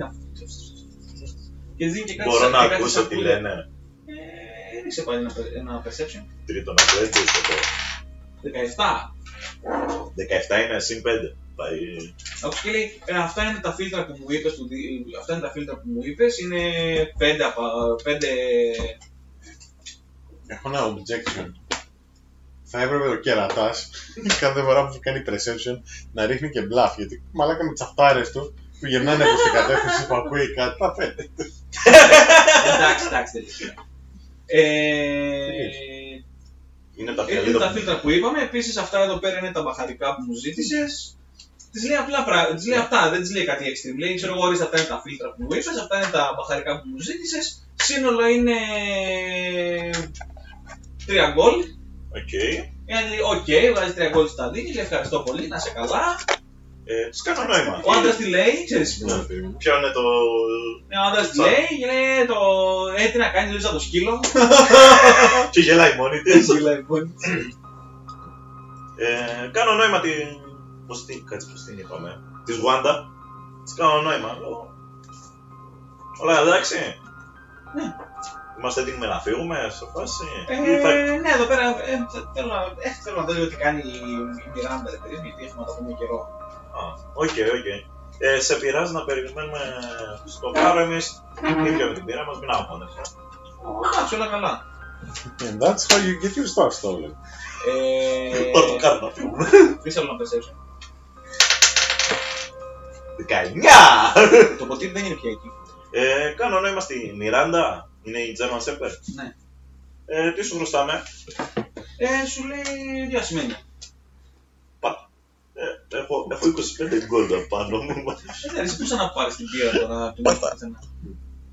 S3: Και δίνει και κάτι
S2: Μπορώ
S3: σαν-
S2: να
S3: και κάτι
S2: ακούσω τι
S3: σακούλια.
S2: λένε.
S3: Ε, Ρίξε πάλι ένα, per- ένα perception.
S2: Τρίτον Ατλέντιο το
S3: 17.
S2: 17 είναι συν 5. Πάει.
S3: Ακούς και λέει, «Ε, αυτά είναι τα φίλτρα που μου είπες, του δι- αυτά είναι τα φίλτρα που μου είπες, είναι 5 από 5...
S6: Έχω ένα objection. Θα έπρεπε ο κερατά κάθε φορά που κάνει perception να ρίχνει και bluff. Γιατί μαλάκα με τις αυτάρες του που γυρνάνε προς την κατεύθυνση που ακούει κάτι, τα φαίνεται.
S3: εντάξει, εντάξει, τελικά. Ε,
S2: Είναι τα
S3: είναι τα
S2: φιλίδα.
S3: φίλτρα που είπαμε, επίσης αυτά εδώ πέρα είναι τα μπαχαρικά που μου ζήτησες. Τη λέει απλά πράγματα, τη λέει αυτά, δεν τη λέει κάτι extreme. Λέει, ξέρω εγώ, ορίστε, αυτά είναι τα φίλτρα που μου είπες, αυτά είναι τα μπαχαρικά που μου ζήτησες. Σύνολο είναι. 3 γκολ.
S2: Οκ.
S3: Εάν λέει, Ε, οκ, βάζεις τρία γκολ στα δίκη, λέει ευχαριστώ πολύ, να είσαι καλά.
S2: Ε, Τους κάνω νόημα.
S3: Ο άντρας τι λέει, ξέρεις, Ναι,
S2: Ναι. Ποιο είναι το.
S3: Ο άντρας τι λέει, λέει το. Ε, τι να κάνει, λέει το σκύλο.
S2: Και γελάει μόνη της.
S3: Γελάει μόνη της.
S2: Ε, Κάνω νόημα την. Πώς την. Κάτσε πώς την είπαμε. Της Γουάντα. Της κάνω νόημα. Λέω, Όλα εντάξει.
S3: Ναι.
S2: Είμαστε έτοιμοι να φύγουμε σε φάση. ή θα-
S3: Ε, ναι, εδώ πέρα ε, θε- θέλω, να- ε, θέλω να δω λίγο τι κάνει η η Μιράντα, ρε παιδί, μου, γιατί έχουμε να τα πούμε καιρό.
S2: Α, Οκ, οκ. Ε, σε πειράζει να περιμένουμε στο κάρο εμείς ίδια με την πειρά μας, μην άγχωνεσαι.
S3: Εντάξει, όλα καλά.
S6: And that's how you get your stuff stolen.
S3: Ε,
S2: Πάρ' το κάρο να φύγουμε.
S3: Δεν θέλω να πεσέψω.
S2: 19!
S3: Το ποτήρι δεν είναι πια εκεί.
S2: Ε, κάνω νόημα στη Μιράντα, είναι η German Shepherd.
S3: Ναι.
S2: Ε, τι σου χρωστάμε,
S3: Ε, σου λέει διασημένη.
S2: ε, έχω, έχω 25 γκολ πάνω μου.
S3: Εντάξει, πού να πάρεις την πύρα τώρα από την Πάρτα.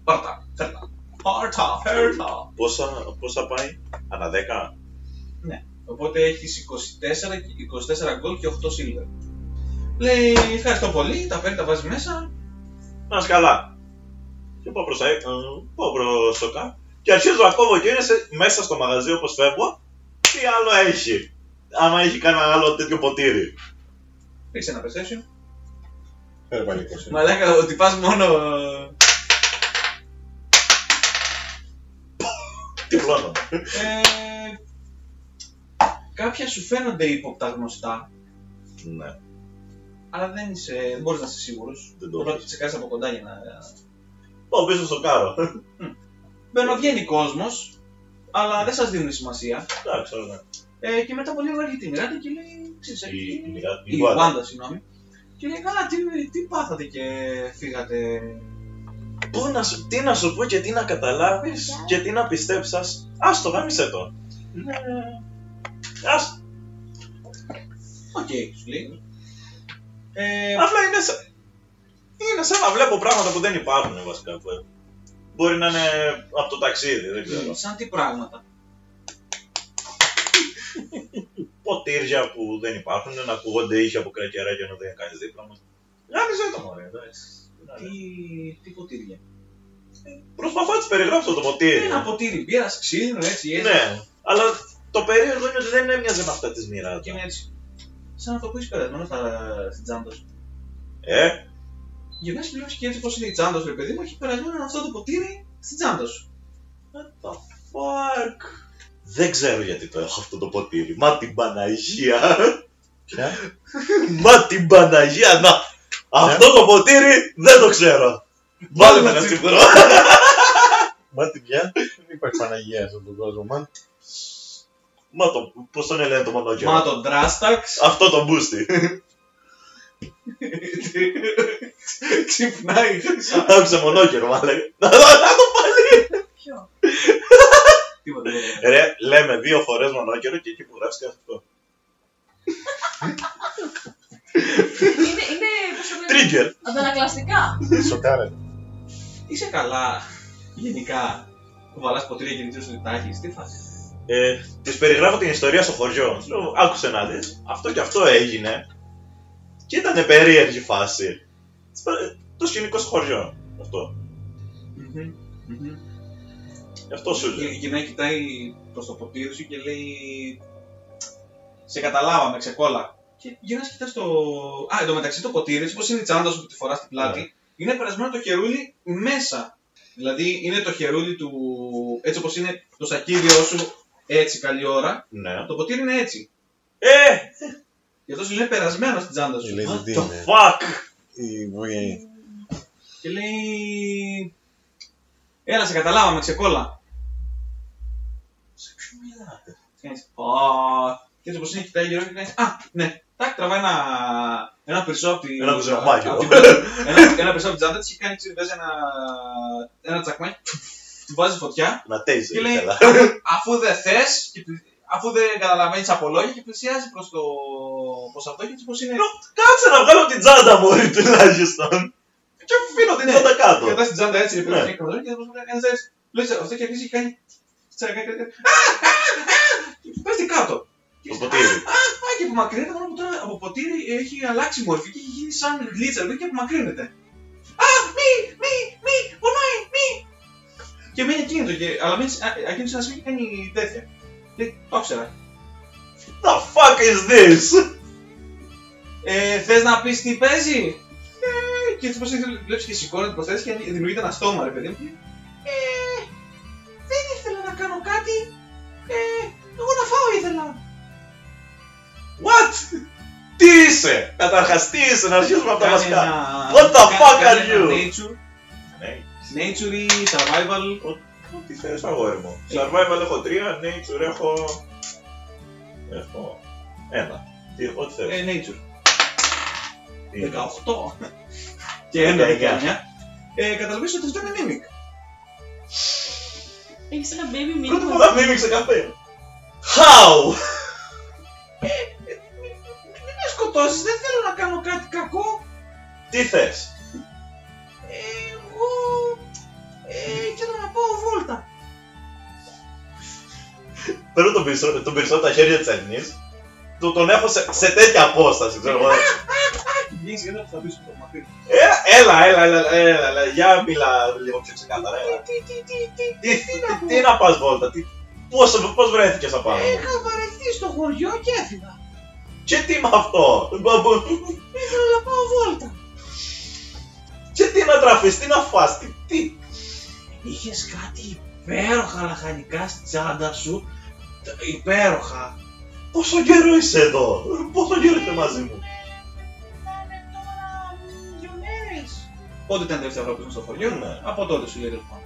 S3: Πάρτα, φέρτα. Πάρτα, φέρτα.
S2: πόσα, πόσα πάει, ανά 10.
S3: Οπότε έχεις 24, 24 γκολ και 8 silver. Λέει ευχαριστώ πολύ, τα παίρνει, τα βάζει μέσα.
S2: Να είσαι καλά. Και πάω προς, τα- ε, πάω προς το κάρο και αρχίζω να κόβω και είναι σε- μέσα στο μαγαζί όπως φεύγω. Τι άλλο έχει, άμα έχει κανένα άλλο τέτοιο ποτήρι.
S3: Ρίξε ένα perception.
S2: Ε,
S6: Φέρε πάλι 20.
S3: Μαλάκα, ότι πας μόνο.
S2: Τυφλώνω.
S3: Ε, κάποια σου φαίνονται ύποπτα γνωστά.
S2: Ναι.
S3: αλλά δεν, είσαι, δεν μπορείς να είσαι σίγουρος.
S2: Δεν το
S3: Πρέπει να το
S2: έχεις.
S3: τσεκάρεις από κοντά για να...
S2: Πάω πίσω στον κάρο.
S3: Μπαίνω, βγαίνει κόσμος, αλλά δεν σας δίνουν σημασία.
S2: Εντάξει, ωραία.
S3: Ε, και μετά από λίγο έρχεται η Μιράντα και λέει: Ξέρεις,
S2: Η- η-
S3: έχει.
S2: η-
S3: Η
S2: η Wanda.
S3: Wanda, συγγνώμη. Και λέει: Καλά, τι, τι πάθατε και φύγατε.
S2: Πού να σου, τι να σου πω και τι να καταλάβεις και τι να πιστέψεις. Ας το γάμισε το. Ναι. Ας,
S3: Οκ, σου λέει. Ε,
S2: απλά είναι σαν, είναι σαν να βλέπω πράγματα που δεν υπάρχουν βασικά. που- Μπορεί να είναι από το ταξίδι, δεν ξέρω.
S3: σαν τι πράγματα.
S2: Ποτήρια που δεν υπάρχουν, να ακούγονται ήχοι από κρακεράκια να δεν κάνεις δίπλα μας. Γάμισε το μωρέ, εντάξει.
S3: Τι, τι ποτήρια.
S2: Προσπαθώ να τις περιγράψω το ποτήρι.
S3: Ένα ποτήρι μπύρας, ξύλινο, έτσι, έτσι.
S2: Ε. Ναι, αλλά το περίεργο είναι ότι δεν έμοιαζε με αυτά δηλαδή. τη μοίρα.
S3: Και είναι έτσι. Σαν αυτό που είσαι περασμένο στα- στην τσάντα σου.
S2: Ε,
S3: Γυρνά και βλέπει και έτσι πώς είναι η τσάντα σου, ρε παιδί μου, έχει περασμένο αυτό το ποτήρι στην τσάντα σου.
S2: What the fuck. Δεν ξέρω γιατί το έχω αυτό το ποτήρι. Μα την Παναγία.
S6: Ποια?
S2: Μα την Παναγία να. Αυτό το ποτήρι δεν το ξέρω. Βάλε με ένα σίγουρο.
S6: Μα την πια. Δεν υπάρχει Παναγία σε αυτόν τον κόσμο. Μα
S2: Μα το. Πώς τον έλεγε το μονόγιο.
S3: Μα τον Drastaks
S2: Αυτό το μπούστι.
S3: *laughs* ξυπνάει.
S2: Άκουσε μονόγιο, μα λέει. Να το
S8: Ποιο.
S3: Τίποτα. τίποτα.
S2: πάλι. Ε, Ρε, λέμε δύο φορές μονόγιο και εκεί που γράφεις αυτό.
S8: είναι, είναι, πώς το λένε,
S2: Trigger.
S8: αντανακλαστικά.
S6: σοκάρε.
S3: Είσαι καλά. Γενικά, κουβαλά ποτήρια κινητήρου στην τάχη, τι φάση.
S2: Ε, της περιγράφω την ιστορία στο χωριό. Της Λέω, άκουσε να δεις. Αυτό και αυτό έγινε. Και ήταν περίεργη φάση. Της πε- Το σκηνικό στο χωριό. Αυτό.
S3: Μμμ, μμμ.
S2: Γι' Αυτό σου
S3: Η
S2: λέω.
S3: γυναίκα κοιτάει προς το ποτήρι σου και λέει. Σε καταλάβαμε, ξεκόλα. Και γυρνάς και κοιτάς το. Α, εντωμεταξύ το ποτήρι, όπως είναι η τσάντα σου που τη φοράς στην πλάτη, είναι περασμένο το χερούλι μέσα. Δηλαδή είναι το χερούλι του. Έτσι όπως είναι το σακίδιό σου, έτσι καλή ώρα.
S2: Ναι.
S3: Το ποτήρι είναι έτσι.
S2: Ε!
S3: Γι' αυτό σου λέει περασμένο στην τσάντα
S6: Η
S3: σου.
S6: Lady D
S2: Το
S6: είναι.
S2: fuck!
S6: Η βοή.
S3: Και λέει. Έλα, σε καταλάβαμε, ξεκόλα.
S2: Σε ποιον μιλάτε.
S3: Κάνεις, «Ω». Και έτσι όπως είναι, κοιτάει γύρω και κάνεις Α, ναι. Τάκ, τραβάει ένα, ένα πυρσό από την.
S2: Ένα κουζαμάκι.
S3: από την- ένα, ένα πυρσό από την τσάντα της και κάνει ξέρεις, βάζει ένα, ένα τσακμάκι. Του βάζει φωτιά
S2: Να τέιζε.
S3: και λέει
S2: καλά. Ε,
S3: «Αφού- Αφού δεν θες, και πλη- αφού δεν καταλαβαίνεις από λόγια και πλησιάζει προς το. προς αυτό και έτσι πως είναι.
S2: Κάτσε να βγάλω την τσάντα μου, ρε, τουλάχιστον.
S3: Και αφήνω την
S2: Δεν θα τα κάτω.
S3: Κρατάς την τσάντα έτσι, ρε
S2: Ναι.
S3: παιδί, και και όπως να κάνεις έτσι. Λες αυτό και αρχίζει και κάνει. τσακάκι, κάτι, κάτι. «Α, α, α!» Και πέφτει κάτω. Και
S2: Το
S3: είσαι,
S2: ποτήρι.
S3: Πάει και απομακρύνεται μόνο που τώρα από ποτήρι έχει αλλάξει μορφή και έχει γίνει σαν γλίτσα λίγο και απομακρύνεται. Α, μη, μη, μη, πονάει, μη! Και μένει ακίνητο, και, αλλά μένει ακίνητο ένα σπίτι και κάνει τέτοια. Λέει, το ξέρα.
S2: The fuck is this?
S3: Ε, Θε να πει τι παίζει, ε, και έτσι πώ βλέπει και σηκώνεται προ και δημιουργείται ένα στόμα, ρε παιδί μου. Ε, δεν ήθελα να κάνω κάτι. Ε, εγώ να φάω ήθελα.
S2: What? Τι είσαι! Καταρχάς, τι είσαι, να αρχίσουμε από τα
S3: Κάνε
S2: βασικά.
S3: ένα-
S2: What the
S3: κάνε-
S2: fuck
S3: κάνε
S2: are
S3: ένα
S2: you?
S3: nature-
S2: Ναι.
S3: Nature ή survival.
S2: Τι θες αγόρι μου. Survival έχω τρία, nature έχω... Έχω... Ένα. Τι, ό,τι θες.
S3: Ε, nature.
S2: Ναι. Τι είναι.
S3: 18. και ένα 19. Ε, Καταλαβαίνεις ότι αυτό είναι mimic.
S8: Έχεις ένα baby
S2: Πρώτα απ'
S8: μήνυμα.
S2: όλα μίμηξε καφέ. How!
S3: Μην με σκοτώσεις, δεν θέλω να κάνω κάτι κακό.
S2: Τι θες.
S3: Ε, εγώ... Ε, θέλω να πάω βόλτα.
S2: Παίρνω τον πυρσό, τον πυρσό από τα χέρια της Ελληνής. Το, τον έχω σε, σε τέτοια απόσταση, ξέρω εγώ.
S3: Βγαίνεις και θα πεις το μακρύ.
S2: Ε, έλα, έλα, έλα, έλα, έλα, για μιλά λίγο πιο ξεκάθαρα, έλα.
S3: Ε, Τι, τι, τι, τι.
S2: Τι, τι, τι να πας βόλτα, τι, πώς, πώς βρέθηκες απάνω μου.
S3: Είχα βαρεθεί στο χωριό και έφυγα.
S2: Και τι με αυτό,
S3: Ήθελα να πάω βόλτα.
S2: και τι να τραφείς, τι να φας, τι, τι.
S3: Είχες κάτι υπέροχα λαχανικά στη τσάντα σου. Τα- Υπέροχα. Ε,
S2: Πόσο καιρό είσαι εδώ, πόσο καιρό είσαι μαζί
S8: Ναι, ναι,
S2: μου.
S3: Πότε ήταν η τελευταία φορά που ήσουν στο χωριό,
S2: Ναι.
S3: από τότε σου λέει τέλος πάντων.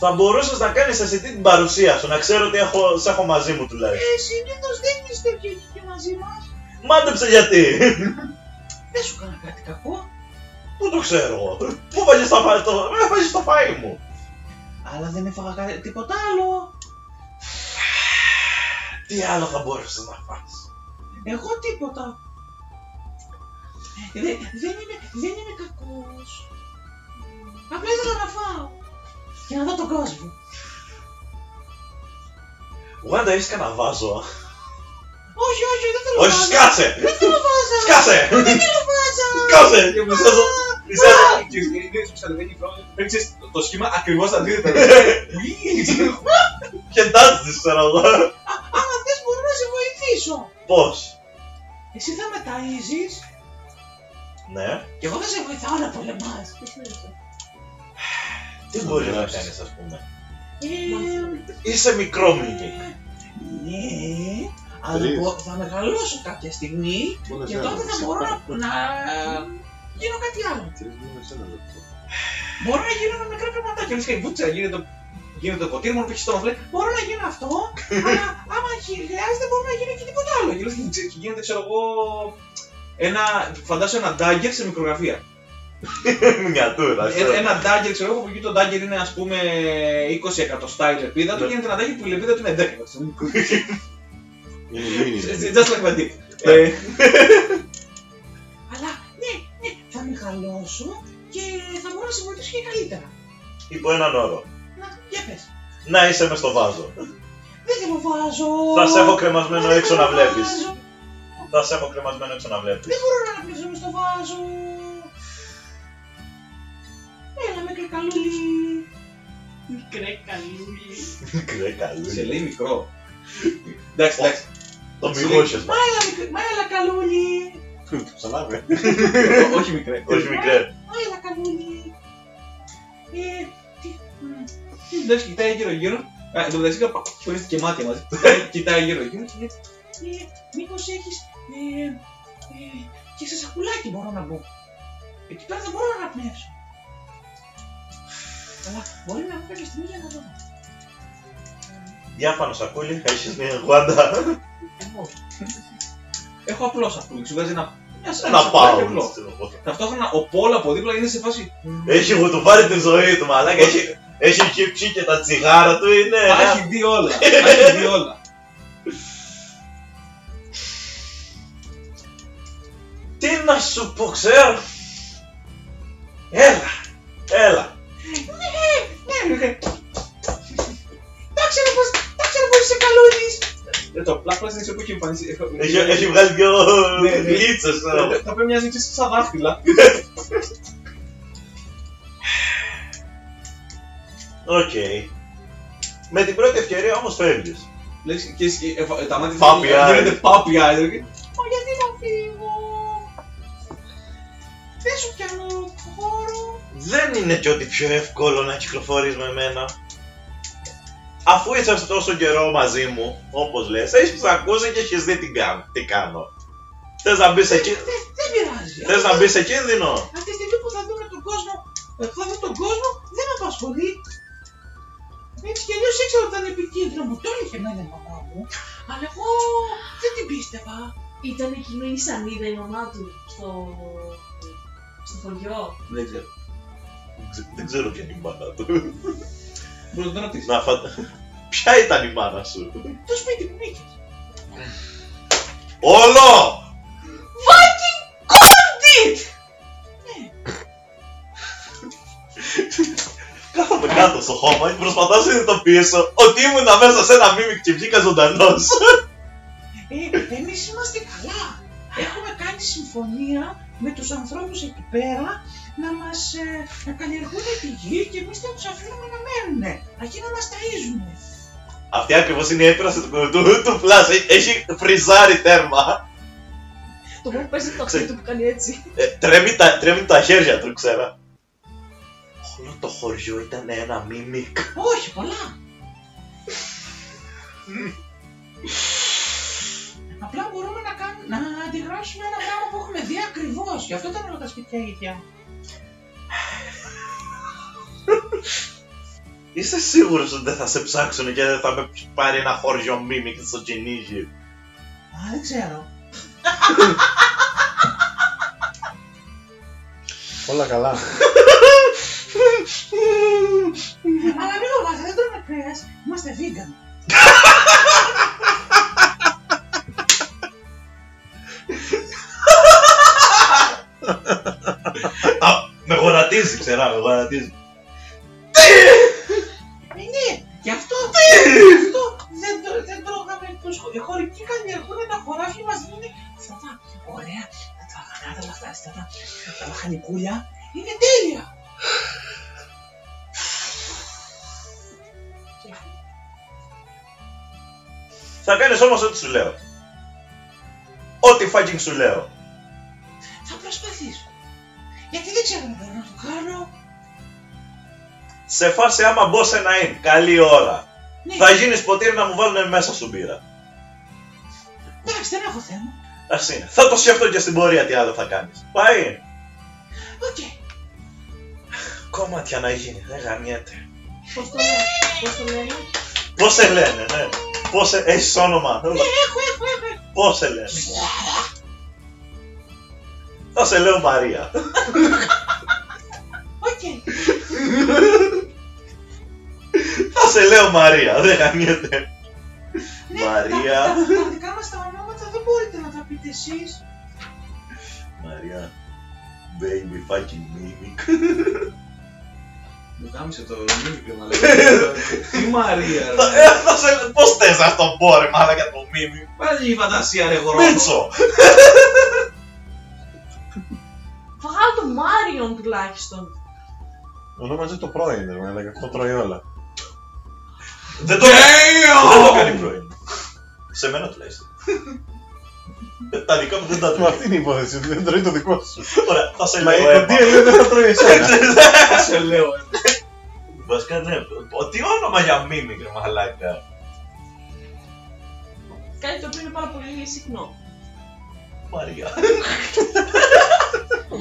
S2: Θα μπορούσες να κάνεις εσύ την παρουσία σου, να ξέρω ότι έχω, σε έχω μαζί μου τουλάχιστον.
S8: Ε, συνήθως δεν είστε και εκεί και μαζί μας.
S2: Μάντεψε γιατί!
S8: Δεν σου κάνω κάτι κακό.
S2: Πού το ξέρω εγώ. Πού βάζεις το φάι, το... ε, βάζεις το φάι μου.
S3: Αλλά δεν έφαγα κάτι, τίποτα άλλο.
S2: Τι άλλο θα μπορούσες να φας.
S8: Εγώ τίποτα. Ε, δε- δεν είμαι, δεν είμαι κακός. Απλά ήθελα να φάω. Για να δω τον κόσμο.
S2: Γουάντα, έχεις κανένα βάζο.
S8: Όχι, όχι, δεν θέλω
S2: Όχι,
S8: βάζα.
S2: σκάσε!
S8: Δεν θέλω βάζα.
S2: Σκάσε!
S8: Βάζα.
S2: Σκάσε! Πλησιάζω. Πλησιάζω.
S3: Και είναι ξαναδένει η πρόοδο. Δεν Ε, ξέρεις, το- το σχήμα ακριβώς
S2: *laughs*
S3: αντίθετα. Ουί.
S2: Χεντάζει, ξέρω εγώ.
S8: Άμα θες μπορώ να σε βοηθήσω.
S2: Πώς.
S8: Εσύ θα με ταΐζεις
S2: Ναι.
S8: και εγώ θα σε βοηθάω να πολεμάς.
S2: Τι
S6: Θα
S2: μπορεί να
S6: περάσεις.
S2: κάνεις, ας πούμε.
S8: Ε,
S2: Είσαι μικρό μήνυμα.
S8: Ναι, αλλά
S6: Τρεις.
S8: μπο- θα μεγαλώσω κάποια στιγμή
S6: Μόνο
S8: και
S6: ένα
S8: τότε θα
S6: λεπτό.
S8: μπορώ να, να γίνω κάτι άλλο.
S6: Τρεις μήνες, ένα λεπτό.
S3: Μπορώ να γίνω με μικρά πραγματάκια. Λες και η βουτσα γίνεται το- γίνεται το ποτήρι, μόνο που έχει το μαφλέ.
S8: Μπορώ να γίνω
S6: *laughs*
S8: αυτό, αλλά άμα χρειάζεται μπορώ να γίνω και τίποτα
S3: Άλλο, γίνεται, γίνεται, ξέρω εγώ, ένα, φαντάσου ένα ντάγκερ σε μικρογραφία.
S2: Μινιατούρα. ξέρω.
S3: Ε, Ένα ντάγκερ, ξέρω εγώ, που εκεί το ντάγκερ είναι ας πούμε 20 εκατοστά η λεπίδα του,
S2: Ναι.
S3: γίνεται ένα ντάγκερ που η λεπίδα του είναι 10 εκατοστά.
S6: Είναι δηλαδή. μήνυμα.
S3: Just like that.
S6: Ναι.
S3: Ε,
S8: Αλλά ναι, ναι, θα μεγαλώσω και θα μπορώ να σε βοηθήσω και καλύτερα.
S2: Υπό έναν όρο.
S8: Να, για πες.
S2: Να είσαι μες στο βάζο.
S8: Δεν θέλω βάζω.
S2: Θα σε έχω κρεμασμένο
S8: Δεν
S2: έξω να
S8: θέλω
S2: βλέπεις.
S8: βάζω.
S2: Θα σε έχω κρεμασμένο έξω να βλέπεις.
S8: Μπορώ να αναπνεύσω μες στο βάζο. Έλα με κρεκαλούλη. Κρεκαλούλη.
S2: *laughs*
S3: Σε
S2: Μικρέ καλούλι.
S3: λέει μικρό. Εντάξει, εντάξει.
S2: Το μυγούσες.
S8: Μα έλα, μικ- μα έλα καλούλη.
S6: Ψαλάβε.
S3: Ό- Όχι μικρέ.
S2: Όχι μικρέ.
S8: Μα έλα καλούλη. Ε, τι- μ,
S3: Εντάξει, κοιτάει γύρω-γύρω. Α, Εν τω μεταξύ, κάπου- χωρίζει και μάτια μαζί. *laughs* Κοιτάει γύρω-γύρω. και λέει,
S8: ε, μήπως έχεις ε, ε, και σε σακουλάκι μπορώ να μπω. Εκεί πέρα δεν μπορώ να αναπνεύσω. Αλλά μπορεί να βγω κάποια στιγμή για να δω.
S2: Διάφανο σακούλι, έχεις μια γουάντα.
S8: Εγώ.
S3: Έχω απλό σακούλι. Σου βγάζει ένα.
S2: *laughs* Ένα
S3: σακουλάκι
S2: πάω.
S3: απλό. Ταυτόχρονα ο Πόλο από δίπλα είναι σε φάση.
S2: Έχει γουτουβάρει την ζωή του, μαλάκα. Έχει, έχει πιει, πιει και τα τσιγάρα του είναι.
S3: «Τα Έχει δει όλα. τα Έχει δει όλα.
S2: Τι να σου πω, ξέρω. Έλα, έλα.
S8: Τα ξέρω πως, τα ξέρω πως είσαι καλούλης.
S3: Ε, Το απλά πλάσι είναι που έχει εμφανιστεί. Έχω-
S2: Έχει, έχει βγάλει δυο
S3: Ναι, ναι.
S2: γλίτσες, ξέρω.
S3: Τα οποία μοιάζουν ξέρεις, σαν δάχτυλα.
S2: Οκ. Με την πρώτη ευκαιρία όμως φεύγεις.
S3: Λες και εσύ- ε, ε, τα μάτια
S2: Πάπια.
S3: Γίνεται πάπια. ε, και-
S8: Ω, γιατί να φύγω. Δεν σου πιάνω χώρο.
S2: Δεν είναι και ότι πιο εύκολο να κυκλοφορείς με μένα. Αφού είσαστε τόσο καιρό μαζί μου, όπως λες, έχεις ακούσει και έχεις δει τι κάνω. Τι κάνω. Θες να μπεις σε, κί...
S8: Δεν, δεν πειράζει.
S2: Θες να μπεις σε κίνδυνο.
S8: Αυτή τη στιγμή που θα δούμε τον κόσμο, ε, που θα δω τον κόσμο, δεν με απασχολεί. Έτσι κι αλλιώς ήξερα ότι ήταν επικίνδυνο, μου το έλεγε εμένα η μαμά μου. Αλλά εγώ δεν την πίστευα.
S4: Ήταν εκείνο η Σανίδα η μαμά του στο, στο χωριό.
S3: Δεν ξέρω.
S2: Δεν ξέρω ποια είναι η μάνα του.
S3: Μπορείς να τον ρωτήσεις.
S2: Να φαντα... *laughs* Ποια ήταν η μάνα σου.
S8: Το σπίτι μου μήκες.
S2: Όλο! Κάθομαι κάτω στο χώμα και προσπαθώ να συνειδητοποιήσω ότι ήμουν μέσα σε ένα μίμικ και βγήκα ζωντανός.
S8: Ε, εμείς είμαστε καλά. Έχουμε κάνει συμφωνία με τους ανθρώπους εκεί πέρα να μας ε, να καλλιεργούν τη γη και εμείς θα τους αφήνουμε να μέρουνε. Αρκεί να μας ταΐζουνε.
S2: Αυτή ακριβώς είναι η έπραση του, του, του Flash. Έχει- Έχει φριζάρει τέρμα.
S4: Το μόνο που παίζει το αυτί του που κάνει έτσι.
S2: Ε, τρέμει, τα, τρέμει τα χέρια του, ξέρα. Όλο το χωριό ήταν ένα μίμικ.
S8: Όχι, πολλά. Απλά μπορούμε να, κάνουμε, να αντιγράψουμε ένα πράγμα που έχουμε δει ακριβώς. Γι' αυτό ήταν όλα τα σπίτια ίδια.
S2: Είσαι σίγουρος ότι δεν θα σε ψάξουν και δεν θα με πάρει ένα χώριο μίμη και θα στο κυνήγι.
S8: Α, δεν ξέρω.
S6: Όλα καλά.
S8: Αλλά μην φοβάσαι, δεν τρώμε κρέας. Είμαστε vegan.
S2: Με γονατίζει, ξερά, με γονατίζει.
S8: Ε, ναι, γι' αυτό, γι' αυτό δεν, τρο- δεν τρώγαμε τους χω- οι χωρικοί καλλιεργούν τα χωράφια μας δίνουν αυτά τα ωραία, τα τραγανά, τα λαχτάριστατα, τα λαχανικούλια. Είναι τέλεια.
S2: Θα κάνεις όμως ό,τι σου λέω. Ό,τι fucking σου λέω.
S8: Θα προσπαθήσω. Γιατί δεν ξέρω να κάνω, να το κάνω.
S2: Σε φάση άμα μπω σε ένα inn, καλή ώρα.
S8: Ναι,
S2: Θα γίνεις ποτήρι να μου βάλουν μέσα σου μπύρα.
S8: εντάξει, δεν έχω θέμα.
S2: Ας είναι. Θα το σκεφτώ και στην πορεία τι άλλο θα κάνεις. Πάει.
S8: Οκ.
S2: Κομμάτια να γίνει, δεν γαμιέται.
S4: Πώς το λένε, πώς το λένε.
S2: Πώς σε λένε, ναι. Πώς σε... έχεις όνομα. ναι,
S8: Έχω, έχω, έχω.
S2: Πώς σε λένε. Θα σε λέω Μαρία.
S8: Οκ.
S2: Θα σε λέω Μαρία, δεν γαμιέται. Μαρία.
S8: Τα, τα, τα δικά μας τα ονόματα δεν μπορείτε να τα πείτε εσείς.
S2: Μαρία. Baby fucking mimic.
S3: Μου κάμισε το μήνυμα, μάλλον. Τι Μαρία, ρε.
S2: Ε, θα σε... Πώς θες να το πω ρε μάλακα το mimic.
S3: Πάλι η φαντασία, ρε γρόνο.
S2: Μίτσο.
S4: Βγάλω το Μάριον τουλάχιστον.
S6: Ονόμαζε το πρώην, ρε, αλλά αυτό τρώει όλα.
S2: Δεν το, δεν το
S3: Damn!
S2: κάνει πρώην. Σε μένα τουλάχιστον. Ε, τα δικά μου δεν τα
S6: Μα
S2: τρώει.
S6: αυτή είναι η υπόθεση, ότι δεν τρώει το δικό σου.
S2: Ωραία, θα σε
S6: Μα
S2: λέω
S6: το ναι.
S2: Έμα.
S6: DL δεν θα τρώει εσένα.
S3: Θα σε λέω, ε.
S2: Βασικά ναι, Ο- τι όνομα για mimic ρε μαλάκα.
S4: Κάτι το οποίο είναι πάρα πολύ συχνό.
S2: Μαρία.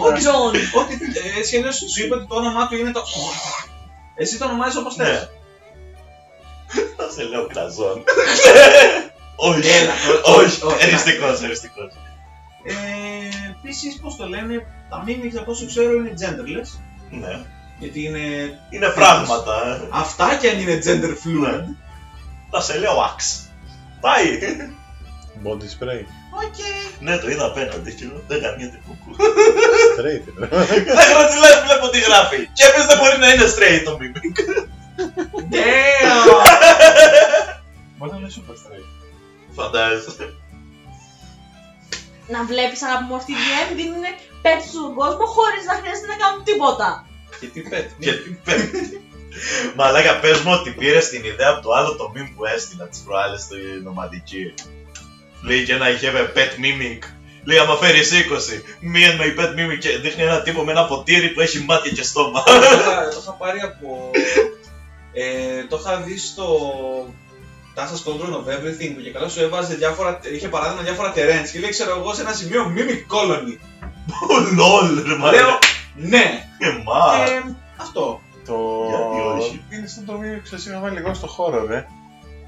S4: Ο Τζον.
S3: Ό,τι ε, έτσι κι αλλιώς σου είπε ότι το όνομά του είναι το. Εσύ το ονομάζεις όπως
S2: Ναι.
S3: θες.
S2: Θα σε λέω Κραζόν. Όχι,
S3: Έλα,
S2: όχι,
S3: όχι.
S2: εριστικός, εριστικός.
S3: Ε, Επίσης, πώς το λένε, τα μίμιξ από όσο ξέρω είναι genderless.
S2: Ναι.
S3: Γιατί είναι.
S2: Είναι πράγματα. ε. Ναι.
S3: Αυτά κι αν είναι gender fluid.
S2: Θα σε λέω Αξ. Πάει.
S6: Body spray.
S8: Οκ.
S2: Ναι, το είδα απέναντι και λέω, δεν γαμιέται κουκού.
S6: Straight, ρε.
S2: Δεν γροτιλάει, βλέπω τι γράφει. Και επίσης δεν μπορεί να είναι straight το mimic.
S3: Damn!
S6: Μπορεί να είναι super straight.
S2: Φαντάζεσαι.
S4: Να βλέπεις αγάπη μου αυτή η DM δίνουν πέψη στον κόσμο χωρίς να χρειάζεται να κάνουν τίποτα.
S3: Και τι πέτει.
S2: Και τι πέφτει. Μαλάκα, πες μου ότι πήρες την ιδέα από το άλλο το meme που έστειλα τις προάλλες στη νομαδική. Λέει και ένα είχε με pet mimic. Λέει, άμα φέρεις 20, me and my pet mimic και δείχνει ένα τύπο με ένα ποτήρι που έχει μάτια και στόμα. *laughs*
S3: Ε, το είχα πάρει από. Ε, το είχα δει στο. Τάσας Control of Everything που και καλά σου έβαζε διάφορα. Είχε παράδειγμα διάφορα terrains και λέει, ξέρω εγώ, σε ένα σημείο Mimic Colony.
S2: Λολ, ρε
S3: Λέω,
S2: μαλάκα.
S3: ναι!
S2: Εμά.
S3: Ε, αυτό.
S6: Το...
S2: Γιατί όχι.
S6: Είναι σαν το μήνυμα που σας είχα βάλει εγώ στο χώρο, ρε.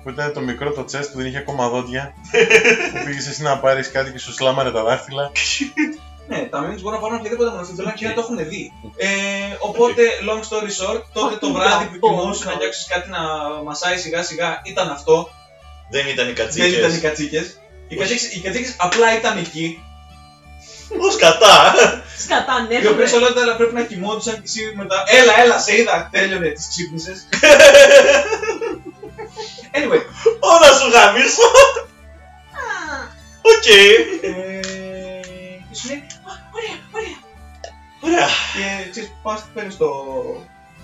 S6: Που ήταν το μικρό το τσέστ που δεν είχε ακόμα δόντια. που πήγες εσύ να πάρεις κάτι και σου σλάμαρε τα δάχτυλα.
S3: Ναι, τα Mimics μπορούν να πάρουν οποιαδήποτε μορφή θέλουν και να το έχουν δει. Ε, οπότε, long story short, τότε το βράδυ που κοιμόσουν να φτιάξεις κάτι να μασάει σιγά σιγά ήταν αυτό.
S2: Δεν ήταν οι
S3: Δεν ήταν οι
S2: κατσίκες.
S3: κατσίκε. Οι κατσίκες οι κατσίκες απλά ήταν εκεί.
S2: Ως κατά.
S4: Σκατά, ναι.
S3: Οι οποίε όλα τα άλλα πρέπει να κοιμόντουσαν και εσύ μετά. Έλα, έλα, σε είδα. Τέλειωνε, τις ξύπνησες. anyway.
S2: Όλα σου γαμίσω. Οκ.
S3: ε, και σου λέει,
S8: Α, Ωραία, ωραία.
S2: Ωραία.
S3: και ξέρεις, πας παίρνεις το,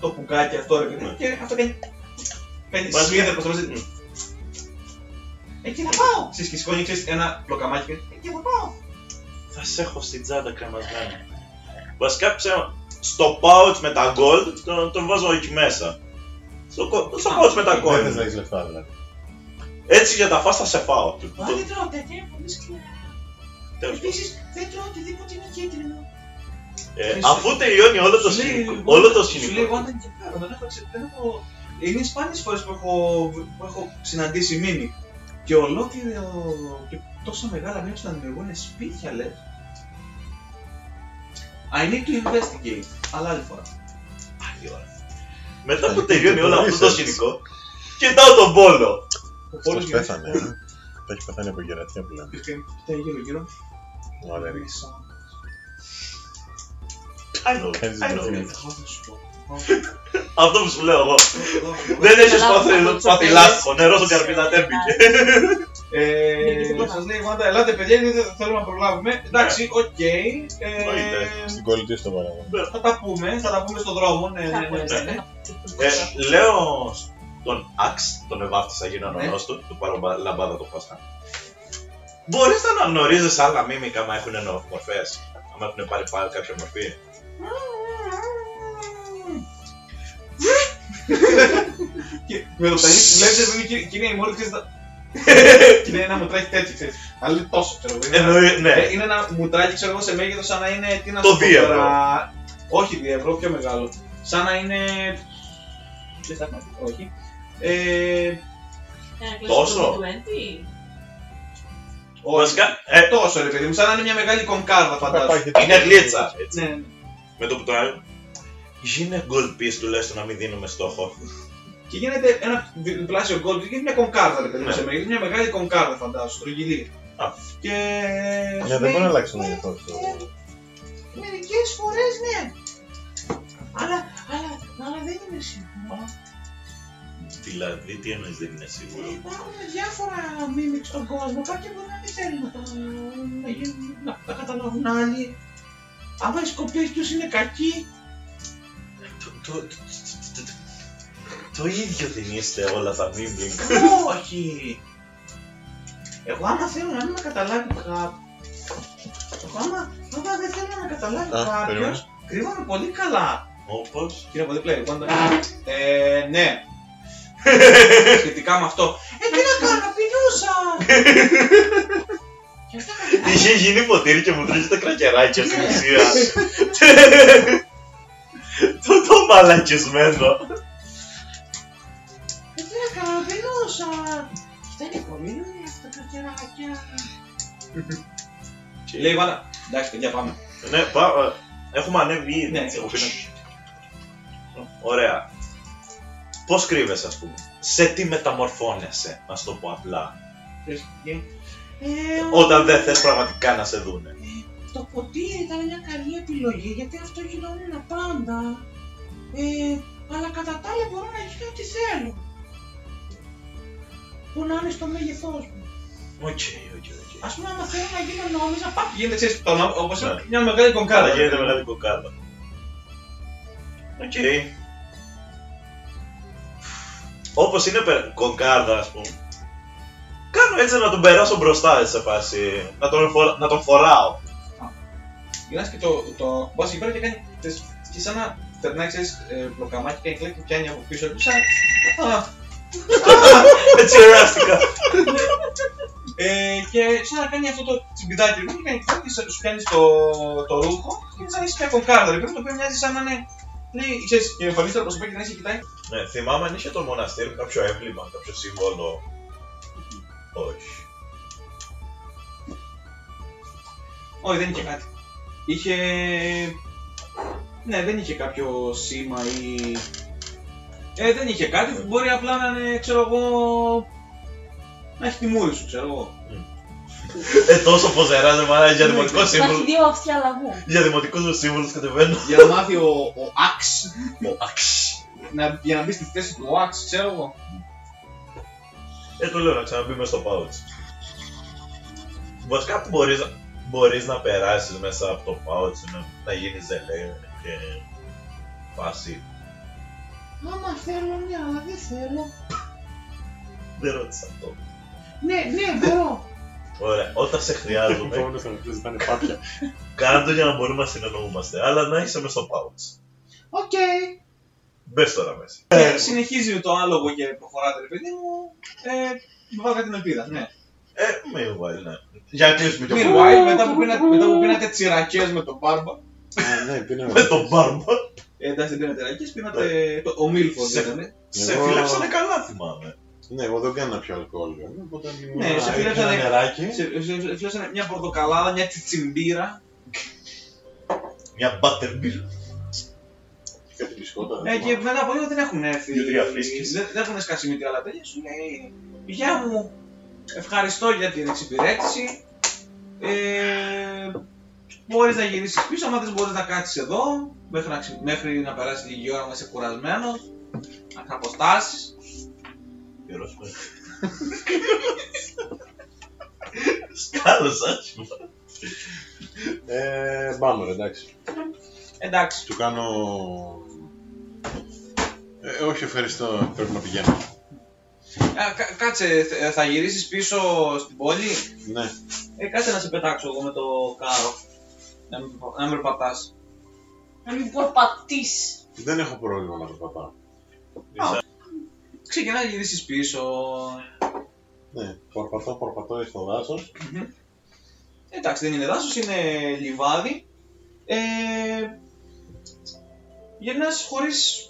S3: το πουκάκι αυτό, ρε παιδί μου, και αυτό κάνει. Κάνει
S2: Μας
S3: σίδερ, πώ το λε.
S8: Εκεί θα πάω.
S3: Ξέρει και σηκώνει, ξέρεις ένα πλοκαμάκι. και-
S8: Εκεί θα πάω.
S2: Θα σε έχω στην τσάντα κρεμασμένο. Βασικά ψέμα. Στο pouch με τα gold τον, τον βάζω εκεί μέσα. Στο, κο- στο pouch
S3: ε,
S2: με τα
S3: ναι,
S6: Δεν θες να
S2: gold.
S6: έχεις λεφτά, δηλαδή.
S2: Έτσι για τα φας θα σε φάω. Το-
S8: Α,
S2: το-
S8: δεν τρώω τέτοια, είναι πολύ σκληρά.
S2: τέλος πάντων.
S8: Επίσης, δεν τρώω οτιδήποτε είναι κίτρινο.
S2: Ε, αφού τελειώνει όλο το,
S3: Σου λέει,
S2: σκηνικό,
S3: εγώ-
S2: όλο το
S3: Σου λέει, εγώ
S2: σκηνικό.
S3: ήταν και πέρα, δεν έχω, εξε- δεν έχω- Είναι σπάνιες φορές που έχω, που έχω συναντήσει μήνυ. Και ολόκληρο και τόσο μεγάλα μέρη να δημιουργούν σπίτια λες. I need to investigate, αλλά άλλη φορά.
S2: Άλλη ώρα. Μετά που
S6: Λοιπόν,
S2: τελειώνει όλο αυτό το
S6: μπορείς,
S2: σκηνικό, κοιτάω τον πόλο.
S3: Ο
S6: Αυτός
S3: πόλος
S6: πέθανε. ε. Θα έχει πεθάνει από γερατιά που λέμε.
S3: Ήταν γύρω γύρω.
S6: Ωραία, ρε.
S2: I know,
S6: Κάνεις
S2: I
S6: το
S2: know.
S6: φίλο.
S3: Εγώ θα σου πω.
S2: Αυτό που σου λέω εγώ.
S3: Εγώ θα σου πω.
S2: Δεν έχεις
S4: Καλά,
S2: πάθει-
S4: αυτό το
S2: πάθει
S4: τσαπέλες.
S2: λάστιχο, νερό στο καρπί να τέμπηκε. Ναι,
S3: Ε,
S4: Διοικητικό.
S3: Σας λέει η Wanda, ελάτε παιδιά, γιατί δεν θέλουμε να προλάβουμε.
S2: Ναι.
S3: Εντάξει, οκ. ε,
S2: Εννοείται.
S6: Στην κολλητή στο παράδειγμα.
S3: Θα τα πούμε, θα τα πούμε στον δρόμο. Ναι, ναι, ναι, ναι, ναι.
S2: Ε, λέω στον Αξ, τον εβάφτισα γίνω
S3: Ναι.
S2: ονομός του, του πάρω μπα- λαμπάδα το φάστα. Μπορείς να αναγνωρίζεις άλλα μίμικα άμα έχουν εννο- μορφές, άμα έχουν πάρει πάλι κάποια μορφή.
S3: Και με το παιδί βλέπετε ότι είναι κυρία η μόλις ξέρεις. Είναι ένα μουτράκι τέτοιο, ξέρεις. Αλλά είναι τόσο ξέρω εγώ. Είναι-
S2: Εννοεί, ναι.
S3: Ε, Είναι ένα μουτράκι, ξέρω εγώ, σε μέγεθος σαν να είναι. Τι να
S2: Το
S3: σου πω
S2: δύο
S3: τώρα. Όχι διευρώ, πιο μεγάλο. Σαν να είναι. Δεν θα μάθει, όχι. Ε,
S2: Τόσο.
S3: όχι.
S2: Βασικά, ε,
S3: Τόσο ρε παιδί μου, σαν να είναι μια μεγάλη κονκάρδα φαντάζομαι.
S2: είναι γλίτσα, έτσι.
S3: Ναι, ναι.
S2: Με το που το άλλο. Γίνε gold piece τουλάχιστον να μην δίνουμε στόχο.
S3: Και γίνεται ένα διπλάσιο γκολ, γίνεται μια κονκάρδα ρε παιδί μου
S2: Ναι.
S3: σε μέγεθο. Μια μεγάλη κονκάρδα φαντάζομαι, στρογγυλή.
S2: Α.
S3: Και.
S6: Ναι, δεν μπορεί να αλλάξει το μέγεθο του.
S8: Μερικές φορές Ε, ναι. Αλλά, αλλά, αλλά δεν είμαι σίγουρο.
S2: Δηλαδή, τι εννοείς δεν είναι σίγουρο.
S8: Υπάρχουν διάφορα μίμικ στον κόσμο. Κάποιοι μπορεί να μην θέλουν να τα, να γίνουν- να τα καταλάβουν άλλοι. Άμα οι σκοπιέ του είναι κακοί,
S2: Το- το- το- το- το- Το ίδιο δεν είστε όλα τα μίμικα.
S3: Όχι.
S8: εγώ άμα θέλω να μην με καταλάβει κάποιο. Εγώ άμα, άμα δεν θέλω να με καταλάβει
S6: Α,
S8: κάποιος,
S6: περίμενε.
S8: κρύβομαι πολύ καλά.
S2: Όπως...
S3: Κύριε από δίπλα, λοιπόν. Ε, ναι. Σχετικά με αυτό.
S8: Ε, τι να κάνω, πηδούσα! Και αυτά τα
S2: Είχε γίνει ποτήρι και μου τρώγε τα κρακεράκια στην ουσία. Το το μαλακισμένο.
S8: Ε, τι να κάνω, πηδούσα! Αυτά είναι πολύ ωραία αυτά τα κεράκια.
S3: Λέει η Βάνα. Εντάξει, παιδιά, πάμε.
S2: Ναι, πάμε. Έχουμε ανέβει ήδη.
S3: Ναι.
S2: Έχω πει να- Ωραία. Πώς κρύβεσαι, ας πούμε. Σε τι μεταμορφώνεσαι, να σου το πω απλά.
S8: Ε,
S2: Όταν δεν θες πραγματικά να σε δούνε.
S8: Το ποτήρι ήταν μια καλή επιλογή γιατί αυτό γινόταν πάντα. Ε, αλλά κατά τα άλλα μπορώ να γίνω ό,τι θέλω. Που να είναι στο μέγεθός μου.
S2: Οκ, οκ, οκ.
S8: Ας πούμε, άμα θέλω να γίνω νόμιζα, πάω.
S3: Γίνεται, ξέρεις, το όνομα, όπως
S2: Ναι.
S3: είναι μια μεγάλη
S2: Καλά,
S3: κονκάρα.
S2: γίνεται μεγάλη κοκάλα. Οκ. Όπως είναι πε- κοκκάρδα, ας πούμε. Κάνω έτσι να τον περάσω μπροστά σε φάση. Να τον, φορα- να τον φοράω.
S3: Γυρνάς και το, το μπας εκεί πέρα και κάνει, ξέρεις, και σαν να περνάει, ξέρεις, ε, μπλοκαμάκι και κλαίει και πιάνει από πίσω του, σαν, α,
S2: έτσι εράστηκα.
S3: ε, και σαν να κάνει αυτό το τσιμπιδάκι, ρε παιδί μου, και κάνει κλικ και σαν- σου πιάνεις το, το ρούχο και σαν να είσαι πια κονκάρδα, ρε παιδί μου, το οποίο μοιάζει σαν να είναι, λέει, ξέρεις, και εμφανίζεται το προσωπικό και να είσαι κοιτάει,
S2: ναι, θυμάμαι αν είχε το μοναστήρι κάποιο έμπλημα, κάποιο σύμβολο. Όχι.
S3: Όχι, δεν είχε κάτι. Είχε. Ναι, δεν είχε κάποιο σήμα ή. Ε, δεν είχε κάτι που μπορεί απλά να είναι, ξέρω εγώ. να έχει τη μούρη σου, ξέρω εγώ.
S2: Ε, τόσο ποζεράζε μάνα για δημοτικό
S4: Υπάρχει
S2: σύμβολο.
S4: δύο αυτιά λαγού.
S2: Για δημοτικούς σύμβολου κατεβαίνω.
S3: Για να μάθει ο, ο Αξ,
S2: Ο, αξ.
S3: να, για να μπει στη θέση του Αξ, ξέρω εγώ.
S2: Ε, το λέω να ξαναμπεί μέσα στο pouch. Βασικά που μπορείς, μπορείς να περάσεις μέσα από το pouch, να, να γίνεις ζελέ και φάση.
S8: Άμα θέλω, ναι, αλλά δεν θέλω.
S2: Δεν ρώτησα αυτό.
S8: Ναι, ναι, μπορώ.
S2: Ωραία, όταν σε
S6: Ο
S3: *laughs*
S2: χρειάζομαι,
S6: επόμενος αγωνιστής ήταν πάπια.
S2: κάνε το για να μπορούμε να συνεννοούμαστε, αλλά να είσαι μέσα στο pouch.
S8: Οκ.
S2: Μπες τώρα μέσα.
S3: Και Ε, συνεχίζει με το άλογο και προχωράτε, ρε παιδί μου. Ε, με βάζει την ελπίδα, ναι.
S2: Ε, meanwhile, ναι. Για να κλείσουμε και αυτό.
S3: Meanwhile, μετά που πίνα- μετά που πίνατε τσιρακές με τον Μπάρμπα,
S6: Α, ναι, πίναμε.
S2: Με τον μπάρμπα.
S3: Ε, εντάξει, δεν πίνατε ρακές, πίνατε. το- Ο Μίλφορντ
S2: Σε-
S3: ήταν.
S2: Σε
S6: Εγώ-
S2: φύλαξανε καλά, θυμάμαι.
S6: Ναι, εγώ δεν κάνω πιο αλκοόλ. βέβαια, Οπότε ήμουν
S3: Ναι, σε
S6: ένα-
S3: φίλεψα
S6: ένα
S3: δε-
S6: νεράκι.
S3: Ε, Φλέσανε μια πορτοκαλάδα, μια τσιμπήρα.
S2: Μια butterbeer.
S6: και Κάτι μπισκότα.
S3: Ε, και μετά από λίγο δεν έχουν έρθει.
S2: Δύο-τρία φρίσκες.
S3: Δεν, δεν έχουν σκάσει μύτη άλλα τέτοια. Σου λέει, Γεια μου, ευχαριστώ για την εξυπηρέτηση. Ε, μπορείς να γυρίσεις πίσω, άμα δεν μπορείς να κάτσεις εδώ, μέχρι να, ξυ- μέχρι να περάσει η ώρα μας είσαι κουρασμένος, να ξαποστάσεις.
S2: Καιρός πέρα. Σκάλωσα.
S6: Ε, Μπάμε, ρε, εντάξει.
S3: Εντάξει,
S6: Του κάνω. Ε, όχι, ευχαριστώ. Πρέπει να πηγαίνω.
S3: Α, κα- κάτσε, θε- θα γυρίσεις πίσω στην πόλη.
S6: Ναι,
S3: Ε, κάτσε να σε πετάξω εγώ με το κάρο. Να μην, πα- να μην περπατάς.
S4: Να μην κορπατήσει.
S6: δεν έχω πρόβλημα να περπατάω.
S3: Ξεκινά να γυρίσεις πίσω.
S6: Ναι, περπατώ, περπατώ στο δάσο.
S3: Εντάξει, δεν είναι δάσος, είναι λιβάδι. Ε, γυρνάς χωρίς...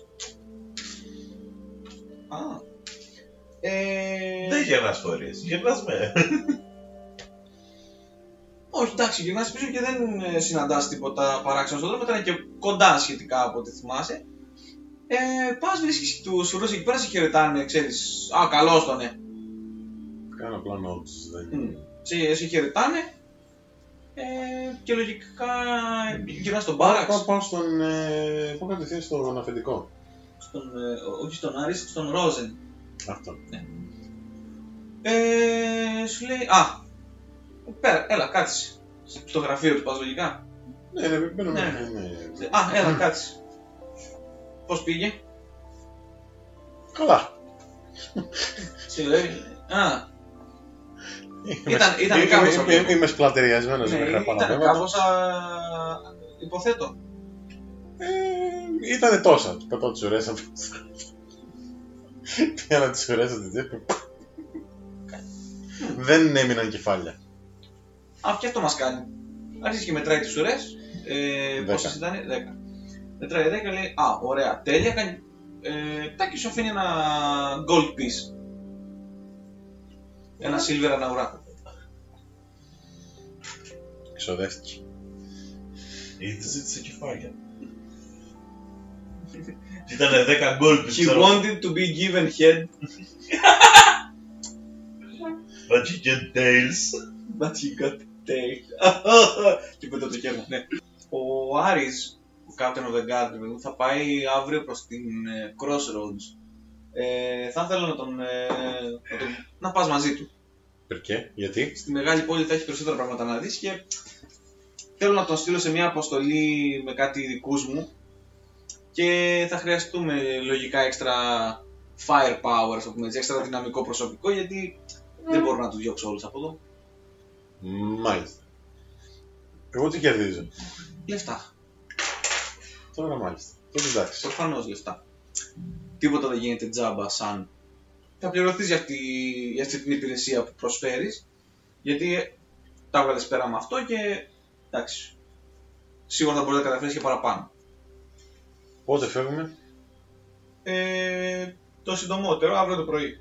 S3: Α. Ε,
S2: Δεν γερνάς χωρίς. Γερνάς με.
S3: όχι, εντάξει, γυρνάς πίσω και δεν ε, συναντάς τίποτα παράξενο στον δρόμο, ήταν και κοντά σχετικά από ό,τι θυμάσαι. Ε, πας βρίσκεις τους φρουρούς εκεί πέρα, σε χαιρετάνε, ξέρεις, α, καλώς τον, ε.
S6: Κάνω απλά notes. Δεν...
S3: Μμ. Σε, σε χαιρετάνε. Ε, και λογικά γυρνάς στον μπάραξ,
S6: Πάω, πάω στον. Ε, πάω κατευθείαν στον αφεντικό.
S3: στον, ε, όχι στον Άρης, στον Ρόζεν.
S6: Αυτό.
S3: Ε, σου λέει, α, πέρα, έλα, κάτσε. Στο γραφείο του πας λογικά.
S6: Ναι, ναι, μπαίνω
S3: Ναι.
S6: μέσα, ναι.
S3: Α, έλα, κάτσε. Πώς πήγε,
S6: Καλά.
S3: σου λέει, α,
S6: Είμαι-
S3: ήταν, ήταν
S6: είμαι-
S3: κάπως
S6: είμαι-
S3: αυτό.
S6: Είμαι σπλατεριασμένος
S3: Ναι,
S6: μέχρι να πάω να
S3: ήταν
S6: βέβαια.
S3: κάπως, α, υποθέτω.
S6: Ε, ήτανε τόσα. Του πετάω τις ουρές απ' έξω. Πήγα να τις ουρέσω την τσέπη. Δεν έμειναν κεφάλια.
S3: Α, και αυτό μας κάνει. Άρχισε και μετράει τις ουρές, ε,
S6: Δέκα.
S3: πόσες ήταν, 10. Μετράει 10, λέει, α, ωραία, τέλεια, κάνει, ε, τάκι σου αφήνει ένα gold piece. Ένα silver αναουρά.
S6: Ξοδεύτηκε.
S2: Ήδη ζήτησε κεφάλια. Ήτανε 10 γκολ
S3: He
S2: πιστεύω.
S3: wanted to be given head,
S2: But you get tails.
S3: but he got tail. και πέτω το χέρι μου, ναι. Ο Άρης, ο Captain of the Guard, ρε παιδί μου, θα πάει αύριο προς την ε, Crossroads. Ε, θα ήθελα να τον, ε, να, τον, να πας μαζί του.
S6: Περκέ, γιατί.
S3: Στη μεγάλη πόλη θα έχει περισσότερα πράγματα να δεις και θέλω να τον στείλω σε μια αποστολή με κάτι ειδικού μου και θα χρειαστούμε λογικά έξτρα firepower, ας το πούμε έτσι, έξτρα δυναμικό προσωπικό γιατί δεν μπορώ να τους διώξω όλους από εδώ.
S6: Μάλιστα. Εγώ τι κερδίζω.
S3: Λεφτά.
S6: Τώρα μάλιστα. Τότε εντάξει.
S3: Προφανώς λεφτά. Τίποτα δεν γίνεται τζάμπα σαν. Θα πληρωθείς για, αυτή, για αυτή την υπηρεσία που προσφέρεις. Γιατί ε, τα βγάλε πέρα με αυτό και εντάξει. Σίγουρα θα μπορείς να καταφέρεις και παραπάνω.
S6: Πότε φεύγουμε.
S3: Ε, το συντομότερο, αύριο το πρωί.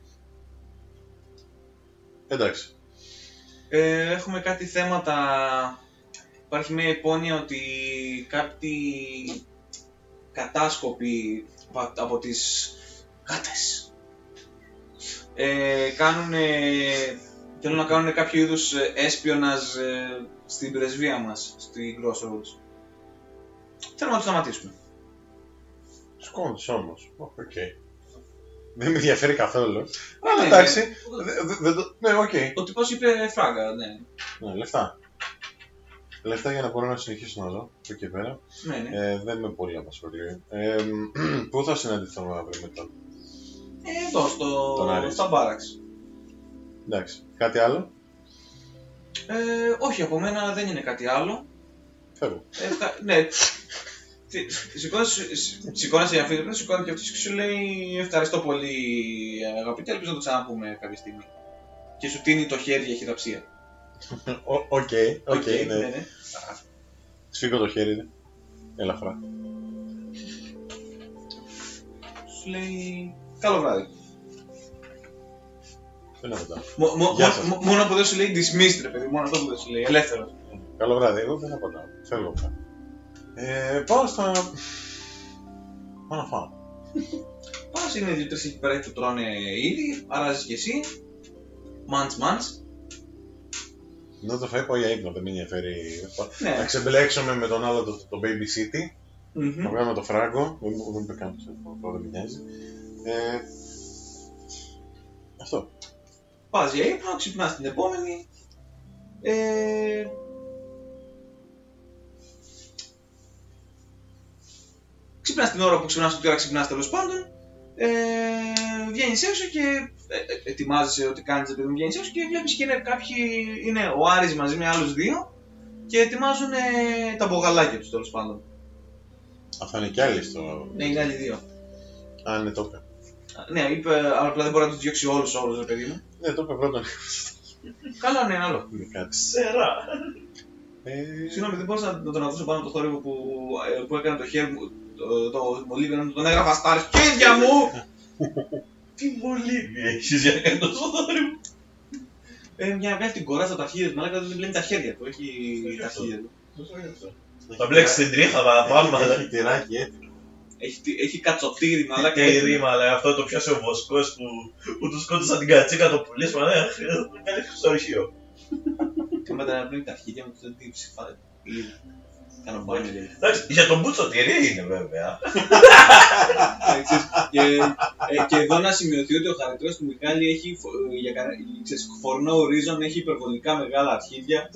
S6: Εντάξει.
S3: Ε, έχουμε κάτι θέματα. Υπάρχει μια υπόνοια ότι κάποιοι κατάσκοποι πα- από τις γάτες ε, κάνουν, ε, θέλουν να κάνουν κάποιο είδους ε, espionage ε, στην πρεσβεία μας, στην Crossroads. Θέλουμε να τους σταματήσουμε.
S6: Σκόντου όμω. Οκ. Δεν με ενδιαφέρει καθόλου.
S3: Ναι,
S6: Αλλά εντάξει.
S3: ναι.
S6: Δε- δε- δεν το- Ναι, οκ.
S3: Ο τυπός είπε φράγκα, ναι.
S6: Ναι, λεφτά. Λεφτά για να μπορώ να συνεχίσω να ζω από εκεί πέρα.
S3: ναι, ναι.
S6: Ε, δεν με πολύ απασχολεί. Ε, *clears throat* πού θα συναντηθούμε αύριο με τον.
S3: Ε, εδώ,
S6: Τον
S3: στο,
S6: Άρη.
S3: στα μπάραξ.
S6: Εντάξει. Κάτι άλλο.
S3: Ε, όχι, από μένα δεν είναι κάτι άλλο.
S6: Φεύγω.
S3: Ευχα... ναι. Τι- σηκώνεσαι- σ- Σηκώνεσαι για αυτή την σηκώνει και αυτός και σου λέει Ευχαριστώ πολύ, αγαπητέ. Ελπίζω να το ξαναπούμε κάποια στιγμή. Και σου τίνει το χέρι για χειραψία.
S6: Ο- Οκ, οκ, ναι.
S3: ναι.
S6: Σφίγγω το χέρι. ναι. Ελαφρά.
S3: Σου λέει. Καλό βράδυ.
S6: Δεν έχω τα.
S3: Μο- μο-
S6: Γεια
S3: μο-
S6: σας.
S3: μο- μόνο που δεν σου λέει dismissed, ρε παιδί, μόνο αυτό που δεν σου λέει. Ελεύθερος.
S6: Καλό βράδυ. Εγώ δεν απαντάω. Φεύγω πια. Ε, πάω στα. Πάω να φάω.
S3: Πα είναι δύο-τρει εκεί πέρα και του τρώνε ήδη, αράζεις κι εσύ. Μαντ, μαντ.
S6: Ενώ το φάει πάω για ύπνο, δεν με ενδιαφέρει. Θα
S3: Ναι.
S6: ξεμπλέξουμε με τον άλλο το, το Baby City.
S3: Μμμ.
S6: Θα βγάλω με το φράγκο. Δεν μου δεν είπε καν το φράγκο, δεν με νοιάζει. Ε, αυτό.
S3: Πας για ύπνο, ξυπνάς την επόμενη. Ε... Ξυπνάς την ώρα που ξυπνάς, την ώρα ξυπνάς τέλος πάντων. Ε... Βγαίνεις έξω και ε, ε, ετοιμάζεσαι ότι κάνεις επειδή βγαίνεις έξω και βλέπεις και είναι κάποιοι, είναι ο Άρης μαζί με άλλους δύο και ετοιμάζουν ε, τα μπογαλάκια τους τέλος πάντων.
S6: Αυτά είναι κι άλλοι στο.
S3: Ναι, είναι άλλοι δύο.
S6: Α, ναι, το είπε.
S3: Α, Ναι, είπε, απλά δεν μπορεί να τους διώξει όλους όλους, ρε παιδί μου.
S6: Ναι, το είπε πρώτον.
S3: Καλά, ναι, άλλο.
S6: Είναι κάτι.
S8: Ξέρα.
S6: Ε,
S3: Συγγνώμη, δεν μπορούσα να τον ακούσω πάνω το θόρυβο που, ε, που έκανε το χέρι μου. Το, το μολύβι να τον έγραφα στα αρχίδια μου!
S2: Τι μολύβι έχεις για ένα τόσο θόρυβο.
S3: ε, μια βγάζει την κοράτσα από τα αρχίδια του, μαλάκας δεν βλέπει τα χέρια του. Έχει τα αρχίδια του.
S2: Θα μπλέξεις την τρίχα, θα πάμε.
S6: ναι. έχει- Έχει τυράκι, ε. έτσι.
S3: Έχει, τι- έχει κατσοτήρι, μαλάκα.
S2: Και η ρήμα, λέει, αυτό το πιάσε ο βοσκός που, που τους σκότωσαν την κατσίκα το πουλί, μα ναι, καλύφθηκε στο αρχείο.
S3: Και μετά να πνίγει τα αρχίδια μου, δεν την ψηφάει. Κάνω μπάνιο.
S2: *laughs*
S3: λέει.
S2: Εντάξει, για τον Μπούτσο τυρί είναι βέβαια.
S3: Ε, ξέρεις, και, ε, και εδώ να σημειωθεί ότι ο χαρακτήρας του Μιχάλη έχει φο- ε, για κανέ- ξέρεις, φορνό ορίζον, έχει υπερβολικά μεγάλα αρχίδια.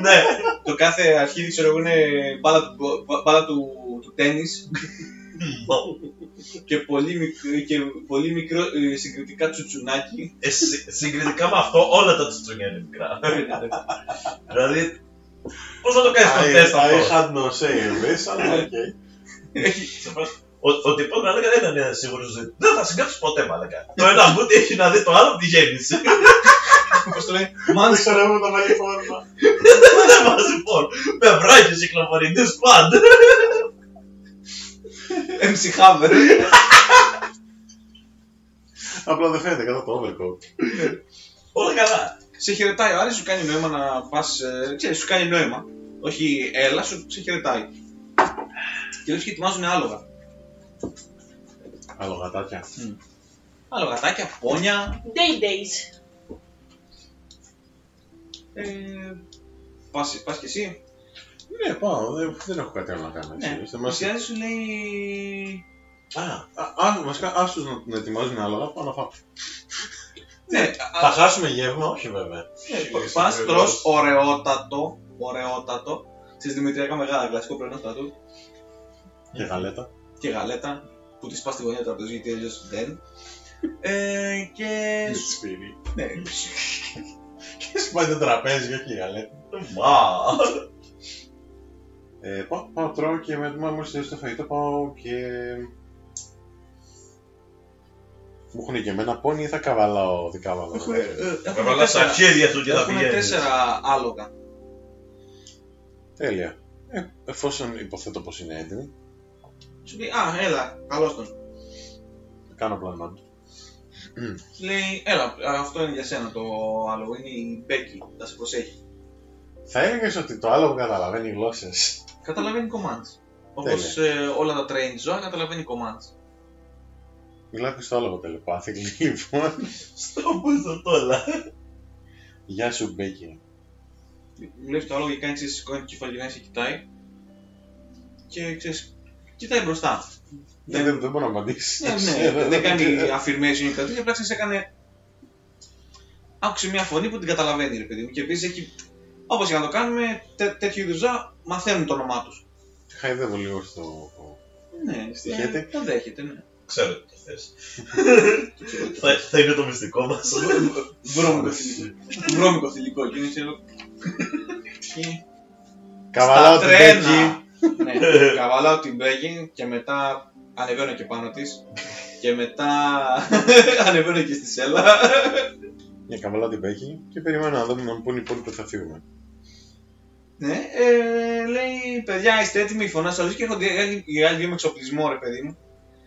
S2: ναι,
S3: Το κάθε αρχίδι ξέρω εγώ είναι μπάλα του, μπάλα του, του τέννις και πολύ, μικρό, και πολύ μικρό ε, συγκριτικά τσουτσουνάκι.
S2: Ε, συ- συγκριτικά με αυτό όλα τα τσουτσουνιά είναι μικρά. δηλαδή, πώ θα το κάνεις το τεστ
S6: I
S2: αυτό. Ε,
S6: had no say in this, αλλά οκ.
S2: Ο, ο τυπός μαλάκα δεν ήταν σίγουρος ότι δεν θα συγκάψει ποτέ μαλάκα. Το ένα μπούτι έχει να δει το άλλο από τη γέννηση. *laughs*
S3: Πώς το λέει,
S6: Αν
S3: Μάνς,
S6: ξέρω εγώ τα βάλει φόρμα.
S2: δεν βάζει φόρ. Με βράχες κυκλοφορητής *laughs* πάντα.
S3: MC Hammer.
S6: Απλά δεν φαίνεται κατά το overcoat.
S2: Όλα καλά.
S3: Σε χαιρετάει ο Άρης, σου κάνει νόημα να πας, ε, ξέρεις, σου κάνει νόημα. Όχι έλα, σου σε χαιρετάει. Και λες και ετοιμάζουν άλογα.
S6: Άλλο γατάκια.
S3: Αλογατάκια, πόνια.
S4: Day days.
S3: Ε, πας, πας και εσύ.
S6: Ναι, πάω. Δεν, δεν έχω κάτι άλλο να κάνω. έτσι.
S3: Ναι.
S6: Είστε
S3: Ο
S6: μας-
S3: Σιάδης σου λέει...
S6: Α, α, α, βασικά, άσους να, να ετοιμάζουν άλογα, πάω να φάω.
S3: Ναι,
S6: Θα χάσουμε γεύμα, όχι βέβαια.
S3: Ε, Πα τρώ ωραιότατο, ωραιότατο, στις Δημητριακά μεγάλα κλασικό πρωινό στρατού
S6: Και γαλέτα.
S3: και γαλέτα που της πας στη γωνία του τραπεζιού γιατί αλλιώς δεν. Ε, και.
S6: Σφυρί.
S3: ναι.
S6: Και σπάει το τραπέζι, όχι η γαλέτα.
S2: Μα.
S6: Ε, πάω, πάω τρώω και με το μόλις τελειώσει το φαγητό πάω και... Μου έχουν και εμένα πόνι ή θα καβαλάω δικάβαλα.
S3: Έχουμε, ε,
S2: Θα
S3: Έχουμε
S2: βάλα στα
S3: τέσσερα-
S2: χέρια του και θα
S3: έχουμε
S2: πηγαίνεις.
S3: τέσσερα άλογα.
S6: Τέλεια. Ε, εφόσον υποθέτω πως είναι έτοιμη,
S3: Σου λέει, Α, έλα, καλώς τον.
S6: κάνω πλάνο του.
S3: Σου λέει, Έλα, αυτό είναι για σένα το άλογο. Είναι η Μπέκη, θα σε προσέχει.
S6: Θα έλεγες ότι το άλλο που καταλαβαίνει γλώσσες.
S3: Καταλαβαίνει commands.
S2: Ναι,
S3: Όπως ε, όλα τα train ζώα καταλαβαίνει commands.
S6: Μιλάω και στο άλλο τελεπάθηκ, λοιπόν.
S2: Στο Μπούτσο τώρα.
S6: Γεια σου, Μπέκη.
S3: Βλέπεις το άλογο και κάνει ξέρεις, σηκώνει το κεφάλι και σε κοιτάει. Και ξέρεις, κοιτάει μπροστά.
S6: Δεν, δεν, δεν μπορώ να Ε, απαντήσεις.
S3: Ναι, ναι, δεν κάνει affirmation ή κάτι τέτοιο, απλά ξέρεις, έκανε. Άκουσε μια φωνή που την καταλαβαίνει, ρε παιδί μου. Και επίσης έχει. Όπως και να το κάνουμε, τέ, τέτοιου είδους ζώα μαθαίνουν το όνομά τους.
S6: Χαϊδεύω λίγο στο.
S3: Ναι,
S6: Στοιχέται.
S3: ε, το δέχεται, ναι.
S2: Ξέρω τι το
S3: *laughs*
S2: θες. Θα- Θα είναι το μυστικό μας.
S3: Βρώμικο θηλυκό. Βρώμικο θηλυκό, και είναι ξέρω. Και-
S6: Καβαλάω
S3: Στα
S6: την Μπέκη.
S3: ναι, καβαλάω την Μπέκη και μετά ανεβαίνω και πάνω της. Και μετά *laughs* ανεβαίνω και στη σέλα.
S6: Ναι, καβαλάω την Μπέκη και περιμένω να δούμε να μου πούνε οι υπόλοιποι ότι θα φύγουμε.
S3: Ναι, ε, λέει παιδιά, είστε έτοιμοι, φωνάζει άλλος και έρχονται οι άλλοι- οι άλλοι δύο με εξοπλισμό, ρε παιδί μου.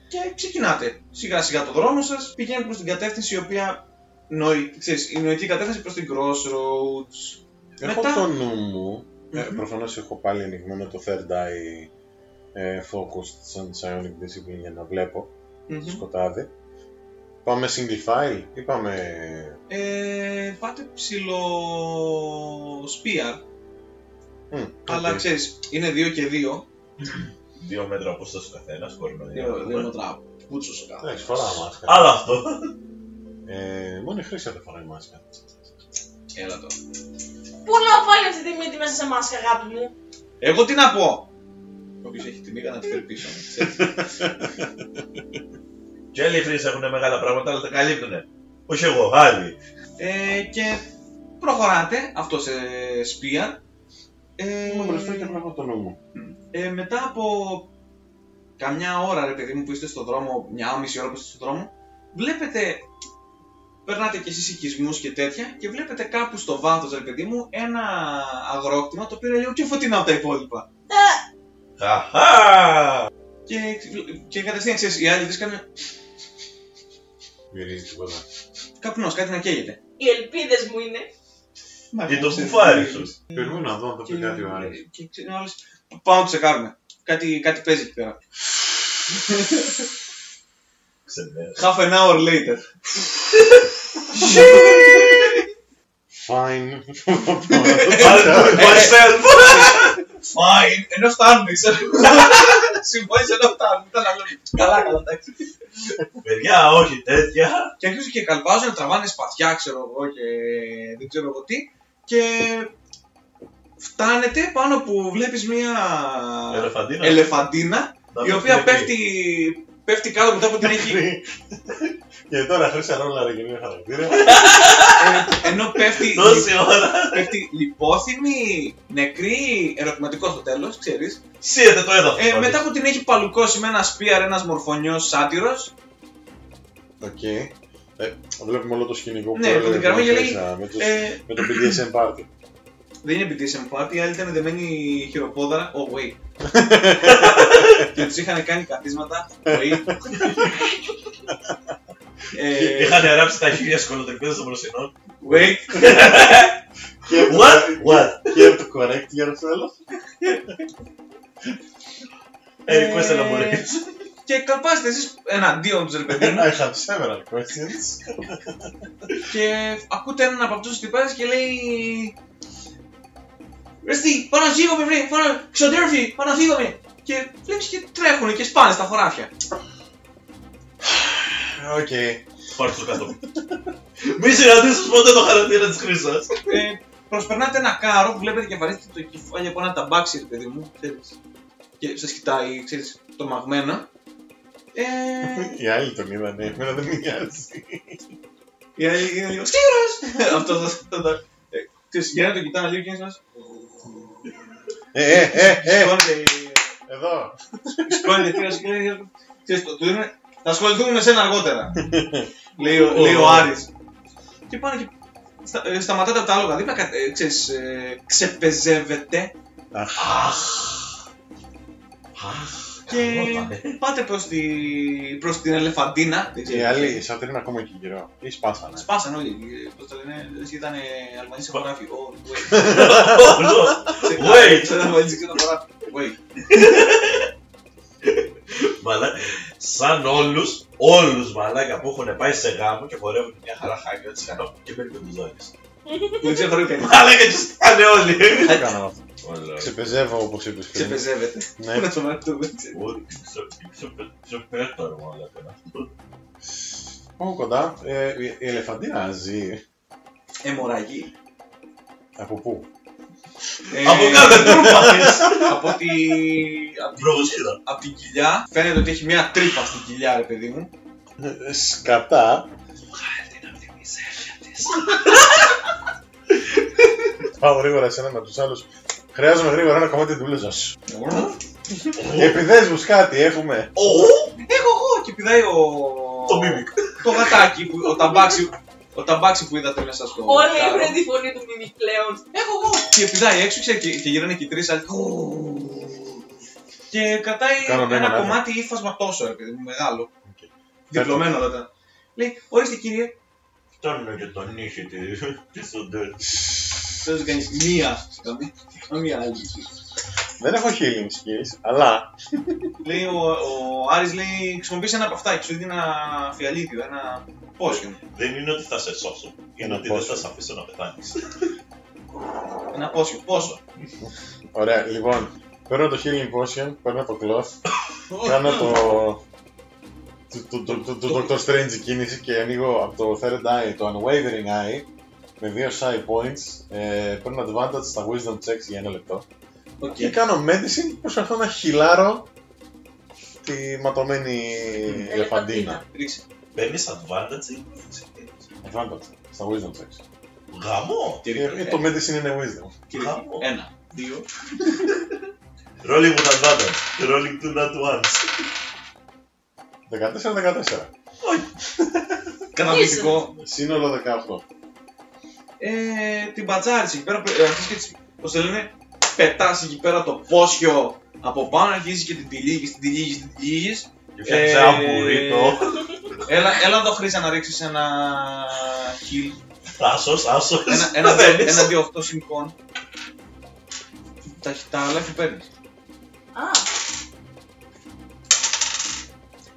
S3: Και ξεκινάτε. Σιγά σιγά το δρόμο σας, πηγαίνετε προς την κατεύθυνση η οποία. Νοη, ξέρεις, η νοητική κατεύθυνση προς την Crossroads.
S6: Έχω
S3: Μετά-
S6: το νου μου. Ε,
S3: Μμμ.
S6: Προφανώς έχω πάλι ανοιγμένο το third eye ε, focused σαν psionic discipline για να βλέπω το σκοτάδι. Πάμε single file ή πάμε.
S3: Ε, πάτε ψηλό spear,
S6: Μμ,
S3: αλλά
S6: οκ.
S3: ξέρεις, είναι δύο και δύο.
S2: Δύο μέτρα απόσταση καθένας, χωρίς να
S3: Δύο,
S2: διαβάζουμε.
S3: δύο μετρά. Πούτσο ο καθένας.
S6: Εντάξει, φοράω μάσκα.
S2: Αλλά αυτό.
S6: Ε, μόνο η Χρύσα δεν φοράει μάσκα.
S3: Έλα τώρα.
S4: Πού να πάλι αυτή τη μύτη μέσα σε μάσκα, αγάπη μου.
S3: Εγώ τι να πω! Όποιο έχει τη μύγα να τη φέρει πίσω.
S2: Και άλλοι χρήστε έχουν μεγάλα πράγματα, αλλά τα καλύπτουνε. Όχι εγώ, άλλοι.
S3: Ε, και προχωράτε, αυτό σε σπία. Ε,
S6: Είμαι μπροστά και βλέπω το νου μου.
S3: ε, μετά από καμιά ώρα, ρε παιδί μου, που είστε στον δρόμο, μια μισή ώρα που είστε στον δρόμο, βλέπετε, περνάτε κι εσείς οικισμούς και τέτοια και βλέπετε κάπου στο βάθος, ρε παιδί μου, ένα αγρόκτημα το οποίο είναι λίγο πιο φωτεινό από τα υπόλοιπα.
S2: Χαχά!
S3: Και, και κατευθείαν ξέρεις, οι άλλοι βρίσκανε ε,
S6: Μυρίζει τίποτα.
S3: καπνός, κάτι να καίγεται.
S4: Οι ελπίδες μου είναι.
S2: Και το
S3: ξέρεις,
S2: κουφάρι
S3: ξέρεις.
S2: σου.
S6: Περιμένω να δω αν το πει κάτι ο Άρης.
S3: Και ε, ξέρω όλες, Πάμε να το τσεκάρουμε. Κάτι, κάτι παίζει εκεί πέρα.
S2: Ξενέρα.
S3: Half an hour later.
S6: Fine. *laughs*
S2: I'll
S3: Ε,
S2: do it myself!
S3: Fine. Ενώ φτάνουμε, ξέρω. Συμφώνησε ενώ φτάνουμε. Ήταν άλλο. Καλά, καλά, εντάξει.
S2: Παιδιά, όχι τέτοια.
S3: Και αρχίζουν και καλπάζουν, τραβάνε σπαθιά, ξέρω εγώ και δεν ξέρω εγώ τι. Και φτάνετε πάνω που βλέπεις μία
S2: Ελεφαντίνα.
S3: ελεφαντίνα
S2: Να
S3: η
S2: πέφτει
S3: οποία
S2: εκεί.
S3: πέφτει, πέφτει κάτω μετά από την έχει
S6: Και τώρα Χρύσα ρόλαρε και μια χαρακτήρα.
S3: Ε, ενώ πέφτει,
S2: Τόση ώρα.
S3: πέφτει λιπόθυμη, νεκρή, ερωτηματικός στο τέλος, ξέρεις.
S2: Σύεται το έδαφο.
S3: Ε, μετά που την έχει παλουκώσει με ένα σπίαρ, ένας μορφωνιός σάτυρος,
S6: Οκ. Ε, Βλέπουμε όλο το σκηνικό που
S3: Ναι,
S6: έλεγε
S3: με την Καρμέλια
S6: η
S3: λέει,
S6: Χρύσα, με τους-
S3: ε,
S6: με το BDSM party.
S3: δεν είναι BDSM party, οι άλλοι ήταν δεμένοι χειροπόδαρα, oh wait. και τους είχαν κάνει καθίσματα, wait. ε,
S2: Είχαν γράψει τα χίλια σκολοτρυπίδε των προσινών.
S3: wait, Ε,
S6: Και από το-
S2: What? What?
S6: Και από το correct για να θέλω.
S2: Ε, request να μου
S3: Ε, και καλπάστε εσείς εναντίον τους ρε παιδί μου
S6: I have several questions.
S3: και ακούτε έναν από αυτούς τους πέρας και λέει Ρεστί, πάνω να φύγομαι βρε, πάνω να ξοντέρφι, πάνω να φύγομαι Και βλέπεις και τρέχουνε και σπάνε στα χωράφια
S6: Οκ.
S2: Πάρτε το κάτω. Μη συναντήσει ποτέ το χαρακτήρα της
S3: *laughs*
S2: Χρύσα.
S3: ε, Προσπερνάτε ένα κάρο που βλέπετε και βαρύτητε το κεφάλι από ένα ταμπάξι ρε παιδί μου, ξέρεις Και σας κοιτάει, ξέρεις, το μαγμένο ε,
S6: Οι άλλοι τον είδανε, εμένα δεν με νοιάζει.
S3: *laughs* η άλλη είναι λίγο «Σκύρος!» *laughs* Αυτό θα το... ε, Ξέρεις, γυρνάει το κοιτάνε λίγο και είναι σαν-
S6: Ε, ε, ε, ε,
S3: Σηκώνεται η-
S6: εδώ.
S3: Σηκώνεται θεία σου και λέει, «Ξέρεις το, του δίνουμε- Θα ασχοληθούμε με σένα
S6: *laughs*
S3: αργότερα. λέει, ο- λέει ο Άρης. Και πάνε και στα, ε, σταματάτε από τα άλογα δίπλα, κα- ε, ξέρεις, ε, ξεπεζεύεται και πάτε προς, τη, προς την ελεφαντίνα. δεν ξέρω.
S6: Οι άλλοι, οι σάτυροι είναι ακόμα εκεί γύρω. Ή σπάσανε.
S3: Σπάσαν όλοι, ε, πώς το λένε, λες και ήταν ε, Αλβανοί σε χωράφι. Ω,
S6: *laughs*
S3: *laughs* wait.
S2: Wait.
S3: Ήταν Αλβανοί σε χωράφι. Wait.
S2: Μαλά, σαν όλους, όλους μαλάκα που έχουν πάει σε γάμο και χορεύουν μια χαρά χάκια, τι κάνω και παίρνουν τι ζώνε.
S3: Δεν ξέρω κανείς.
S6: Ναι.
S2: Μαλάκα και στάνε όλοι.
S6: Τι το κάνω αυτό.
S2: Όλα.
S6: Ξεπεζεύω όπως είπες πριν.
S3: Ξεπεζεύεται.
S6: Ναι.
S3: Να το μάθουμε, ξέρεις.
S2: Ό, ξε- ξε- ξεπέταρο, μαλάκα.
S6: Πάω κοντά. Ε, η- Η ελεφαντίνα ζει.
S3: Αιμορραγή.
S6: Από πού.
S3: Ε,
S2: Από
S3: *laughs*
S2: κάθε τρούπα της.
S3: από τη, από τη-
S2: Βροχοσύδα.
S3: από την κοιλιά. Φαίνεται ότι έχει μια τρύπα στην κοιλιά, ρε παιδί μου.
S6: Ε, Σκατά. Πάω γρήγορα σε έναν από τους άλλους. Χρειάζομαι γρήγορα ένα κομμάτι τη μπλούζα σου. Επιδέσμου κάτι έχουμε.
S2: Ω,
S3: Έχω εγώ και πηδάει ο.
S2: Το μίμικ.
S3: Το γατάκι, που, ο ταμπάξι. Ο Ο ταμπάξι που είδατε μέσα στο.
S4: Όλοι
S3: κάρο.
S4: έχουν τη φωνή του μιμικ πλέον.
S8: Έχω εγώ.
S3: Και πηδάει έξω ξέρει, και, και γυρνάνε και οι τρεις άλλοι. Και κρατάει
S6: Κάνω
S3: ένα
S6: ένα λάθος.
S3: κομμάτι ύφασμα τόσο, ρε παιδί μου, μεγάλο.
S6: Οκ.
S3: Διπλωμένο όλα τα. Λέει, ορίστε κύριε,
S2: Φτάνουν και τον νύχι τη σοντέρ.
S3: θέλω να κάνεις μία. καμία- Καμία άλλη.
S6: Δεν έχω healing skills, αλλά
S3: Λέει ο, ο Άρης, λέει, χρησιμοποιείς ένα από αυτά και σου δίνει ένα φιαλίδιο, ένα potion.
S2: Δεν είναι ότι θα σε σώσω. Είναι
S6: Ένα
S2: ότι δεν
S6: πόσο.
S2: θα σε αφήσω να πεθάνεις.
S3: Ένα potion, πόσο.
S6: ωραία, λοιπόν, παίρνω το healing potion, παίρνω το cloth, κάνω το... Το, το, το, το, το Doctor Strange κίνηση και ανοίγω από το Third Eye, το Unwavering Eye, με δύο side points, ε, παίρνω advantage στα wisdom checks για ένα λεπτό
S3: Οκ.
S6: και κάνω medicine, προσπαθώ να χυλάρω τη ματωμένη Ε, ελεφαντίνα.
S3: Ρίξε.
S2: Παίρνει advantage ή disadvantage?
S6: Advantage, στα wisdom checks.
S2: Γαμό!
S3: Και
S6: Ε,
S3: ρίξε.
S6: το medicine είναι wisdom.
S3: Κύριε,
S2: Γαμό.
S3: Ένα, δύο.
S2: Rolling with advantage. Rolling two not once.
S6: 14-14.
S3: Καταπληκτικό.
S6: Σύνολο 18.
S3: ε, την πατσάρισε εκεί πέρα. ε, αρχίζει και τις, πώς το λένε, πετάς εκεί πέρα το πόσιο από πάνω, αρχίζεις και την τυλίγεις, την τυλίγεις, την τυλίγεις.
S2: Και φτιάξε
S3: Ε,
S2: ένα μπουρίτο.
S3: Έλα, έλα εδώ Χρήσα να ρίξεις ένα χιλ,
S2: Άσος, άσος.
S3: ένα, ένα,
S2: Δεν
S3: δύο-
S2: παίρνεις.
S3: ένα δύο οχτώ συμπών. Τα, τα άλλα και παίρνεις.
S4: Α.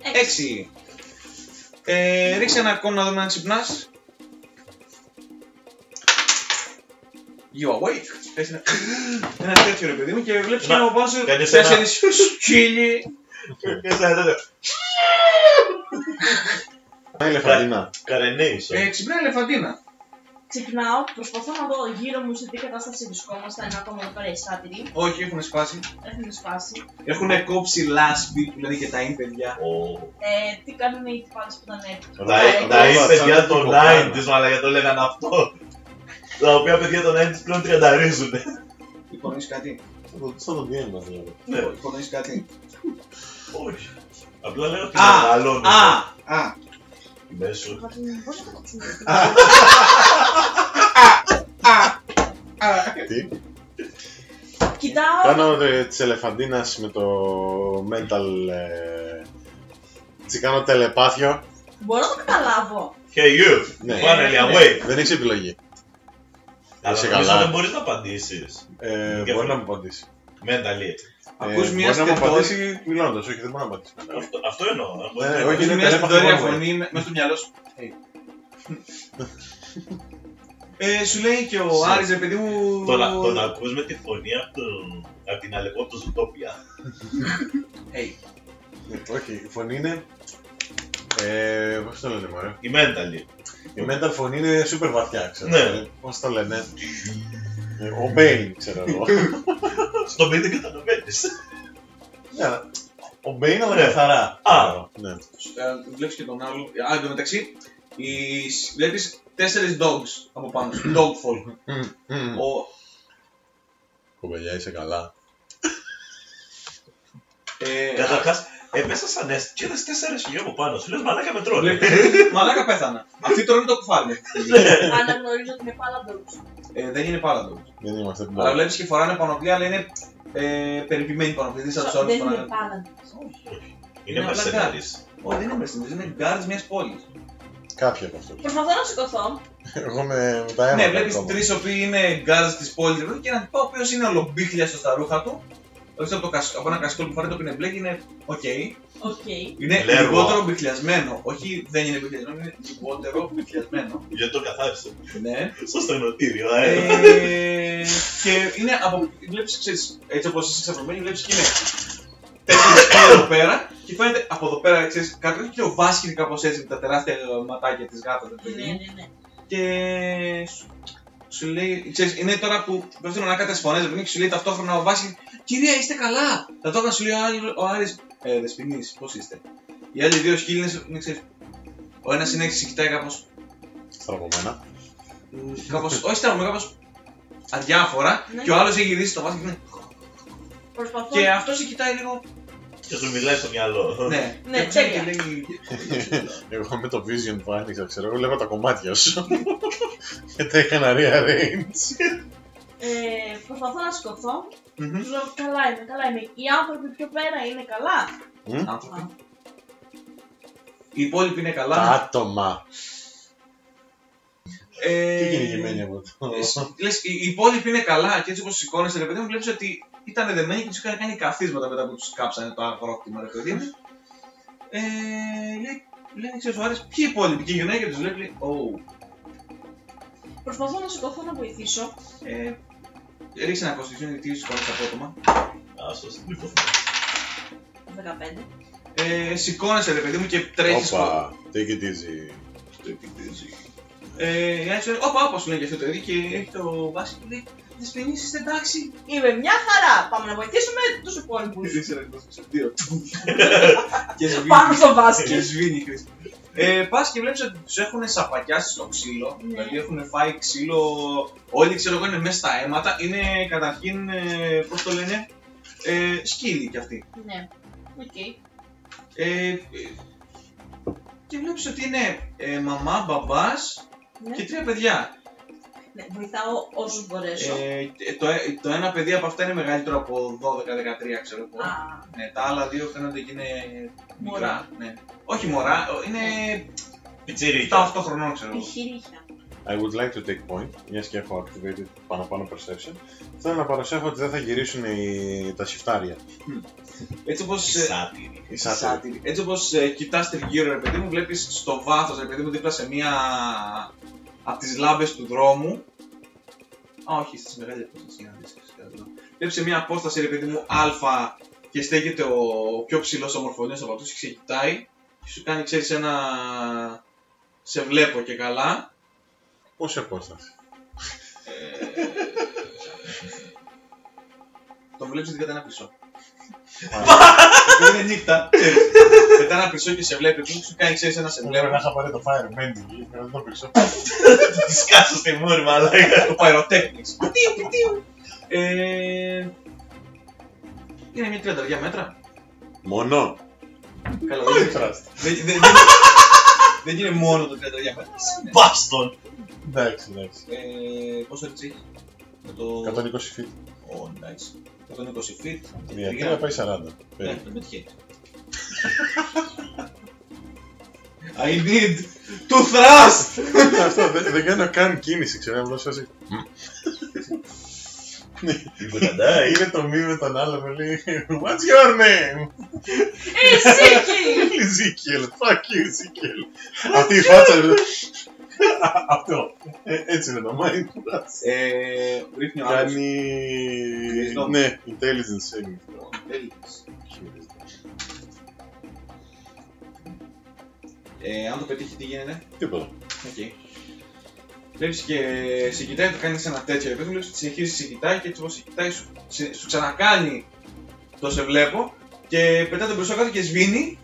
S4: Έξι.
S3: Έξι. Ε, ρίξε ένα ακόμα να δούμε αν ξυπνάς. You are awake. Θες ένα, ένα τέτοιο ρε παιδί μου και βλέπεις
S2: Να,
S3: ένα από πάνω σου
S2: κάνεις ένα-
S3: τέσσερις χίλιοι
S2: Και σε ένα τέτοιο.
S6: Μια ελεφαντίνα.
S2: Καρενέισο.
S3: Ε, ξυπνάει η ελεφαντίνα.
S4: Ξυπνάω, προσπαθώ να δω γύρω μου σε τι κατάσταση βρισκόμαστε. Είναι ακόμα εδώ πέρα οι σάτυροι.
S3: Όχι, έχουν σπάσει.
S4: Έχουν σπάσει.
S3: Έχουν κόψει λάσπη που λένε και τα είναι παιδιά.
S2: Ω.
S4: Ε, τι κάνουν οι τυπάδε που ήταν έτσι.
S2: Τα-
S4: Ε,
S2: Τα
S6: ε,
S2: είπε
S6: σαν
S2: παιδιά
S6: το
S2: το
S6: κοπάνα.
S2: 90s, αλλά για το λέγανε αυτό. Τα οποία παιδιά το 90s πλέον τριανταρίζουνε.
S3: Υπονοείς κάτι.
S6: Θα το- Ε, Θα το DM μας δηλαδή.
S2: Ναι.
S3: Υπονοείς κάτι.
S2: Όχι. Απλά λέω ότι
S3: Α,
S2: μεγαλώνουν
S3: Α! Α!
S2: οι μέσου.
S4: Θα την- Πώς να το κουτσούνε.
S2: Ε,
S3: Α!
S6: Τι.
S4: Κοιτάω.
S6: Κάνω ε, της ελεφαντίνας με το mental... ε, Της κάνω τελεπάθιο.
S4: Μπορώ να το καταλάβω.
S2: Hey you,
S6: Ναι.
S2: finally
S3: Ναι.
S2: awake.
S6: Δεν έχει επιλογή.
S2: Αλλά
S6: Είσαι
S2: νομίζω
S6: καλά.
S2: δεν μπορείς να απαντήσεις.
S6: Ε,
S2: Και αυτό.
S6: μπορεί να μου απαντήσει.
S2: Mentally.
S6: Ε,
S3: Ακούς μια
S6: Μπορεί να μου
S3: στεντόρια.
S6: απαντήσει μιλώντας, όχι δεν μπορεί να απαντήσει.
S2: Αυτό, αυτό εννοώ. να μπορείς
S6: Ναι,
S2: να
S6: όχι,
S2: απαντήσεις.
S3: Ακούς
S6: είναι
S3: μια
S6: τέλεπαθη
S3: στεντόρια
S6: μόνο.
S3: φωνή μέσα στο μυαλό σου.
S2: *laughs*
S3: Ε, σου λέει και ο Άρης ρε παιδί μου.
S2: Τον, α- τον ακούς με τη φωνή από, το, από την αλεπό του Zootopia.
S3: Hey.
S6: Ε, Όχι, η φωνή είναι... Ε, πώς το λένε μωρέ.
S2: Η mentally.
S6: Η mental φωνή είναι super βαθιά, ξέρω.
S2: Ναι.
S6: Ε, Πώς το λένε. Ε, Ο Bane, ξέρω εγώ.
S2: Στο παιδί δεν καταλαβαίνεις.
S6: Ναι, αλλά- Ο Bane αλλά
S2: Ναι.
S6: καθαρά.
S2: Α.
S6: Ναι.
S3: Βλέπει ε, και τον άλλο. Α, εν τω μεταξύ, βλέπεις τέσσερις dogs από πάνω σου. Dog folk.
S6: Μμμ, μμμ.
S3: Ο
S6: Κοπελιά, είσαι καλά.
S3: ε,
S2: Καταρχάς, έπεσα σαν έστη και είδες τέσσερες χιλιά από πάνω. Σου λες μαλάκα με
S6: Ναι.
S2: τρώνε.
S3: Βλέπεις, Μαλάκα πέθανα. Αυτή τρώνε το κουφάλι.
S4: Αναγνωρίζω ότι είναι πάρα ντόπι.
S3: Ε, δεν είναι πάρα το.
S6: Δεν είμαστε την
S3: Αλλά βλέπεις και φοράνε πανοπλία, αλλά είναι ε, περιποιημένη πανοπλία. Δεν σαν του άλλου
S4: Δεν είναι
S3: φοράνε.
S4: πάρα
S2: Είναι
S3: Είναι
S2: μεσενάρης.
S3: Όχι, δεν είναι μεστινή, είναι γκάρι μιας πόλης.
S6: Κάποιοι από αυτούς.
S4: Προσπαθώ να σηκωθώ.
S6: Εγώ με, με τα αίματα.
S3: Ναι, βλέπει
S6: ακόμα.
S3: τρεις οποίοι είναι γκάρι της πόλης και έναν τυπά ο οποίος είναι ολομπίχλιας στα ρούχα του. Όχι από, το κασ- από ένα κασκόλ που φοράει το οποίο είναι μπλε και είναι οκ.
S4: Οκ.
S3: Είναι
S2: Λέρβο.
S3: λιγότερο μπιχλιασμένο. Όχι, δεν είναι μπιχλιασμένο, είναι λιγότερο μπιχλιασμένο.
S2: Γιατί το καθάρισε.
S3: Ναι.
S2: Στο στεγνοτήριο, ε.
S3: Ε, και είναι από. Βλέπεις, ξέρεις, έτσι όπως είσαι ξαφνισμένη, βλέπεις και είναι. Τέσσερι εδώ πέρα και φαίνεται από εδώ πέρα, ξέρεις, κάτω και ο Βάσκιν κάπως έτσι με τα τεράστια ματάκια της γάτα.
S4: Ναι, ναι, ναι.
S3: Και σου- σου λέει, ξέρεις, είναι τώρα που πέφτουν ανάκατε φωνέ, και σου λέει ταυτόχρονα ο Βάσκιν, Κυρία, είστε καλά! Ταυτόχρονα σου λέει ο Άρης- ο Άρης, Ε, δεσπινή, πώς είστε. Οι άλλοι δύο σκύλοι είναι, είναι, ξέρεις, ο ένας είναι έτσι, κοιτάει κάπως
S6: Στραβωμένα.
S3: κάπως, όχι στραβωμένο, κάπως αδιάφορα
S4: Ναι. Ναι.
S3: και ο άλλος έχει γυρίσει το βάθος και, είναι-
S4: Προσπαθώ.
S3: και αυτός σε κοιτάει λίγο
S2: Και σου μιλάει στο μυαλό.
S3: Ναι,
S4: Ναι,
S3: Και
S4: τέλεια.
S3: λέει,
S6: Εγώ με το Vision βάνησα, ξέρω εγώ, λέγω τα κομμάτια σου. Και τα έκανα rearrange.
S4: Ε, προσπαθώ να σκοτώ.
S3: «Μμμ,
S4: Του λέω καλά είμαι, καλά είμαι. Οι άνθρωποι πιο πέρα είναι καλά.
S3: άνθρωποι. Οι υπόλοιποι είναι
S6: Τα
S3: καλά.
S6: άτομα.
S3: Ε,
S6: Τι κυνηγημένοι από το.
S3: Εσύ- Λες, οι οι υπόλοιποι είναι καλά και έτσι όπως σηκώνεσαι, ρε παιδί μου, βλέπεις ότι ήταν δεμένοι και τους είχαν κάνει καθίσματα μετά που τους κάψανε το αγρόκτημα, ρε παιδί μου. Ε, λέει, λέει, ξέρει ο Άρης, ποιοι υπόλοιποι, και η γυναίκα τους λέει, λέει, «Ω,
S4: Προσπαθώ να σηκωθώ να βοηθήσω.
S3: ε, ρίξε ένα κοστισμό γιατί σηκώνει απότομα.
S2: Άστο στην υπόθεση.
S4: 15.
S3: Ε, σηκώνεσαι, ρε παιδί μου, και τρέχεις.
S6: Όπα, take it easy.
S3: Ε, η Άρης λέει, όπα, όπα, σου λέει και αυτό το ίδιο και έχει το βάσει και λέει, δεν σπινίσει, εντάξει.
S4: Είμαι μια χαρά. Πάμε να βοηθήσουμε τους υπόλοιπους.
S3: Ρίξε ένα κοστισμό, δύο. *laughs* Και σβήνει.
S4: Πάνω στο
S3: Και
S4: μπάσκετ.
S3: σβήνει η χρήση. Ε, Πας και βλέπεις ότι τους έχουν σαπακιάσει στο ξύλο.
S4: Ναι.
S3: Δηλαδή έχουν φάει ξύλο. Όλοι ξέρω εγώ είναι μέσα στα αίματα. Είναι καταρχήν, ε, πώς το λένε, ε, σκύλοι κι αυτοί.
S4: ναι. Οκ.
S3: Ε, ε, και βλέπεις ότι είναι ε, μαμά, μπαμπάς
S4: Ναι.
S3: και τρία παιδιά.
S4: Ναι, βοηθάω όσους μπορέσω.
S3: Ε, το, ε- το ένα παιδί από αυτά είναι μεγαλύτερο από 12-13, ξέρω εγώ.
S4: Α,
S3: Ναι, τα άλλα δύο φαίνονται και είναι μικρά.
S4: Μωρά.
S3: Ναι. Όχι μωρά, ε, είναι
S2: Πιτσίρικα.
S3: 7-8 χρονών, ξέρω εγώ.
S4: επιχειρήχια.
S6: I would like to take point, μιας και έχω activated πάνω-πάνω perception. Θέλω να παρασέχω ότι δεν θα γυρίσουν οι... τα σιφτάρια.
S3: Έτσι όπως... ε,
S2: Σάτυρη.
S6: Οι
S3: Σάτυρη.
S6: σάτυροι.
S3: Έτσι όπως ε, κοιτάς τριγύρω, ρε παιδί μου, βλέπεις στο βάθος, ρε παιδί μου, δίπλα σε μία από τις λάμπες του δρόμου. Α, όχι, στις μεγάλες απόσταση για να δεις, ξέρω εγώ. Βλέπεις σε μία απόσταση, ρε παιδί μου, Α και στέκεται ο πιο ψηλός ομορφωνία από αυτού και ξεκοιτάει. Και σου κάνει, ξέρεις, ένα. Σε βλέπω και καλά.
S6: Πόση απόσταση.
S3: Ε, τον βλέπεις ότι πετάει ένα πίσω. *laughs* Επειδή είναι νύχτα, ξέρεις, πετάει ένα πίσω και σε βλέπει. Που σου κάνει, ξέρεις, ένα σε βλέπω.
S6: Λέω να είχα πάρει το fire mending, να το πίσω.
S2: Τη σκάσω στη μούρη, μαλάκα.
S3: το πυροτέχνης. Πιτίου, πιτίου. Ε, είναι μια τριανταριά μέτρα.
S6: Μόνο.
S3: Καλά, δεν, είναι-
S6: Trust.
S3: δεν, δεν, δεν, δεν είναι μόνο το τριανταριά μέτρα.
S2: Μπάστον.
S6: Εντάξει, εντάξει.
S3: Ε, πόσο έτσι έχει. Με το...
S6: 120 feet.
S3: Ω, nice. 120 feet.
S6: Μια
S3: Τριγύρω.
S6: τρία πάει 40.
S3: Ναι,
S6: περίπου.
S3: το πετυχαίνει. *laughs* I need to thrust!
S6: *laughs* Αυτό δεν δεν κάνω καν κίνηση, ξέρω. Απλώ έτσι.
S2: Την
S1: ε,
S2: κουταντάει.
S6: Ναι, Είναι το μη με τον άλλο, με λέει What's your name?
S3: Ε,
S4: Ισίκη!
S6: Ezekiel, fuck you, Ezekiel. Αυτή η φάτσα. ρε. Α, *laughs* Αυτό. Ε, Έτσι είναι το mindfulness.
S3: Ε, ρίχνει ο άλλος.
S6: Κάνει.
S3: Wisdom.
S6: Ναι, intelligence saving. throw.
S3: Τέλειος. Ε, αν το πετύχει, τι γίνεται.
S6: Τίποτα.
S3: Okay. Βλέπεις και σε κοιτάει, το κάνει ένα τέτοιο επίπεδο. Βλέπεις ότι συνεχίζει, σε κοιτάει και έτσι όπως σε κοιτάει, σου, σε- σου ξανακάνει το σε βλέπω και πετάει τον περισσότερο κάτω και σβήνει.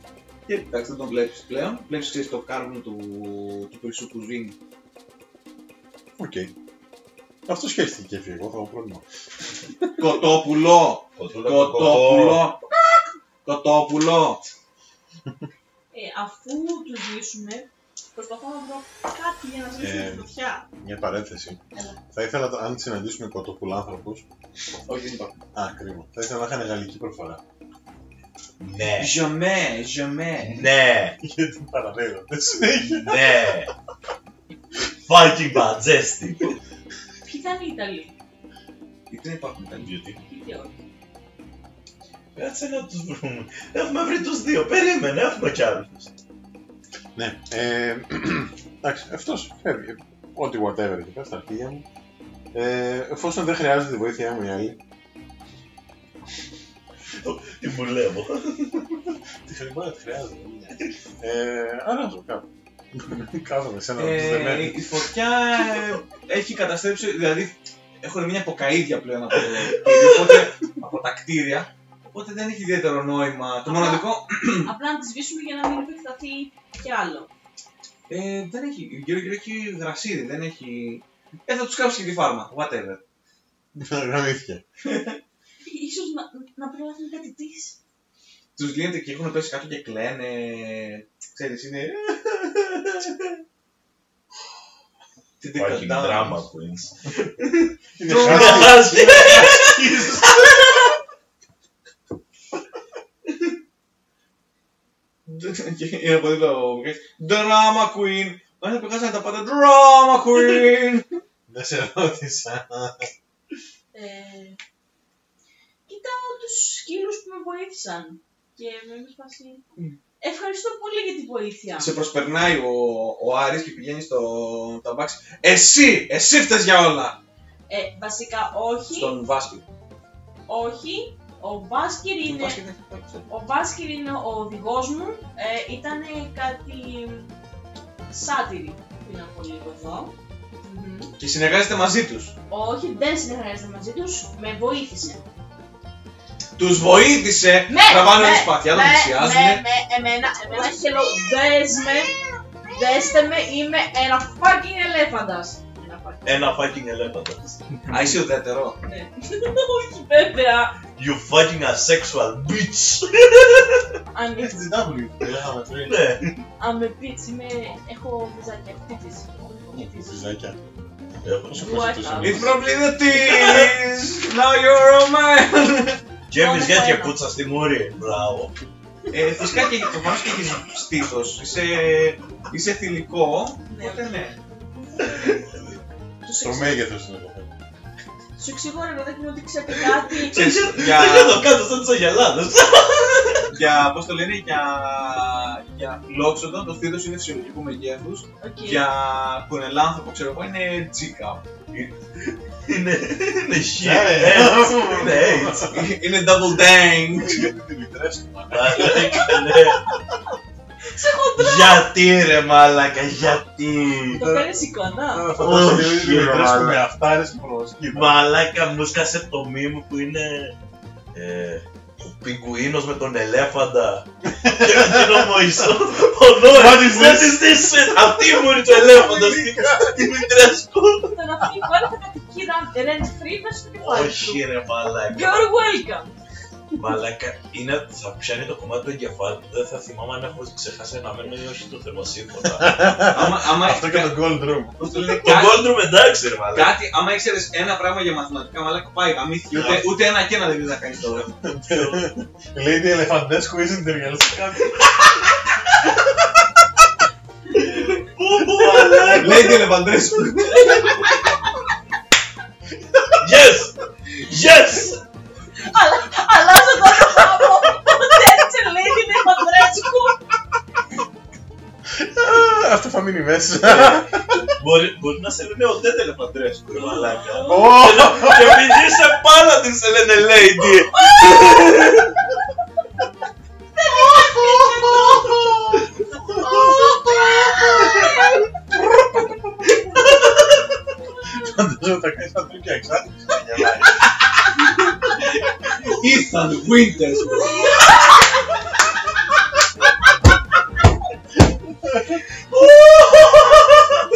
S3: Και εντάξει, δεν τον βλέπεις πλέον. Βλέπεις το κάρβουνο του, του περισσού που σβήνει.
S6: Οκ. Αυτό σκέφτηκε και φύγει. Εγώ θα έχω πρόβλημα.
S3: Κοτόπουλο! Κοτόπουλο! Κοτόπουλο!
S4: Ε, αφού του ζήσουμε, προσπαθώ να βρω κάτι για να σβήσουμε
S6: Ε.
S4: τη φωτιά.
S6: Μια παρένθεση.
S4: Έλα.
S6: Θα ήθελα, το- αν συναντήσουμε κοτοπουλάνθρωπου.
S3: Όχι, δεν υπάρχει.
S6: Α, κρίμα. Θα ήθελα να είχαν γαλλική προφορά.
S2: Ναι.
S3: Ζωμέ, ζωμέ.
S2: Ναι.
S6: Γιατί παραλέω. Δεν συνέχεια.
S2: Ναι. Fucking majestic.
S4: Ποιοι θα είναι οι Ιταλοί,
S3: Γιατί δεν υπάρχουν Ιταλοί.
S2: Γιατί.
S4: ποιοι και όχι.
S2: Κάτσε να τους βρούμε. Έχουμε βρει τους δύο. Περίμενε, έχουμε κι άλλους.
S6: Ναι. ε, Εντάξει, αυτός φεύγει. Ό,τι whatever εκεί πέρα στα αρχεία μου. Ε, εφόσον δεν χρειάζεται τη βοήθειά μου οι άλλοι.
S2: Τι μου λέω.
S6: Τη χρειάζεται, τη χρειάζεται. Ε, Αράζω *laughs* κάπου. Κάθομαι σε ένα από τους
S3: Ε,
S6: δεμένους.
S3: η φωτιά ε, έχει καταστρέψει, δηλαδή έχουν μια ποκαίδια πλέον από, το κτίριο, οπότε, από τα κτίρια. Οπότε δεν έχει ιδιαίτερο νόημα. Το μοναδικό.
S4: Απλά να τη σβήσουμε για να μην επεκταθεί κι άλλο.
S3: Ε, δεν έχει. Γύρω γύρω έχει γρασίδι, δεν έχει. Ε, θα τους κάψει και τη φάρμα. Whatever.
S6: Ε, Γραμμήθηκε.
S4: Ίσως να, να προλάβουμε κάτι της.
S3: Τους λύνεται και έχουν πέσει κάτω και κλαίνε. Ξέρεις, είναι. Τι τι
S2: Υπάρχει
S3: κοντά
S2: δράμα
S3: μας.
S2: που είναι.
S6: Είναι χάρτη.
S3: Και Είναι από δίπλα ο Μικάκης. Drama Queen. Μα είναι που χάσανε τα πάντα. Drama Queen.
S6: Δεν σε ρώτησα.
S4: Ε, κοιτάω τους σκύλους που με βοήθησαν και με είμαι σπασί. Ευχαριστώ πολύ για τη βοήθεια.
S3: Mm. Σε προσπερνάει ο, ο Άρης και πηγαίνει στο ταμπάξι. Εσύ! Εσύ φταίς για όλα!
S4: Ε, βασικά όχι,
S3: Στον Βάσκη.
S4: όχι. Ο Βάσκυρ είναι, ο Βάσκυρ είναι ο οδηγός μου. Ε, ήταν κάτι σάτυρη πριν από λίγο εδώ. Μμμ.
S3: Και συνεργάζεται μαζί τους.
S4: Όχι, δεν συνεργάζεται μαζί τους, με βοήθησε.
S3: Τους βοήθησε
S4: Με,
S3: να βάλουν
S4: με,
S3: τη σπαθιά, να
S4: με,
S3: πλησιάζουν.
S4: Ε, με, με, εμένα, εμένα θέλω, δες με, δέστε με, είμαι ένα fucking ελέφαντας. Ένα fucking
S2: Ένα fucking ελέφαντα.
S3: Α, είσαι ουδέτερο.
S4: ναι. *laughs* Όχι βέβαια,
S2: You fucking asexual bitch.
S4: αν
S6: SDW. Λέγαμε πριν.
S2: Ναι.
S4: αν με πίτς, είμαι, έχω βυζάκια, έχω πίτς. Έχω
S6: Ναι,
S4: πίτς.
S6: Φυζάκια.
S2: Έχω
S6: Πόσο
S4: What
S6: προσεκτός
S4: up?
S6: είναι.
S3: It's probably the tease. Now you're a man.
S2: Και εμείς
S4: Όλα
S2: και
S4: καλά.
S2: πουτσα στη μούρη. Μπράβο.
S3: Ε, Φυσικά και το βάζω και έχεις στήθος. Είσαι, είσαι θηλυκό.
S4: Ναι.
S3: Οπότε ναι.
S4: Τους
S6: Το
S4: εξηγώ-
S6: μέγεθος είναι το θέμα.
S4: Σου εξηγώ ρε παιδάκι μου ότι ξέρετε κάτι.
S3: Ξέρεις, για,
S2: Δεν το κάτω σαν τις αγελάδες.
S3: για, πώς το λένε, για, για λόξοντα το θήτος είναι φυσιολογικού μεγέθους.
S4: Οκ.
S3: Για κουνελάνθρωπο, ξέρω εγώ, είναι τσίκα.
S2: Είναι είναι shit. Ναι,
S6: Ε,
S2: AIDS. Είναι AIDS.
S3: είναι double dang.
S6: Γιατί τη λυτρεύσκω.
S2: Ναι. Γιατί ρε μαλάκα, γιατί.
S4: Το παίρνεις εικόνα.
S6: Φαντάζομαι ότι
S2: Όχι,
S6: τη λυτρεύσκω με
S2: μαλάκα.
S6: αυτάρες που προσκύνω.
S2: Μαλάκα μου σκάσε το μήνυμα που είναι ε, ο πιγκουίνος με τον ελέφαντα και με την ομοϊσό. Ο Νόε,
S6: What is
S2: what is this shit? ε, Αυτή η μούρη του ελέφαντα στη Μητρέσκο.
S4: Το να φύγει όλα τα κατοικίδα rent free μέσα στο κεφάλι
S2: Όχι
S4: του.
S2: ρε μαλάκα.
S4: You're welcome.
S2: Μαλάκα, είναι, θα πιάνει το κομμάτι του εγκεφάλου του, δεν θα θυμάμαι αν έχω ξεχάσει ένα μένο ή όχι το θερμοσύμφωνα. *laughs*
S3: άμα, άμα
S6: Αυτό και το Gold Room.
S3: πώς το λένε,
S2: το
S3: κάτι-
S2: Goldrum εντάξει ρε μαλάκα.
S3: Κάτι, άμα ήξερες ένα πράγμα για μαθηματικά, μαλάκα πάει γαμήθηκε. Ούτε, ούτε ένα και ένα δεν ξέρει να κάνεις τώρα.
S6: Lady Elefantescu isn't the real stuff.
S3: Lady Ελεφαντρέσκου.
S2: Yes! Yes!
S4: Αλλάζω το όνομά μου. Δεν σε λέει την Παντρέσκου.
S6: Αυτό θα μείνει μέσα.
S2: Μπορεί, μπορεί να σε λένε ο δεν ελεφαντρέσκου ρε μαλάκα.
S6: Ω,
S2: Και επειδή είσαι πάνω της, σε λένε Lady.
S6: Φαντάζομαι ότι θα κάνεις ένα τρίπια εξάρτηση.
S3: Ethan Winters.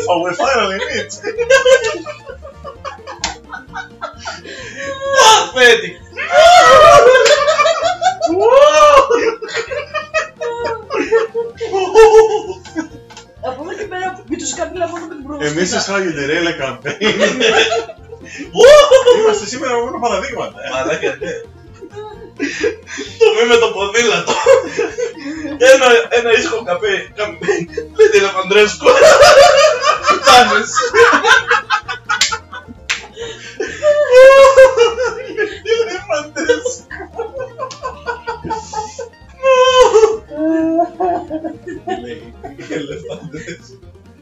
S6: Oh, we're finally rich.
S3: Pathetic.
S4: Από εδώ και πέρα με τους κάνει λαμβάνω με την προβληματική.
S6: Εμείς ως How You The Rail campaign είμαστε σήμερα μόνο παραδείγματα.
S2: Μαλάκα, ναι. Το μη με το ποδήλατο. Ένα, ένα ήσυχο καπέ. καπέ. Lady ελεφαντρέσκου. Φτάνεις.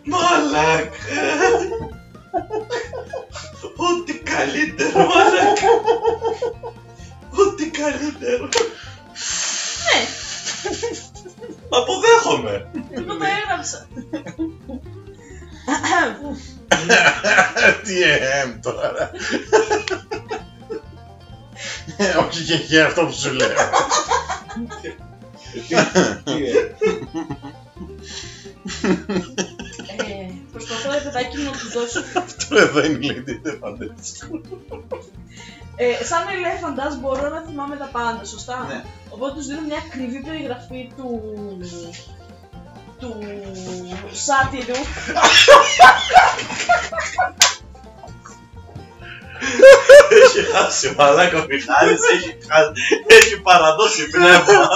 S2: Μαλάκα. Ό,τι καλύτερο, μαλάκα. Ό,τι καλύτερο.
S4: Ναι,
S2: Αποδέχομαι.
S4: εγώ το έγραψα.
S6: Ε, Τι εμ τώρα. Ε, Όχι και χε αυτό που σου λέω.
S4: Ε, Προσπαθώ ρε παιδάκι μου να του δώσω
S6: Αυτό εδώ είναι η Lady Elefantescu.
S4: Ε, σαν ελέφαντας μπορώ να θυμάμαι τα πάντα, σωστά.
S3: Ναι.
S4: Οπότε τους δίνω μια ακριβή περιγραφή του. του. σάτυρου. *laughs*
S2: Έχει χάσει μαλάκα ο Μιχάλης, έχει, χάσει, έχει παραδώσει πνεύμα.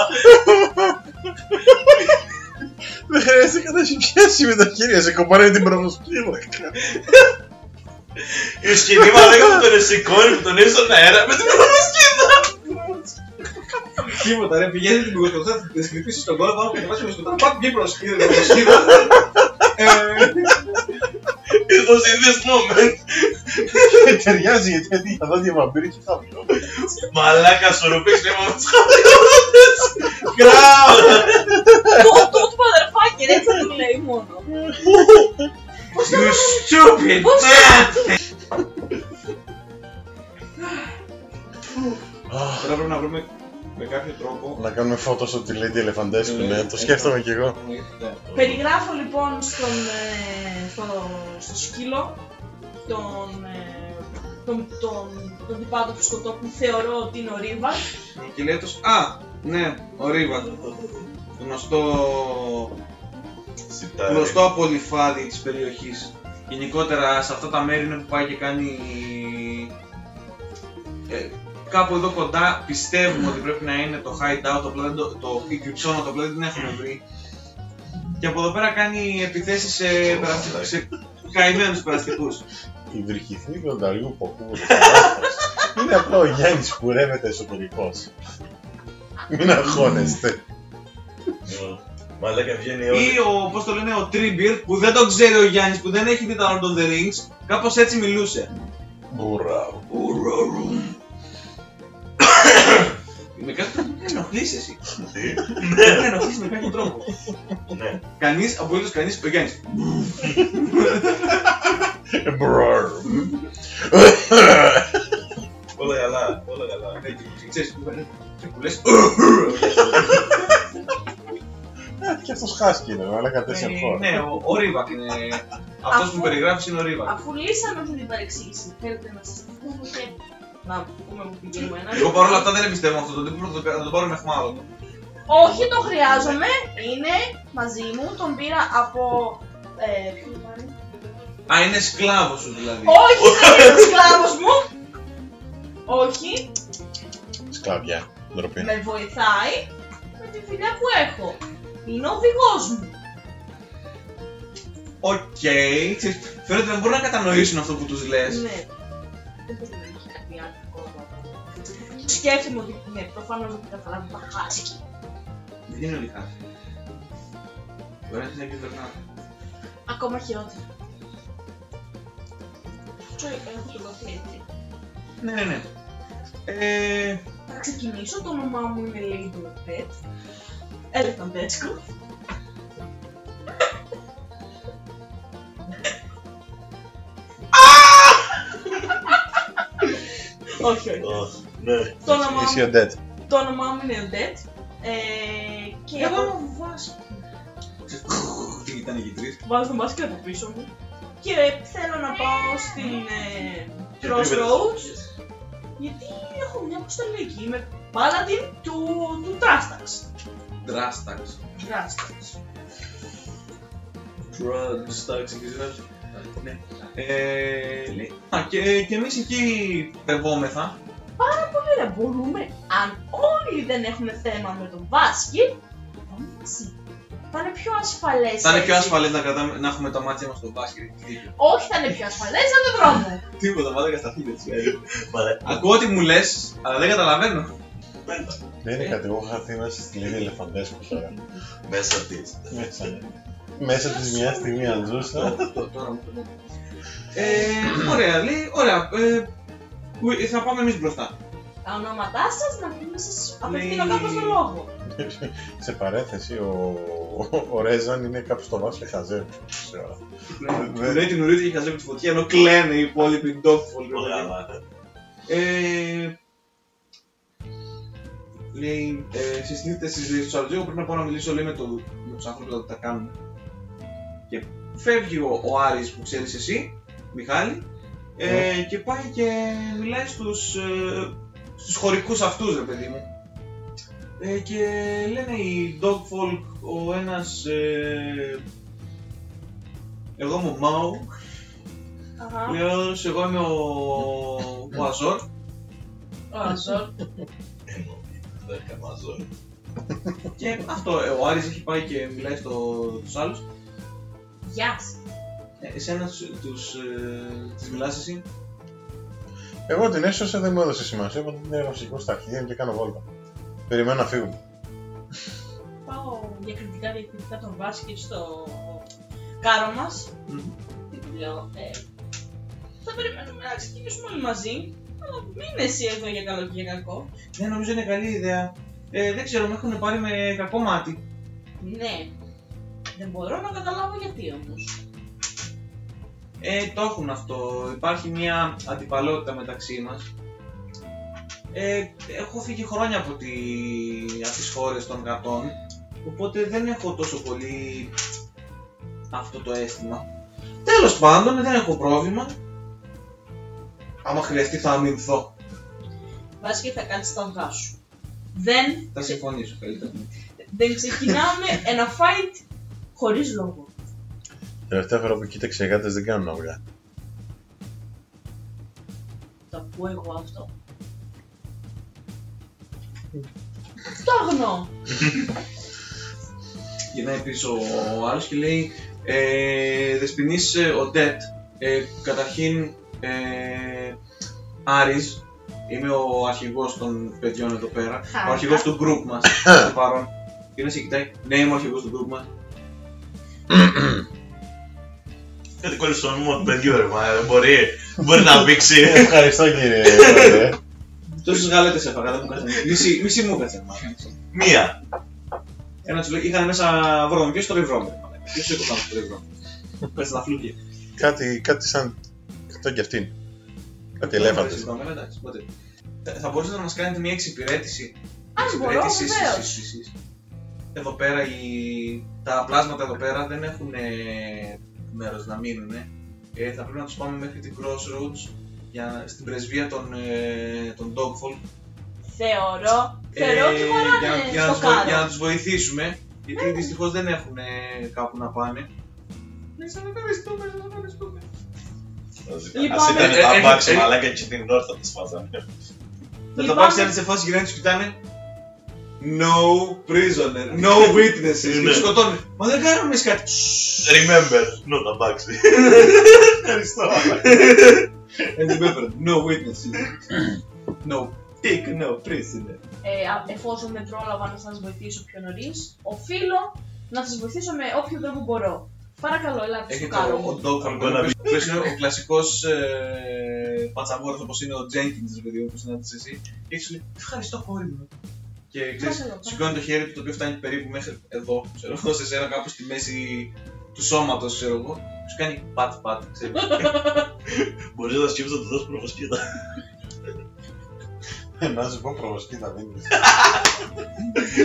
S6: Δεν χρειάζεται να έχει πιάσει με τα χέρια σε κομπάρει την προνοσκύλα.
S2: Η σκηνή μαλάκα που τον σηκώνει, που τον έχει στον αέρα με την
S3: Τίποτα ρε, πηγαίνει την πυκοτοθέα, θα τη κρυφίσει στον κόλπο, θα την βάζει στον πάτη, βγει προς κύριο, προς κύριο. Ε,
S2: It was in this moment.
S6: Ε, Ταιριάζει γιατί αντί για δόντια βαμπύρι και θα πιω.
S2: Μαλάκα σου ρουπίξ πνεύμα μας
S4: Του του του motherfucker, έτσι θα του λέει μόνο.
S2: You stupid
S4: Πώς
S2: man.
S3: Τώρα πρέπει να βρούμε με κάποιο τρόπο...
S6: Να κάνουμε φώτος στο τη Lady Elephantescu, ναι, το σκέφτομαι κι εγώ.
S3: Ναι.
S4: Περιγράφω λοιπόν στον, ε, στο, στο σκύλο τον, ε, τον, τον, τον τυπάτο του σκοτώ που θεωρώ ότι είναι ο Ρίβας.
S3: Ο Κιλέτος, α, ναι, ο Ρίβας, γνωστό γνωστό απολυφάδι της περιοχής. Γενικότερα σε αυτά τα μέρη είναι που πάει και κάνει... Ε, κάπου εδώ κοντά πιστεύουμε ότι πρέπει να είναι το hideout, απλά δεν το, το, η κρυψώνα, το απλά δεν την έχουμε βρει. Και από εδώ πέρα κάνει επιθέσεις σε, περαστι- σε καημένους περαστικούς.
S6: Η βρυχηθή κονταριού ποπού είναι απλά ο Γιάννης που ρεύεται εσωτερικός. Μην αγχώνεστε.
S2: Μαλάκα βγαίνει όλη.
S3: Ή ο, πώς το λένε, ο Τρίμπιρ που δεν τον ξέρει ο Γιάννης, που δεν έχει δει τα Lord of the Rings, κάπως έτσι μιλούσε.
S6: Μπουράου.
S3: Ουραρουμ. Με κάποιον δεν ενοχλείς εσύ. Ναι.
S2: Τι.
S3: Δεν πρέπει να αφήσει με κάποιο τρόπο.
S2: Ναι.
S3: Κανείς, απολύτως κανείς, ο Γιάννη.
S6: Μπουράου.
S2: Όλα καλά, όλα καλά.
S3: Ξέρει Ναι, που είναι. Και που λες.
S6: Ε, Και αυτός χάσκι είναι, αλλά κατέσσερ χώρα.
S3: Ναι, ο- ο Ρίβακ είναι. Αυτός που περιγράφεις είναι ο Ρίβακ.
S4: Αφού λύσαμε αυτή την παρεξήγηση, θέλετε να σας πούμε και να πούμε που πηγαίνουμε ένα.
S3: Εγώ παρόλα αυτά δεν εμπιστεύω αυτόν τον τύπο, θα το- θα τον πάρω με χμάλωτο.
S4: Όχι, το χρειάζομαι. Είναι μαζί μου. Τον πήρα από. Ε, ποιο ήταν?
S3: Α, είναι σκλάβος σου δηλαδή.
S4: Όχι, δεν είναι σκλάβος μου. Όχι,
S6: Σκλαβιά. Ντροπή.
S4: με βοηθάει με τη φιλιά που έχω. Είναι ο οδηγός μου.
S3: Οκ, ξέρεις, φαίνεται να μπορούν να κατανοήσουν αυτό που τους λες.
S4: Ναι. Δεν μπορεί να έχει κάτι άλλο ακόμα. Σκέφτομαι ότι ναι, προφανώς δεν καταλάβει τα χάσκι.
S3: Δεν είναι όλοι χάσει. Μπορεί να την εκπαιδευτεί.
S4: Ακόμα χειρότερα. Τσο, έχω το δοθεί έτσι.
S3: Ναι, ναι, ναι. Ε,
S4: Θα ξεκινήσω. Το όνομά μου είναι Lady Pet. Elephant Pet Όχι, όχι.
S2: Ω, Ναι.
S4: Το όνομά,
S6: Είσαι ο Ντέτ.
S4: το όνομά μου είναι Ντέτ. Ε, και
S8: Εγώ
S4: από-
S8: μου βάζω.
S3: τι ήταν οι τρεις.
S4: βάζω τον μπάσκετ από πίσω μου. Και θέλω να πάω στην ε,
S2: Και
S4: Crossroads. Γιατί έχω μια αποστολή με Paladin του, του Trastax.
S3: Δράσταξ.
S4: Trastax.
S3: drugs, τα ξεκινήσαμε. Ναι. Ε, λέει, α, και, και εμείς εκεί πευόμεθα.
S4: Ωραία, μπορούμε, αν όλοι δεν έχουν θέμα με τον Βάσκι, να πάμε μαζί. Θα είναι πιο ασφαλές.
S3: Θα είναι πιο
S4: έτσι.
S3: ασφαλές να, κρατάμε, να έχουμε τα μάτια μας στο μπάσκετ. Τι-
S4: Όχι, θα είναι πιο ασφαλές από τον δρόμο.
S3: Τίποτα, μάλλον στα χείλη έτσι.
S2: Μαλάκα.
S3: Ακούω ότι μου λες, αλλά δεν καταλαβαίνω.
S6: Δεν είναι κάτι, εγώ χαθεί μέσα στη Lady Elephantescu τώρα.
S2: Μέσα της.
S6: Μέσα. Μέσα της μια στιγμή αν ζούσα.
S3: Αυτό *laughs* τώρα μου το λέω. Ε, ωραία, λέει, ωραία. Ε, we- θα πάμε εμείς μπροστά.
S4: Τα ονόματά σας να πούμε σας απευθύνω
S3: Ναι.
S4: κάπως το λόγο.
S6: Σε παρέθεση, ο, ο Ρέζαν είναι κάπου στο βάσο και χαζεύει. σε όλα.
S3: Του Λέει την ουρίτσα και χαζεύει τη φωτιά, ενώ κλαίνε οι υπόλοιποι ντόφιφολοι.
S2: Όλα καλά.
S3: Ε, λέει, ε, συστήθητε στις δύο του Αριζέου, πρέπει να πάω να μιλήσω λέει, με, το, με τους ανθρώπους που τα κάνουν. Και φεύγει ο, ο Άρης που ξέρεις εσύ, Μιχάλη, Ε, και πάει και μιλάει στους, ε, στους χωρικούς αυτούς, ρε παιδί μου. Ε, και λένε οι Dogfolk, ο ένας... Ε, εγώ είμαι ο Μάου,
S4: Αχα.
S3: λέω εγώ είμαι ο, ο Αζόρ.
S4: Ο Αζόρ.
S2: Ε, ναι.
S9: Δέκα μαζό.
S3: Και αυτό, ε, ο Άρης έχει πάει και μιλάει στο, στους άλλους.
S4: Γεια σας.
S3: Ε, εσένα τους, τους, ε, τους μιλάς εσύ.
S6: Εγώ την έσωσα, δεν μου έδωσε σημασία, οπότε την έγραψα εγώ στα αρχεία μου και κάνω βόλτα. Περιμένω να φύγουμε.
S4: Πάω διακριτικά διακριτικά τον Βάσκετ στο κάρο μας.
S3: Μμμ.
S4: Και του λέω, ε, θα περιμένουμε να ξεκινήσουμε όλοι μαζί. Αλλά μείνε εσύ εδώ για καλό και για κακό.
S3: Ναι, νομίζω είναι καλή ιδέα. Ε, δεν ξέρω, με έχουν πάρει με κακό μάτι.
S4: Ναι. Δεν μπορώ να καταλάβω γιατί όμως.
S3: Ε, το έχουν αυτό. Υπάρχει μια αντιπαλότητα μεταξύ μας. Ε, έχω φύγει χρόνια από, τη, από τις χώρες των κρατών, οπότε δεν έχω τόσο πολύ αυτό το αίσθημα. Τέλος πάντων, δεν έχω πρόβλημα. Άμα χρειαστεί θα αμυνθώ.
S4: Βάσκετ θα κάνεις τα αυγά σου. Δεν,
S3: Θα συμφωνήσω καλύτερα.
S4: δεν ξεκινάμε ένα fight χωρίς λόγο.
S6: Τελευταία φορά που κοίταξε οι γάτες δεν κάνουν αυγά.
S4: Το ακούω εγώ αυτό. Το αγνώ.
S3: γυρνάει πίσω ο άλλος και λέει ε, «Δεσποινής, ε, ο Ντέτ, ε, καταρχήν ε, Άρης, είμαι ο αρχηγός των παιδιών εδώ πέρα, ο αρχηγός του group μας, στο παρόν. Γυρνάει και κοιτάει, ναι είμαι ο αρχηγός του group μας.
S2: Κάτι κολλησονόμο του παιδιού, ρε μα, δεν μπορεί. Μπορεί να πήξει.
S6: Ε, Ευχαριστώ κύριε. Πρόεδρε.
S3: Τόσες γαλέτες έφαγα, δεν μου κάτσε. Μισή, μισή μου κάτσε.
S2: Μία.
S3: Ένα του λέει, είχαν μέσα βρώμη, ποιος το λέει βρώμη. ρε μαλάκα, Ποιος το έκανε το λέει βρώμη. Πες τα φλούγια.
S6: κάτι, κάτι σαν. Αυτό κι αυτήν. Κάτι ελέφαντες.
S3: Εντάξει, πάμε, εντάξει, οπότε. Θα- Θα μπορούσατε να μας κάνετε μια εξυπηρέτηση.
S4: Αν μπορώ,
S3: Εξυπηρέτηση, εσείς,
S4: βεβαίως.
S3: εσείς, εσείς. Εδώ πέρα οι... τα πλάσματα εδώ πέρα δεν έχουν ε, μέρος να μείνουν. Ε, θα πρέπει να τους πάμε μέχρι την Crossroads για, στην πρεσβεία των, ε, των Dogfolk. Ε,
S4: Θεωρώ. Θεωρώ ότι
S3: για, να- για, να
S4: χωράνε στο Ναι.
S3: τους βο- για
S4: κάρο.
S3: να τους βοηθήσουμε. Γιατί δυστυχώς δεν έχουν ε, κάπου να πάνε. Ναι, σας ευχαριστούμε, σας ευχαριστούμε.
S2: Ας ήταν
S3: ε, ε,
S2: τα μπάξε,
S3: ε,
S2: μαλάκα και την ώρα θα τη φάζανε.
S3: Θα τα
S4: Λυπάμαι.
S3: πάρει σε σε φάση γυρνάει και τους κοιτάνε. No prisoner, no witnesses. και
S2: Ναι.
S3: τους σκοτώνουν. Μα δεν κάνουμε εμείς κάτι.
S2: Remember, no τα μπάξε. Ευχαριστώ.
S3: And remember, no witnesses. No pig, no prisoner.
S4: Ε, α- εφόσον με πρόλαβα να σα βοηθήσω πιο νωρί, οφείλω να σα βοηθήσω με όποιο τρόπο μπορώ. Παρακαλώ, ελάτε στο
S3: Έχει
S4: κάρο.
S3: το
S4: μου.
S3: Dog
S2: gonna be-
S3: που είναι ο κλασικό πατσαβόρο όπω είναι ο Jenkins, ρε παιδί μου, που συνάντησε εσύ. Και σου λέει, Ευχαριστώ, κόρη μου. Και ξέρει,
S4: Παρακαλώ,
S3: σηκώνει το χέρι του το οποίο φτάνει περίπου μέχρι εδώ, ξέρω εγώ, σε σένα κάπου στη μέση του σώματος, ξέρω εγώ. Σου κάνει πατ-πατ, ξέρεις.
S2: Μπορείς να σκύψεις να του δώσεις προφοσκήτα.
S6: Να σου πω προβοσκήτα δίνει.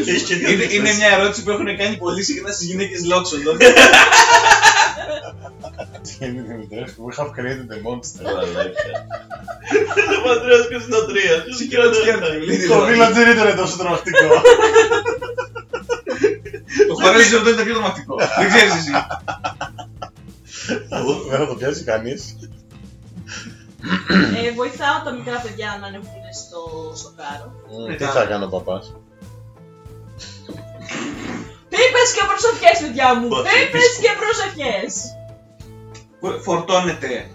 S2: Έχει και
S3: Είναι,
S2: δύο
S3: είναι μια ερώτηση που έχουν κάνει πολύ συχνά στις γυναίκες Λόξοντον.
S6: Είναι Δημητρέσκου. We have created the monster.
S2: Ο Ανδρέας και στα τρία. Ποιος χειρότερα.
S3: δηλαδή,
S6: Το villager δεν ήταν τόσο τρομακτικό.
S3: Το χωρίζει αυτό είναι το πιο δραματικό. Δεν ξέρεις εσύ.
S6: Δεν θα το πιάσει κανείς.
S4: Ε, βοηθάω τα μικρά παιδιά να ανεβούν στο, στο κάρο.
S6: Τι θα κάνω, παπά.
S4: Πίπες και προσοχές, παιδιά μου!
S2: Μπα,
S4: Πίπες και προσοχές!
S3: Φορτώνεται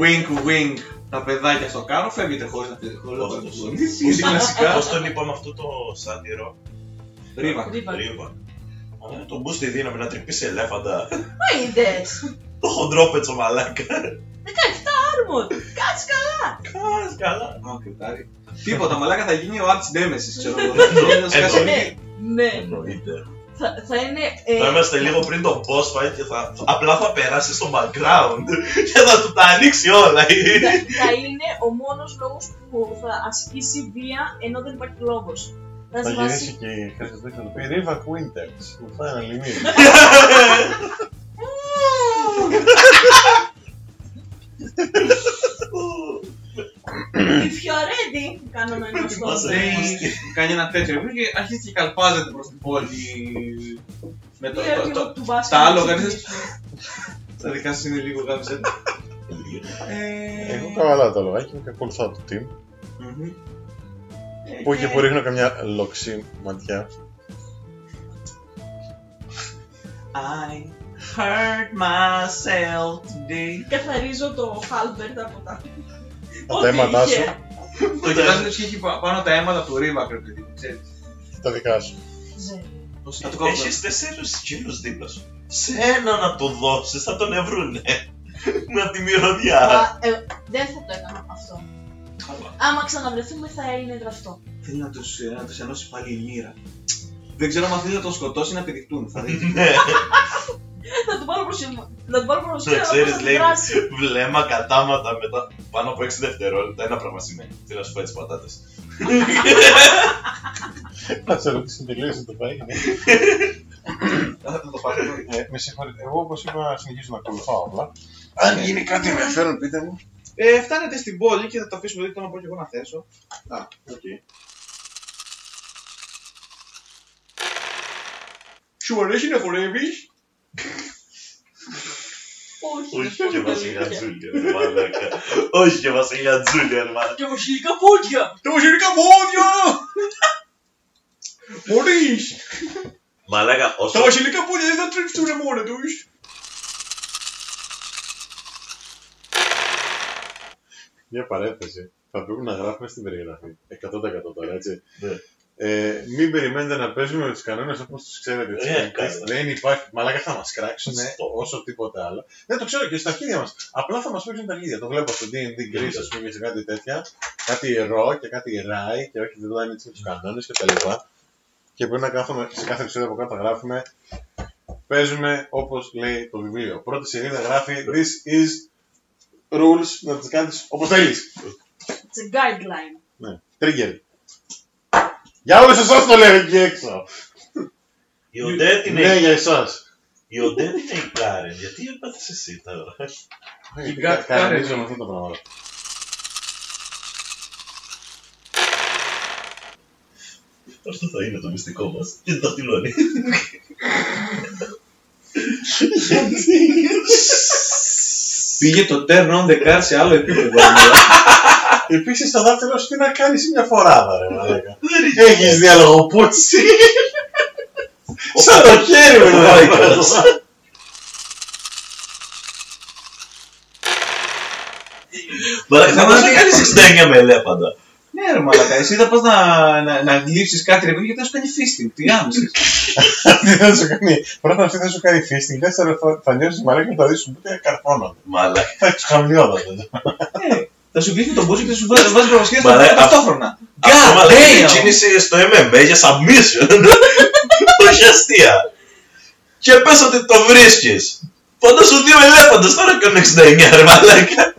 S3: wink wink τα παιδάκια στο κάρο, φεύγετε χωρίς να φύγετε. Χωρίς να
S2: Πώς το
S3: φύγετε.
S2: σου.
S3: Είναι κλασικά.
S2: Πώς τον είπαμε αυτό το σάντιρο.
S3: Ρίβα.
S2: Ρίβα. Α, Τον μπούς τη δύναμη να τρυπήσει ελέφαντα.
S4: Μα είδες!
S2: Το χοντρόπετσο μαλάκα.
S4: 17 άρμον! Κάτσε καλά!
S2: Κάς, καλά.
S3: Α, κρυτάρι. Τίποτα, μαλάκα θα γίνει ο Arch Nemesis, ξέρω εγώ. Να σου
S2: Εδώ.
S3: κάνει-
S4: Ναι,
S3: Ε,
S4: ναι.
S2: Εννοείται.
S4: Θα, θα είναι. ε,
S2: Θα είμαστε λίγο πριν το boss fight και θα, απλά θα περάσει στο background *laughs* και θα του τα ανοίξει όλα.
S4: θα, θα είναι ο μόνος λόγος που θα ασκήσει βία ενώ δεν υπάρχει λόγος. Θα
S6: Θα
S4: σε βάσει.
S6: γυρίσει και η Χρυσή θα του πει Riva Quinters. Που θα είναι λιμίρι.
S2: Ο
S4: Ε!
S2: *laughs*
S4: κάναμε ένα στο
S3: κάνει ένα τέτοιο ρεβού και αρχίζει και καλπάζεται προς την πόλη. Με το,
S4: ε,
S3: το, το,
S4: του
S3: τα
S4: μπάσκετ.
S3: άλλο
S4: να
S3: κάνεις-
S4: συνεχίσουμε.
S3: τα δικά σου είναι λίγο γάμισε.
S4: Ε,
S6: Εγώ καβαλάω το λογάκι μου και ακολουθάω το team. Που εκεί που ρίχνω καμιά λοξή ματιά.
S3: I hurt myself today.
S4: Καθαρίζω το Χάλμπερτ από τα.
S6: Από τα
S4: ό,τι
S6: αίματά
S4: είχε.
S6: σου,
S3: Το κοιτάζω και έχει πα- πάνω τα αίματα του Ρίβα, ρε παιδί μου, ξέρεις.
S6: τα δικά σου.
S4: Ζε.
S3: Να του κόψω.
S2: Έχεις τέσσερου σκύλου δίπλα σου. Σε ένα να το δώσεις, θα τον *laughs* ευρούνε. Με τη μυρωδιά.
S4: Α, ε, Δεν θα το έκανα αυτό.
S2: Καλά.
S4: Άμα ξαναβρεθούμε θα έγινε γραφτό.
S3: Θέλει να τους, ε, να τους ενώσει πάλι η μοίρα. Δεν ξέρω αν θέλει να τον σκοτώσει ή να πηδηχτούν. Θα δείτε.
S6: *laughs*
S2: Ναι,
S4: Θα του πάρω προσεκτικά. Να του πάρω προσεκτικά.
S2: Να
S4: Να
S2: Ναι, ξέρεις,
S4: ξέρει,
S2: λέει.
S4: λέει. Δράση.
S2: βλέμμα κατάματα μετά πάνω από 6 δευτερόλεπτα. Ένα πράγμα σημαίνει. Τι να σου φάει τις πατάτες.
S6: Να σε ρωτήσει τελείωσε το φάγημα.
S3: Θα το πάρει.
S6: Ε, με συγχωρείτε, εγώ όπως είπα να συνεχίσω να ακολουθάω απλά. Αν γίνει κάτι ενδιαφέρον, πείτε μου.
S3: Ε, φτάνετε στην πόλη και θα το αφήσουμε δείτε να πω και εγώ να θέσω.
S6: Α, οκ.
S3: Σου αρέσει να χορεύεις.
S4: Όχι.
S2: Όχι
S4: να
S2: και
S4: πούμε τα αλήθεια.
S2: Βασιλιά Τζούλιαν, μαλάκα. Όχι και Βασιλιά Τζούλιαν, μαλάκα.
S4: Και βασιλικά πόδια.
S3: Τα βασιλικά
S6: *laughs*
S3: πόδια! Μπορείς!
S2: Μαλάκα, όσο.
S3: Τα βασιλικά πόδια δεν θα τρέψουν μόνα τους.
S6: Μια παρένθεση. Θα πρέπει να γράφουμε στην περιγραφή. 100% τώρα, έτσι.
S2: Ναι.
S6: Ε, μην περιμένετε να παίζουμε με τους κανόνες όπως τους ξέρετε. τους
S2: Ε,
S6: παίκτες.
S2: καλά.
S6: Δεν υπάρχει. Μαλάκα θα μας κράξουν
S2: Στο.
S6: όσο τίποτε άλλο. Δεν το ξέρω και στα αρχίδια μας. Απλά θα μας παίξουν τα αρχίδια. Το βλέπω στο DD Greece, ας πούμε, και σε κάτι τέτοια. Κάτι ρο και κάτι ράι και όχι δεν δάνε έτσι τους κανόνες κτλ. Και πρέπει να κάθομαι σε κάθε επεισόδιο από κάτω να γράφουμε. Παίζουμε όπως λέει το βιβλίο. Πρώτη σελίδα γράφει This is rules να τις κάνεις όπως θέλεις.
S4: It's a guideline.
S6: Ναι. Trigger. Για όλους εσάς το λέω εκεί έξω.
S2: Η Οντέτ
S6: Ναι,
S2: είναι
S6: για εσάς.
S2: η Οντέτ είναι η Κάρεν. Γιατί έπαθες εσύ τώρα.
S6: Γιατί
S3: Κα-
S6: κα- Κανονίζω
S3: κάνε.
S6: με αυτό το πράγμα.
S2: Αυτό θα είναι το μυστικό μας. Και το τυλώνει.
S3: Πήγε το turn on the car σε άλλο επίπεδο.
S6: Επίσης το δεύτερο σου τι να κάνεις μια φορά, βα, ρε μαλάκα. Έχεις διάλογο πούτσι. Σαν το χέρι με το
S2: Βάικας. Μαλάκα, θα μπορούσε να κάνει 69 με ελέφαντα.
S3: Ναι, ρε μαλακά, εσύ θα πας να, να, να γλύψεις κάτι ρε παιδί γιατί θα σου κάνει φίστη. Τι άμεσες.
S6: Θα σου κάνει. Πρώτα αυτή θα σου κάνει φίστη. Δεύτερο θα- θα νιώσεις μαλάκα και θα δεις σου πούτε καρφώνω.
S2: Μαλάκα.
S6: Θα έχεις χαμηλιότατο.
S3: θα σου κλείσει τον μπούσο και θα σου βάζει βάζει προβασκές
S2: Μα, ρε,
S3: ταυτόχρονα.
S2: Αυτό
S3: God
S2: μαλάκα
S6: oh.
S2: είναι η
S3: damn!
S2: κίνηση στο MMA για submission. Όχι αστεία. Και πες ότι το βρίσκεις. Φαντάσου δύο ελέφαντες τώρα κάνουν 69 ρε μαλάκα.